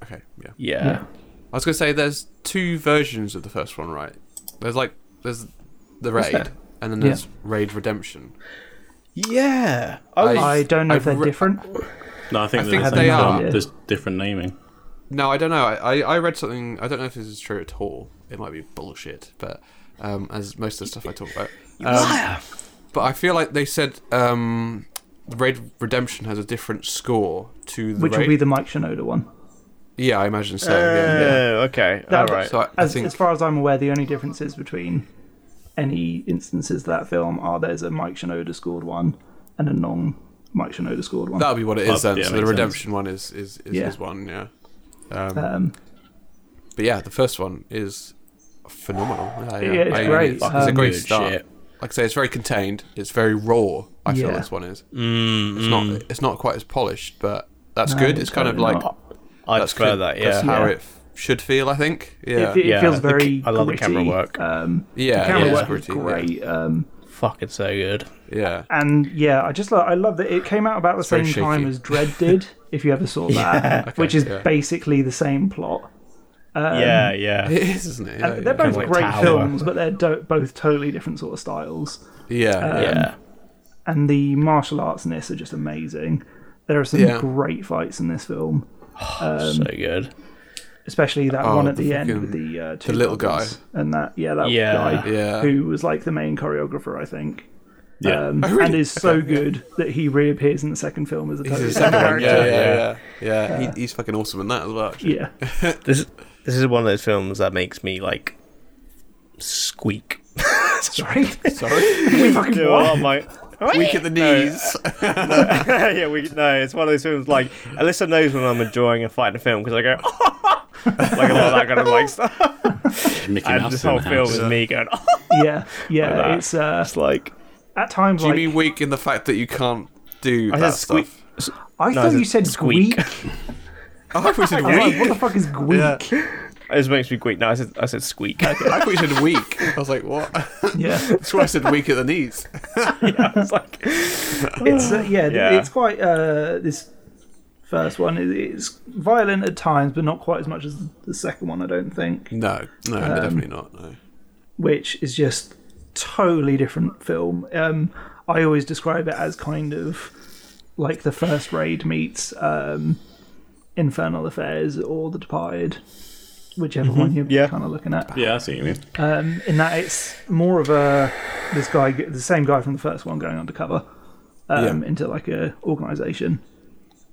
Okay, yeah. Yeah. I was gonna say there's two versions of the first one, right? There's like there's the raid, and then there's Raid Redemption. Yeah. Oh, I was, I don't know if I've they're re- different. No, I think, think they're the they same are. film. There's different naming. No, I don't know. I, I, I read something. I don't know if this is true at all. It might be bullshit, but um, as most of the stuff I talk about. Um, but I feel like they said um, Raid Redemption has a different score to the Which Raid. will be the Mike Shinoda one. yeah, I imagine so. Oh, yeah, yeah. Uh, okay. All That- right. So I, I As, think as far as I'm aware, the only differences between any instances of that film are there's a Mike Shinoda scored one and a non Mike Shinoda scored one. that'll be what it is Oh, then. yeah, so the makes sense. Redemption one is is, is, Yeah. is one, yeah. Um, But yeah, the first one is phenomenal. Yeah, yeah. Yeah, it's I- great. It's, it's a Um, great Good start. shit. Like I say, it's very contained. It's very raw. I feel Yeah. this one is. Mm, it's not. It's not quite as polished, but that's good. It's kind of totally like not. I that's prefer good. that. That's Yeah. how Yeah. it f- should feel. I think. Yeah. it, it Yeah, feels the ca- very. I love the camera gritty. work. Um, yeah. camera uh, yeah. work it's gritty, is great. Um, Fuck, it's so good. Yeah. yeah. and yeah, I just love, I love that it came out about the very same time shaky. as Dread did, if you ever saw that, which is yeah. basically the same plot. um, yeah, yeah. It is, isn't it? Yeah. Uh, They're both of like great Tower. films, but they're do- both totally different sort of styles. yeah. yeah. um, yeah. and the martial arts in this are just amazing. There are some Yeah. great fights in this film, Um, so good. especially that one at Oh, the the, end with fucking- the uh, two the little brothers and that yeah that Yeah. guy Yeah. Oh, who was like the main choreographer I think. Yeah. Um, and is so good that he reappears in the second film as a totally He's the different second one, character. yeah, yeah, yeah, yeah. He, he's fucking awesome in that as well. Actually. Yeah, This this is one of those films that makes me like squeak. sorry. Sorry, we fucking Do what? on my weak at the knees. yeah, we no. It's one of those films like Alyssa knows when I'm enjoying a fight in a film because I go like a lot of that kind of like stuff. Mickey And Mouse this in whole the film house. is me going. Yeah, yeah. that. it's uh, It's like at times Do you like mean weak in the fact that you can't do I that said squeak. stuff? I no, thought it's a you said squeak. squeak. Oh, I thought you said I was like, weak. what the fuck is squeak? Yeah. It just makes me squeak. No, I said I said squeak. I thought you said weak. I was like, what? yeah. That's why I said weak at the knees. it's like it's uh, yeah, th- Yeah. it's quite uh, this first one. it- It's violent at times, but not quite as much as the second one. I don't think, No, no, Um, definitely not. No. which is just totally different film. Um, I always describe it as kind of like the first raid meets um, Infernal Affairs or The Departed, whichever one you're Mm-hmm. yeah. kind of looking at. Yeah, I see what you mean. in that it's more of a this guy the same guy from the first one going undercover um, into like a organization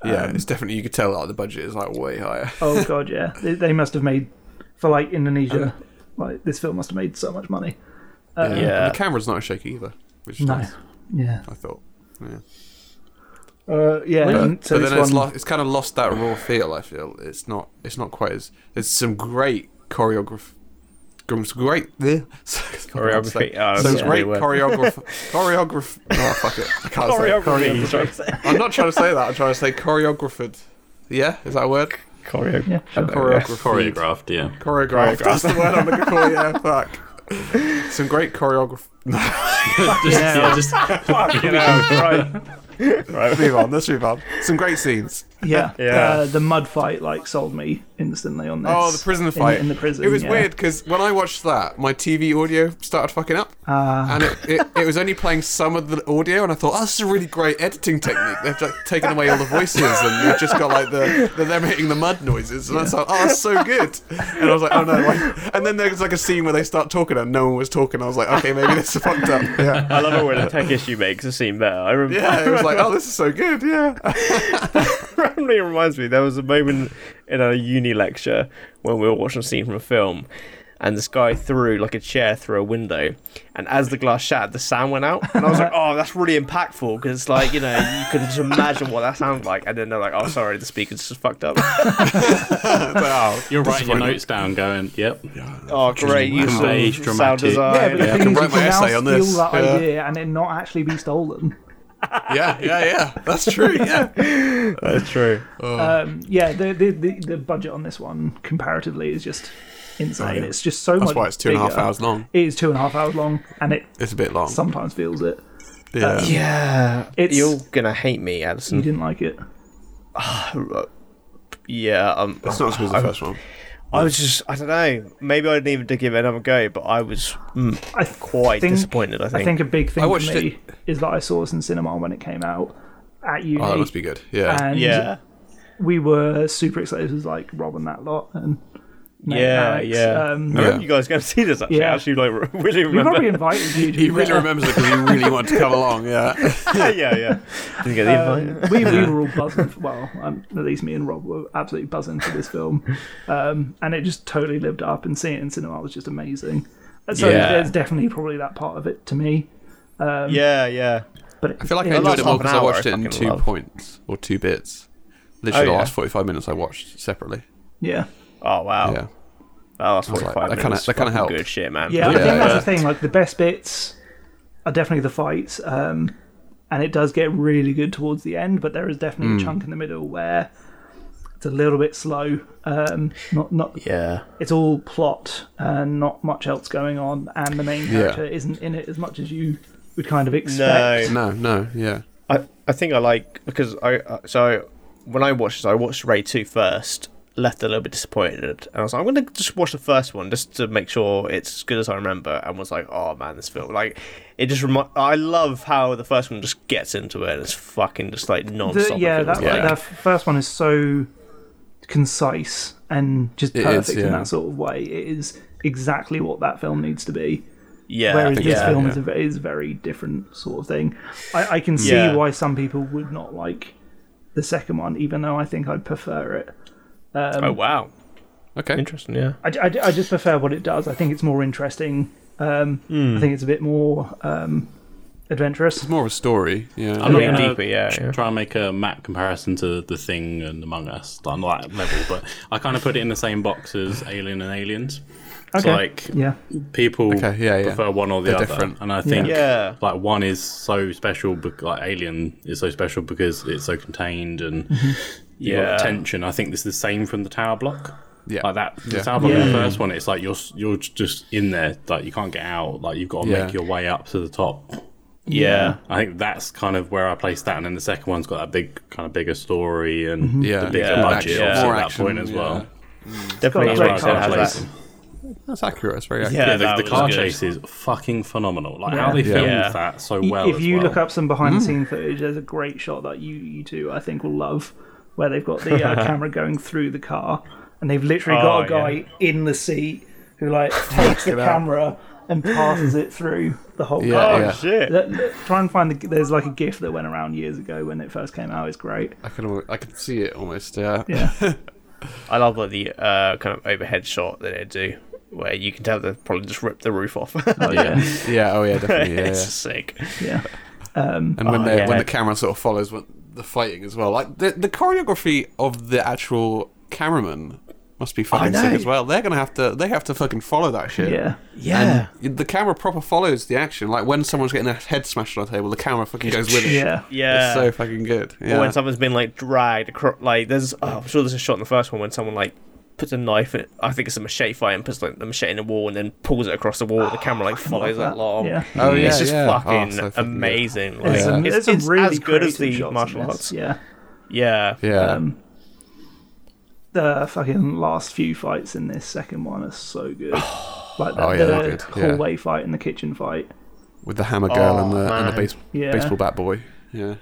yeah, um, it's definitely you could tell like the budget is like way higher. Oh god, yeah. They, they must have made for like Um, Indonesia. like this film must have made so much money. And Uh, yeah. the camera's not shaky either, which is nice. Yeah. I thought. Yeah. Uh, yeah. Um, and so but this then it's, one, lo- it's kind of lost that raw feel. I feel it's not. It's not quite as. There's some great choreography. Great yeah. Choreography. Oh, so that's a great weird word. choreograph. choreograph. Oh fuck it! I can't say it. Choreography. is what I'm saying. I'm not trying to say that. I'm trying to say choreographed. Yeah, is that a word? Choreo- yeah, sure. Choreographed. Choreographed, yeah. Choreographed. That's the word I'm looking for. Yeah, fuck. Some great choreograph. Just, yeah, just Fucking hell, right. move on. Let's move on. Some great scenes. Yeah, Yeah. Uh, the mud fight like sold me instantly on this. Oh, the prison In- fight in, the prison. It was yeah. weird because when I watched that, my TV audio started fucking up, Ah. and it, it, it was only playing some of the audio, and I thought, oh, "This is a really great editing technique. They've like taken away all the voices, and you've just got like the, the them hitting the mud noises." And I was like, "Oh, that's so good." And I was like, "Oh no!" Like, and then there's like a scene where they start talking, and no one was talking. I was like, "Okay, maybe this is fucked up." Yeah, I love it when a tech issue makes it seem better. I remember. yeah. It was like, "Oh, this is so good." Yeah. randomly reminds me there was a moment in a uni lecture when we were watching a scene from a film and this guy threw like a chair through a window and as the glass shattered the sound went out and i was like oh that's really impactful because it's like you know you can just imagine what that sounds like and then they're like oh sorry the speaker's just fucked up But, oh, You're writing your disappointing. notes down, going, "Yep, oh great you Conveyed sound dramatic. Yeah, design but the I thing can is, you write my can now essay steal on this. that Yeah. idea and it not actually be stolen. Yeah, yeah, yeah. That's true. Yeah. that's true Um, yeah, the, the the the budget on this one comparatively is just insane. Oh, yeah. It's just so much. That's why it's two and a half bigger. hours long. It is two and a half hours long, and it It's a bit long. sometimes feels it. yeah. yeah It's- you're gonna hate me Mm. You addison didn't like it. yeah um, It's not as good as the first one. i was just i don't know maybe i didn't even give it another go but i was mm, I th- quite think- disappointed i I think think a big thing I for watched me is that I saw this in cinema when it came out at uni. Oh, that must be good. Yeah. Uh, And yeah we were super excited. It was like Rob and that lot, and Nate Yeah, and Alex. yeah. Um, I Yeah. remember you guys going to see this actually. Yeah. I actually like re- really We remember. probably invited you. Uh, to He be really there. remembers it because he really wanted to come along. Yeah. yeah, yeah. Did you get the invite? we, we were all buzzing. For, well, um, at least me and Rob were absolutely buzzing for this film, um, and it just totally lived up. And seeing it in cinema was just amazing. So Yeah. there's definitely probably that part of it to me. um, yeah, yeah. But it, I feel like I it- enjoyed it more half an because I hour, watched I it in fucking two love. points or two bits. Literally, Oh, the yeah. last forty-five minutes I watched separately. Yeah, Oh wow. Yeah. Oh, that's was like, forty-five that kinda- minutes. that kinda Fucking helped. Good shit, man. yeah. I think Yeah. that's the thing. Like the best bits are definitely the fights, um, and it does get really good towards the end. But there is definitely a Hmm. chunk in the middle where it's a little bit slow. Um, not not Yeah. it's all plot and not much else going on, and the main character isn't in it as much as you would kind of expect. No, no, yeah. I, I think I like because I uh, so when I watched this, I watched Ray 2 first, left a little bit disappointed, and I was like, I'm gonna just watch the first one just to make sure it's as good as I remember, and was like, oh man, this film like it just remi- I love how the first one just gets into it and it's fucking just like The- non-stop. yeah, and that, feels like that first one is so concise and just It is, perfect in yeah. that sort of way. It is exactly what that film needs to be. yeah, Whereas this yeah. film is, a, ve- is a very different sort of thing. I, I can see Yeah. why some people would not like the second one, even though I think I'd prefer it. oh wow, Okay. interesting. Yeah, I, I- I just prefer what it does. I think it's more interesting. Um, Hmm. I think it's a bit more um, adventurous. It's more of a story. Yeah. I'm not Yeah. gonna Deeper, yeah, tr- yeah. try and make a map comparison to the thing and Among Us on that level, but I kind of put it in the same box as Alien and Aliens. So Okay. like Yeah, people Okay, yeah, yeah. prefer one or the They're other, different. and I think Yeah. like one is so special, bec- like Alien is so special because it's so contained and Mm-hmm. you got Yeah. the tension. I think this is the same from the Tower Block. Yeah. Like that, the Yeah. tower block in Yeah. the first one. It's like you're s- you're just in there, like you can't get out. Like you've got to Yeah. make your way up to the top. yeah. I think that's kind of where I placed that, and then the second one's got that big kind of bigger story and Yeah. the bigger Yeah. budget Action, also more at that Mm-hmm. action, point as well. yeah. Definitely, It's That's got where a I great interesting it kind of has placed that. it. That's accurate. That's very accurate. Yeah, Yeah, that the, the was car good. chase is fucking phenomenal. Like how Yeah. they filmed Yeah. that so well. if as you well. look up some behind the scene footage, there's a great shot that you you two I think will love, where they've got the uh, camera going through the car, and they've literally got a Oh, guy in the seat who like takes the camera and passes it through the whole Yeah, Oh car. yeah. shit! Let- let- try and find the. There's like a GIF that went around years ago when it first came out. It's great. I can, al- I can see it almost. Yeah. Yeah. I love like, the uh, kind of overhead shot that they do, where you can tell they've probably just ripped the roof off. yeah. Yeah. Oh yeah. Definitely. Yeah. it's yeah. sick. Yeah. And when Oh, the yeah. when the camera sort of follows what the fighting as well, like the the choreography of the actual cameraman must be fucking sick know. as well. They're gonna have to they have to fucking follow that shit. Yeah. Yeah, The camera proper follows the action. Like when someone's getting their head smashed on a table, the camera fucking goes with it. Yeah. yeah. It's so fucking good. Or Yeah. when someone's been like dragged across, like there's, oh, I'm sure there's a shot in the first one when someone like puts a knife in, I think it's a machete fight and puts like the machete in the wall and then pulls it across the wall. the camera like follows that. that along. Yeah. Oh, yeah, it's just yeah. Oh, fucking so fucking good. amazing. Like, It's, Yeah. a, it's, it's a it's really as good as creative the shots in martial this. arts. Yeah. Yeah. Yeah. Um, the fucking last few fights in this second one are so good. Like the, Oh, yeah, the they're good, yeah. hallway fight and the kitchen fight. With the hammer girl and the, and the oh, man. base, Yeah. baseball bat boy. Yeah.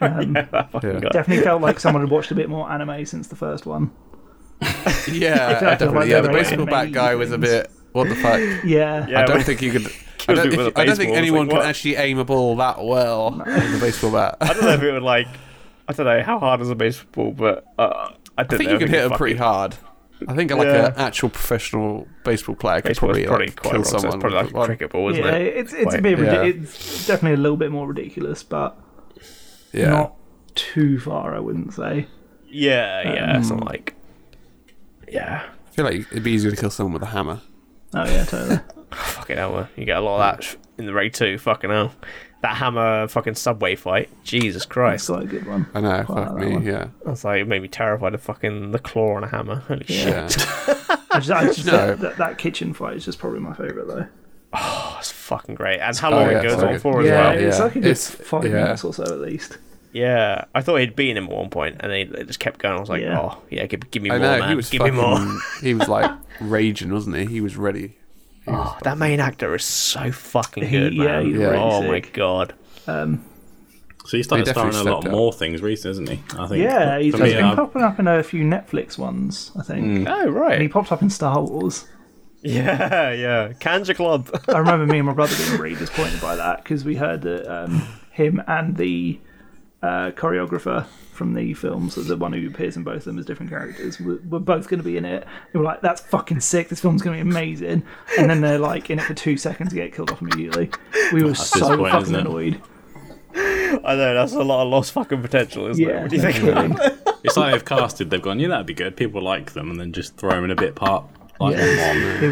yeah. guy. Definitely felt like someone had watched a bit more anime since the first one. Yeah, feel like definitely. they're Yeah, the very baseball bat amazing guy was a bit. What the fuck? Yeah. Yeah. I don't but- think you could. I Kills don't, me if, with a I don't think baseball, it's anyone like, can what? actually aim a ball that well with a baseball bat. I I don't know if it would like. I don't know how hard is a baseball, but uh, I don't think know. you could hit it them pretty hard. I think like Yeah. an actual professional baseball player could Baseball probably, is probably like, quite kill wrong, so someone. It's probably like with a one. cricket ball, isn't Yeah, it? it's it's a Quite- bit Yeah. ridiculous. It's definitely a little bit more ridiculous, but yeah. not too far, I wouldn't say. Yeah, yeah. Um, it's not like. Yeah. I feel like it'd be easier to kill someone with a hammer. Oh yeah, totally. Fucking hell, man. You get a lot of that sh- in the raid too. Fucking hell. That hammer fucking subway fight. Jesus That's Christ. quite a good one. I know, Quite fuck like me, that one. yeah. That's like, it made me terrified of fucking the claw on a hammer. Holy shit. yeah. I just, I just, No. that, that, that kitchen fight is just probably my favourite though. That's fucking great. And how long Oh, yeah, it goes it's on like- for as Yeah, well. it's yeah. like a good It's- five yeah. minutes or so at least. Yeah. I thought he'd beaten him at one point, and then it just kept going. I was like, Yeah. oh, yeah, give, give me I more, know, man. he was give fucking, me more. he was like raging, wasn't he? He was ready. That main actor is so fucking good, He- yeah, man. he's Yeah. really Oh my sick. god. So He he started starring definitely in a lot stepped up. more things recently, isn't he? I think. Yeah, he's For he's me, uh, um, been I- popping up in a few Netflix ones, I think. Mm. Oh And he right. popped up in Star Wars. Yeah, yeah. Kanja Club. I remember me and my brother being really disappointed by that because we heard that um, him and the uh, choreographer from the films, so the one who appears in both of them as different characters, were, were both going to be in it. They were like, "That's fucking sick! This film's going to be amazing!" And then they're like in it for two seconds, and get killed off immediately. We were so disappointing, fucking isn't it? annoyed. I know that's a lot of lost fucking potential, isn't it? Yeah, What do you think? no kidding. It's like they've casted. They've gone, yeah, that'd be good. People like them, and then just throw them in a bit part. Like, It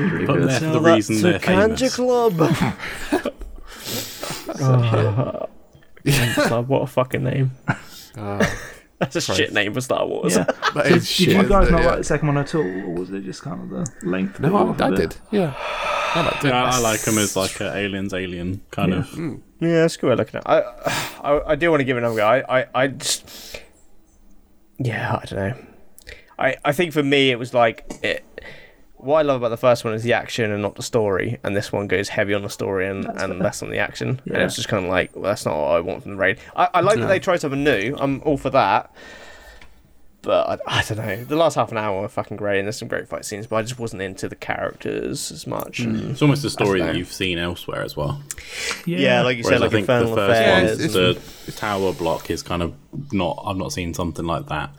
was really put them good. there for the reason they're Kanja famous. Club. Oh. Kanja Club, what a fucking name. that's a shit name for Star Wars. Yeah. That Did, is shit, did you isn't guys it? not Yeah. like the second one at all, or was it just kind of the length? that No, was I, I a bit- did. Yeah. I liked it. Yeah, I like them as like an aliens alien kind of. Yeah, that's cool. Looking at, I, I, I do want to give it another go. I, I, I just, yeah, I don't know. I, I think for me it was like it. What I love about the first one is the action and not the story, and this one goes heavy on the story and, and less on the action. And Yeah. it's just kind of like, well, that's not what I want from the raid. I, I like that they tried something new. I'm all for that. But I, I don't know. The last half an hour were fucking great, and there's some great fight scenes. But I just wasn't into the characters as much. and- It's almost a story know. that you've seen elsewhere as well. Yeah, yeah, like you Whereas said, I like think the Infernal first Affairs. one, the tower block is kind of not. I've not seen something like that.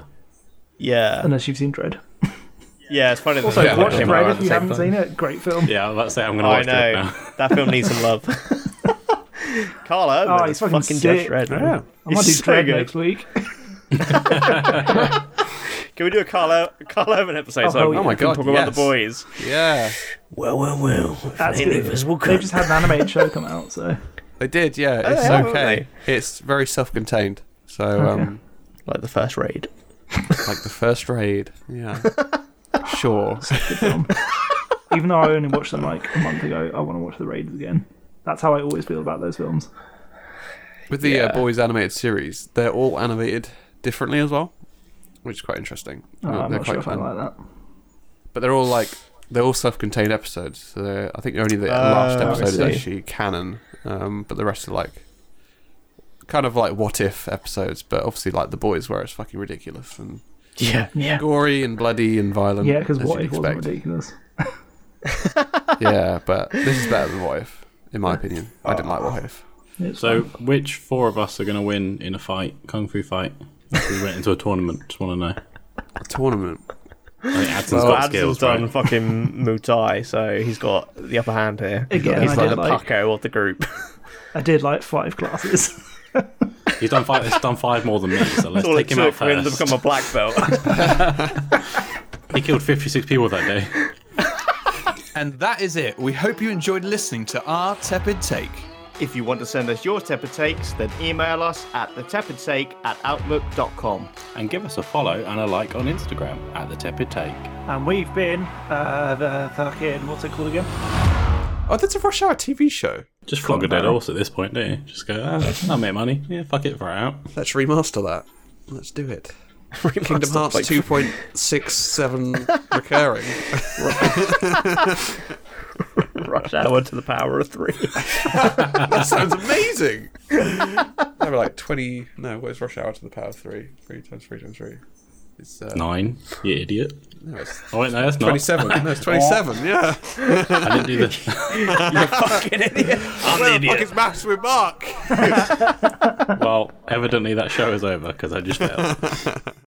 yeah, unless you've seen Dread. yeah. It's funny. that Also, they both watch came Dread out if at the you same haven't time. seen it. Great film. Yeah, let's say I'm going to "Oh, I watch it know. now. That film needs some love. Carl Urban Oh, is he's fucking, fucking Judge sick. Dredd. man. Yeah. I might do He's so Dread good. next week. Can we do a Carl, Ur- Carl Urban episode? Oh, so hell we yeah. Oh my can God, Talk about the yes. boys. Yeah. Well, well, well. That's good. They've just had an animated show come out, so They did, Oh, yeah. It's yeah, okay. It's very self contained. So, um, Like the first raid. like the first raid. Yeah. Sure. even though I only watched them like a month ago, I want to watch the Raiders again. That's how I always feel about those films. With the uh, boys animated series, they're all animated differently as well, which is quite interesting. Oh, Uh, they're I'm they're not sure quite if I fun, like that. but they're all like they're all self-contained episodes. So they're- I think only Oh, the last I episode is see. actually canon, um, but the rest are like kind of like what if episodes, but obviously like the boys where it's fucking ridiculous and Yeah. Yeah. gory and bloody and violent. Yeah, because as what you'd if wasn't expect. ridiculous? yeah, but this is better than what if, in my opinion. I didn't like what if. It's So, fun. which four of us are going to win in a fight, kung fu fight? If we went into a tournament, just want to know. A tournament. I think Adson's Well, got Addison's skills, done right? fucking Mutai, so he's got the upper hand here. again, He's I, like did the like, Paco of the group. I did like five classes. He's done five. He's done five more than me. So let's That's all it take him out took for him to first. become a black belt. He killed fifty-six people that day. And that is it. We hope you enjoyed listening to our tepid take. If you want to send us your tepid takes, then email us at thetepidtake at outlook.com. And give us a follow and a like on Instagram at the Tepid Take. and we've been uh, the fucking what's it called again? Oh, that's a Rush Hour TV show. Just flog a dead horse at this point, don't you? Just go, ah, I'll make money. Yeah, fuck it, for out. Let's remaster that. Let's do it. Remastered, Kingdom Hearts like- 2.67 recurring. Rush hour to the power of three. that sounds amazing. They were like 20. No, what is rush hour to the power of 3? 3 times 3 times 3. It's uh, Nine. You idiot. No, it's Oh, wait, no, that's not. 27. no, it's 27, yeah. I didn't do the. You're fucking idiot. I'm the Fuck, idiot. it's maths with Mark. Well, evidently that show is over because I just failed.